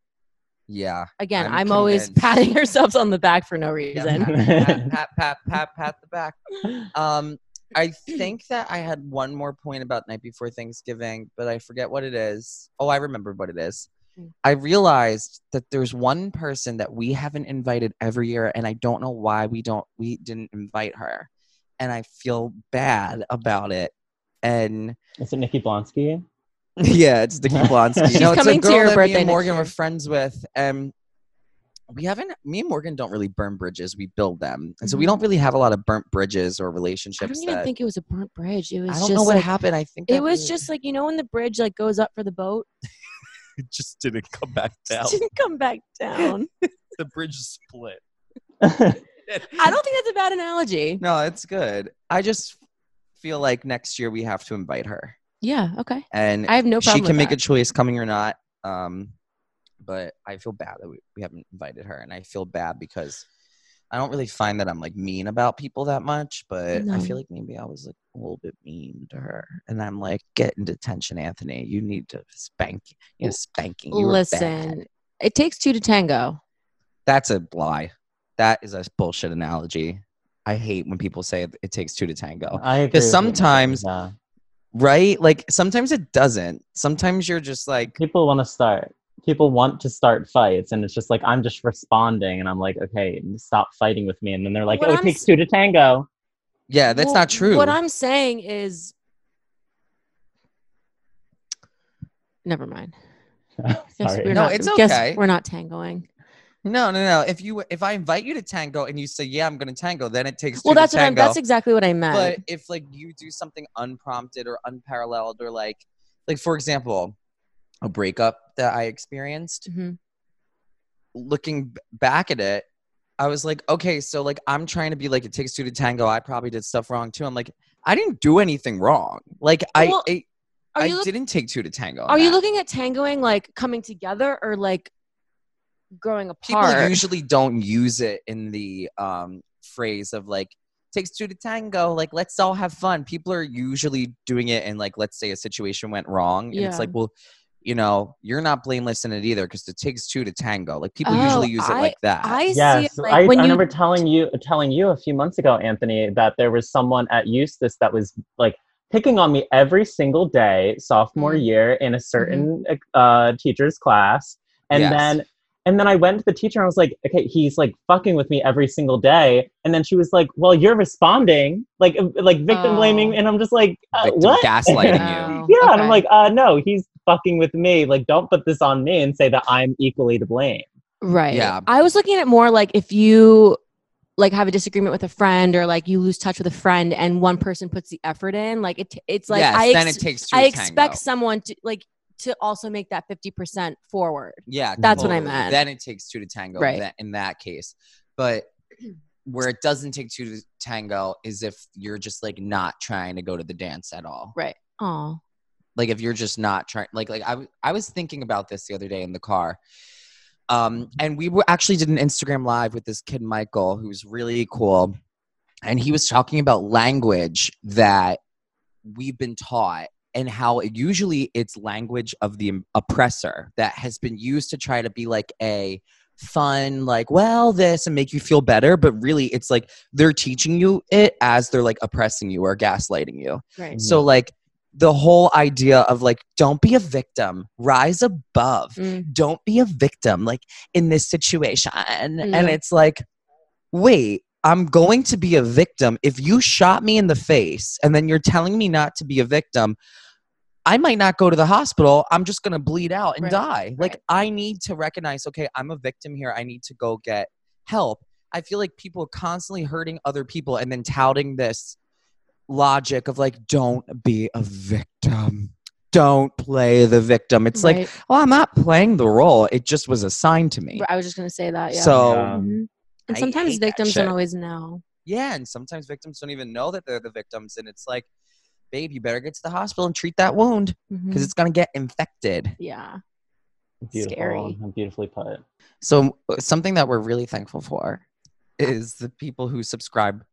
[SPEAKER 3] yeah.
[SPEAKER 2] Again,
[SPEAKER 3] I'm
[SPEAKER 2] I'm, always
[SPEAKER 3] convinced.
[SPEAKER 2] patting ourselves on the back for no
[SPEAKER 3] Yeah,
[SPEAKER 2] reason.
[SPEAKER 3] pat, pat, pat, pat, pat, pat the back. Um, I think that I had one more point about night before Thanksgiving, but I forget what it is. Oh, I remember what it is.
[SPEAKER 2] Mm.
[SPEAKER 3] I realized that there's one person that we haven't invited every year, and I don't know why we don't we didn't invite her, and I feel bad about it. And
[SPEAKER 4] is it Nikki Blonsky?
[SPEAKER 3] yeah, it's Nikki Blonsky.
[SPEAKER 4] She's
[SPEAKER 3] no, it's
[SPEAKER 2] coming
[SPEAKER 3] a
[SPEAKER 2] to
[SPEAKER 3] girl
[SPEAKER 2] your
[SPEAKER 3] that me
[SPEAKER 2] birthday
[SPEAKER 3] and
[SPEAKER 2] next
[SPEAKER 3] Morgan
[SPEAKER 2] year.
[SPEAKER 3] were friends with. Um, we haven't. Me and Morgan don't really burn bridges; we build them, and so we don't really have a lot of burnt bridges or
[SPEAKER 2] Mm-hmm. I
[SPEAKER 3] relationships
[SPEAKER 2] don't even
[SPEAKER 3] that
[SPEAKER 2] think it was a burnt bridge. It was
[SPEAKER 3] I
[SPEAKER 2] just
[SPEAKER 3] don't know what
[SPEAKER 2] like-
[SPEAKER 3] happened. I think
[SPEAKER 2] It
[SPEAKER 3] that
[SPEAKER 2] was
[SPEAKER 3] we-
[SPEAKER 2] just like you know when the bridge like goes up for the boat,
[SPEAKER 7] It just didn't come back down.
[SPEAKER 2] just didn't come back down.
[SPEAKER 7] the bridge split.
[SPEAKER 2] I don't think that's a bad analogy.
[SPEAKER 3] no. It's good. I just feel like next year we have to invite her,
[SPEAKER 2] Yeah. Okay.
[SPEAKER 3] and
[SPEAKER 2] I have no problem.
[SPEAKER 3] she can
[SPEAKER 2] with
[SPEAKER 3] make a
[SPEAKER 2] that.
[SPEAKER 3] choice coming or not. Um, but I feel bad that we, we haven't invited her, and I feel bad because I don't really find that I'm like mean about people that much. But I
[SPEAKER 2] No.
[SPEAKER 3] feel like maybe I was like a little bit mean to her, and I'm like, get in detention, Anthony. You need to spank. You know, spanking. You were bad."
[SPEAKER 2] Listen, it takes two to tango.
[SPEAKER 3] That's a lie. That is a bullshit analogy. I hate when people say it, it takes two to tango.
[SPEAKER 4] I agree.
[SPEAKER 3] 'Cause
[SPEAKER 4] with you, Nikki,
[SPEAKER 3] sometimes-
[SPEAKER 4] yeah.
[SPEAKER 3] Right? Like sometimes it doesn't. Sometimes you're just like,
[SPEAKER 4] people want to start people want to start fights and it's just like i'm just responding and i'm like okay stop fighting with me and then they're like
[SPEAKER 2] What
[SPEAKER 4] oh it
[SPEAKER 2] I'm
[SPEAKER 4] takes
[SPEAKER 2] s-
[SPEAKER 4] two to tango
[SPEAKER 3] yeah, that's
[SPEAKER 2] Well,
[SPEAKER 3] not true.
[SPEAKER 2] What I'm saying is, never mind. Guess
[SPEAKER 4] Sorry.
[SPEAKER 2] we're
[SPEAKER 3] No,
[SPEAKER 2] not-
[SPEAKER 3] it's
[SPEAKER 2] guess
[SPEAKER 3] okay.
[SPEAKER 2] we're not tangoing.
[SPEAKER 3] no, no, no. If you if I invite you to tango and you say, "Yeah, I'm going to tango," then it takes two
[SPEAKER 2] Well,
[SPEAKER 3] to
[SPEAKER 2] that's what I'm,
[SPEAKER 3] tango.
[SPEAKER 2] that's exactly what I meant.
[SPEAKER 3] but if like you do something unprompted or unparalleled or like like for example, a breakup that I experienced,
[SPEAKER 2] Mhm.
[SPEAKER 3] looking b- back at it, I was like, okay, so like I'm trying to be like it takes two to tango. I probably did stuff wrong too. I'm like, I didn't do anything wrong. Like I,
[SPEAKER 2] Well,
[SPEAKER 3] I,
[SPEAKER 2] Are
[SPEAKER 3] I
[SPEAKER 2] you look-
[SPEAKER 3] didn't take two to tango. on
[SPEAKER 2] Are you
[SPEAKER 3] that.
[SPEAKER 2] looking at tangoing like coming together or like growing
[SPEAKER 3] People
[SPEAKER 2] apart?
[SPEAKER 3] usually don't use it in the um, phrase of like takes two to tango. Like let's all have fun. People are usually doing it in like let's say a situation went wrong, and
[SPEAKER 2] Yeah.
[SPEAKER 3] it's like well. you know, you're not blameless in it either because it takes two to tango. Like people
[SPEAKER 2] Oh,
[SPEAKER 3] usually use it
[SPEAKER 2] I-
[SPEAKER 3] like that.
[SPEAKER 2] I see.
[SPEAKER 4] Yes,
[SPEAKER 2] it, Like
[SPEAKER 4] I, I
[SPEAKER 2] when you
[SPEAKER 4] remember telling you telling you a few months ago, Anthony, that there was someone at Eustis that was like picking on me every single day sophomore
[SPEAKER 2] Mhm.
[SPEAKER 4] year in a certain uh, teacher's class, and
[SPEAKER 3] Yes.
[SPEAKER 4] then and then I went to the teacher and I was like, okay, he's like fucking with me every single day, and then she was like, well, you're responding like uh, like victim
[SPEAKER 2] Oh.
[SPEAKER 4] blaming, and I'm just like, uh,
[SPEAKER 3] Victim
[SPEAKER 4] what?
[SPEAKER 3] gaslighting you.
[SPEAKER 2] Oh,
[SPEAKER 4] Yeah, and
[SPEAKER 2] okay.
[SPEAKER 4] I'm like, uh, no, he's fucking with me. Like, don't put this on me and say that I'm equally to blame.
[SPEAKER 2] Right.
[SPEAKER 3] Yeah.
[SPEAKER 2] I was looking at it more like if you like have a disagreement with a friend or like you lose touch with a friend and one person puts the effort in, like it, it's like
[SPEAKER 3] yes,
[SPEAKER 2] I,
[SPEAKER 3] then
[SPEAKER 2] ex-
[SPEAKER 3] it takes two
[SPEAKER 2] I
[SPEAKER 3] to
[SPEAKER 2] expect
[SPEAKER 3] tango.
[SPEAKER 2] someone to like to also make that 50% forward.
[SPEAKER 3] Yeah,
[SPEAKER 2] That's what I
[SPEAKER 3] completely.
[SPEAKER 2] meant.
[SPEAKER 3] Then it takes two to tango
[SPEAKER 2] Right.
[SPEAKER 3] tha- in that case. But where it doesn't take two to tango is if you're just like not trying to go to the dance at all.
[SPEAKER 2] Right. Oh.
[SPEAKER 3] Like if you're just not trying like like I w- I was thinking about this the other day in the car. Um and we were actually did an Instagram live with this kid Michael who's really cool and he was talking about language that we've been taught and how it- usually it's language of the oppressor that has been used to try to be like a fun like well this and make you feel better but really it's like they're teaching you it as they're like oppressing you or gaslighting you
[SPEAKER 2] Right.
[SPEAKER 3] so like the whole idea of like don't be a victim rise above
[SPEAKER 2] Mm.
[SPEAKER 3] don't be a victim like in this situation
[SPEAKER 2] Yeah.
[SPEAKER 3] and it's like wait i'm going to be a victim if you shot me in the face and then you're telling me not to be a victim i might not go to the hospital i'm just going to bleed out and
[SPEAKER 2] Right,
[SPEAKER 3] die like
[SPEAKER 2] right.
[SPEAKER 3] i need to recognize okay i'm a victim here i need to go get help i feel like people are constantly hurting other people and then touting this logic of like don't be a victim don't play the victim it's like
[SPEAKER 2] Right.
[SPEAKER 3] well, I'm not playing the role. It just was assigned to me.
[SPEAKER 2] Right, I was just going to say that. Yeah.
[SPEAKER 3] So
[SPEAKER 4] Yeah.
[SPEAKER 2] Mhm. and
[SPEAKER 3] I
[SPEAKER 2] sometimes
[SPEAKER 3] hate that
[SPEAKER 2] victims don't
[SPEAKER 3] shit.
[SPEAKER 2] always know.
[SPEAKER 3] yeah, and sometimes victims don't even know that they're the victims, and it's like, babe, you better get to the hospital and treat that wound because
[SPEAKER 2] Mhm.
[SPEAKER 3] it's gonna get infected.
[SPEAKER 2] yeah.
[SPEAKER 4] Beautiful.
[SPEAKER 2] Scary.
[SPEAKER 4] Beautifully put.
[SPEAKER 3] So uh, something that we're really thankful for is the people who subscribe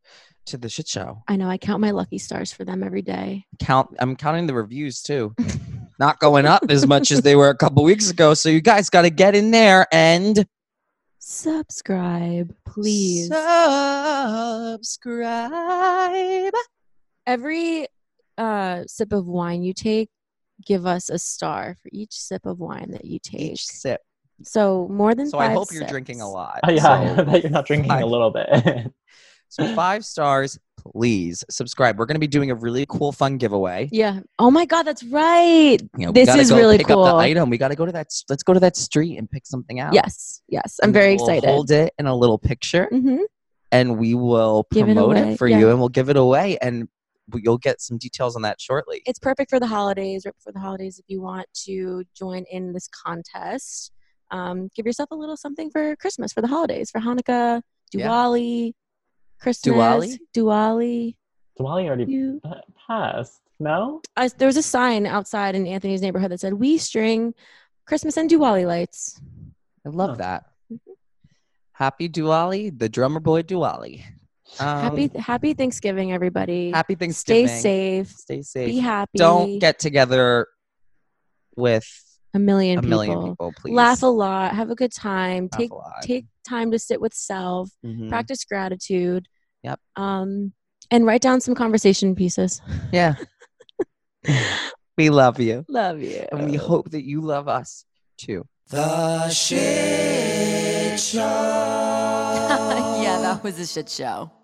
[SPEAKER 3] to the shit show.
[SPEAKER 2] I know. I count my lucky stars for them every day.
[SPEAKER 3] Count. I'm counting the reviews too. Not going up as much as they were a couple weeks ago. So you guys got to get in there and
[SPEAKER 2] Subscribe, please.
[SPEAKER 3] subscribe.
[SPEAKER 2] every uh, sip of wine you take, give us a star for each sip of wine that you take.
[SPEAKER 3] Each sip.
[SPEAKER 2] so more than
[SPEAKER 3] So
[SPEAKER 2] five
[SPEAKER 3] I hope you're drinking a
[SPEAKER 2] sips.
[SPEAKER 3] lot.
[SPEAKER 4] Oh, yeah,
[SPEAKER 3] So,
[SPEAKER 4] that you're not drinking
[SPEAKER 3] I-
[SPEAKER 4] a little bit.
[SPEAKER 3] so five stars, please subscribe. We're going to be doing a really cool, fun giveaway.
[SPEAKER 2] Yeah. Oh my God, that's right.
[SPEAKER 3] You know, we
[SPEAKER 2] This
[SPEAKER 3] gotta
[SPEAKER 2] is
[SPEAKER 3] go
[SPEAKER 2] really
[SPEAKER 3] pick
[SPEAKER 2] cool.
[SPEAKER 3] up the item. We got to go to that. s- Let's go to that street and pick something out.
[SPEAKER 2] Yes. Yes. I'm
[SPEAKER 3] And
[SPEAKER 2] very
[SPEAKER 3] we'll
[SPEAKER 2] excited.
[SPEAKER 3] Hold it in a little picture,
[SPEAKER 2] hmm
[SPEAKER 3] and we will
[SPEAKER 2] Give it
[SPEAKER 3] promote it,
[SPEAKER 2] away,
[SPEAKER 3] for
[SPEAKER 2] yeah.
[SPEAKER 3] you, and we'll give it away, and we- you'll get some details on that shortly.
[SPEAKER 2] It's perfect for the holidays, right before the holidays, if you want to join in this contest. Um, give yourself a little something for Christmas, for the holidays, for Hanukkah,
[SPEAKER 3] Yeah.
[SPEAKER 2] Diwali, Christmas,
[SPEAKER 3] Diwali?
[SPEAKER 2] Diwali.
[SPEAKER 4] Diwali already
[SPEAKER 2] You
[SPEAKER 4] pa- passed. No?
[SPEAKER 2] I, there was a sign outside in Anthony's neighborhood that said, "We string Christmas and Diwali lights."
[SPEAKER 3] I love
[SPEAKER 2] Oh.
[SPEAKER 4] Huh.
[SPEAKER 3] that. Happy Diwali, the drummer boy Diwali. Um,
[SPEAKER 2] happy Happy Thanksgiving, everybody.
[SPEAKER 3] Happy
[SPEAKER 2] Stay
[SPEAKER 3] Thanksgiving.
[SPEAKER 2] safe.
[SPEAKER 3] Stay safe.
[SPEAKER 2] Be happy.
[SPEAKER 3] Don't get together with
[SPEAKER 2] a million
[SPEAKER 3] a
[SPEAKER 2] people.
[SPEAKER 3] million people, please.
[SPEAKER 2] Laugh a lot. Have a good time.
[SPEAKER 3] Laugh a
[SPEAKER 2] take
[SPEAKER 3] lot.
[SPEAKER 2] take time to sit with self.
[SPEAKER 3] Mhm.
[SPEAKER 2] Practice gratitude.
[SPEAKER 3] Yep.
[SPEAKER 2] Um, and write down some conversation pieces.
[SPEAKER 3] Yeah. we love you.
[SPEAKER 2] Love you.
[SPEAKER 3] And we hope that you love us too. The shit show.
[SPEAKER 8] yeah, that was a shit show.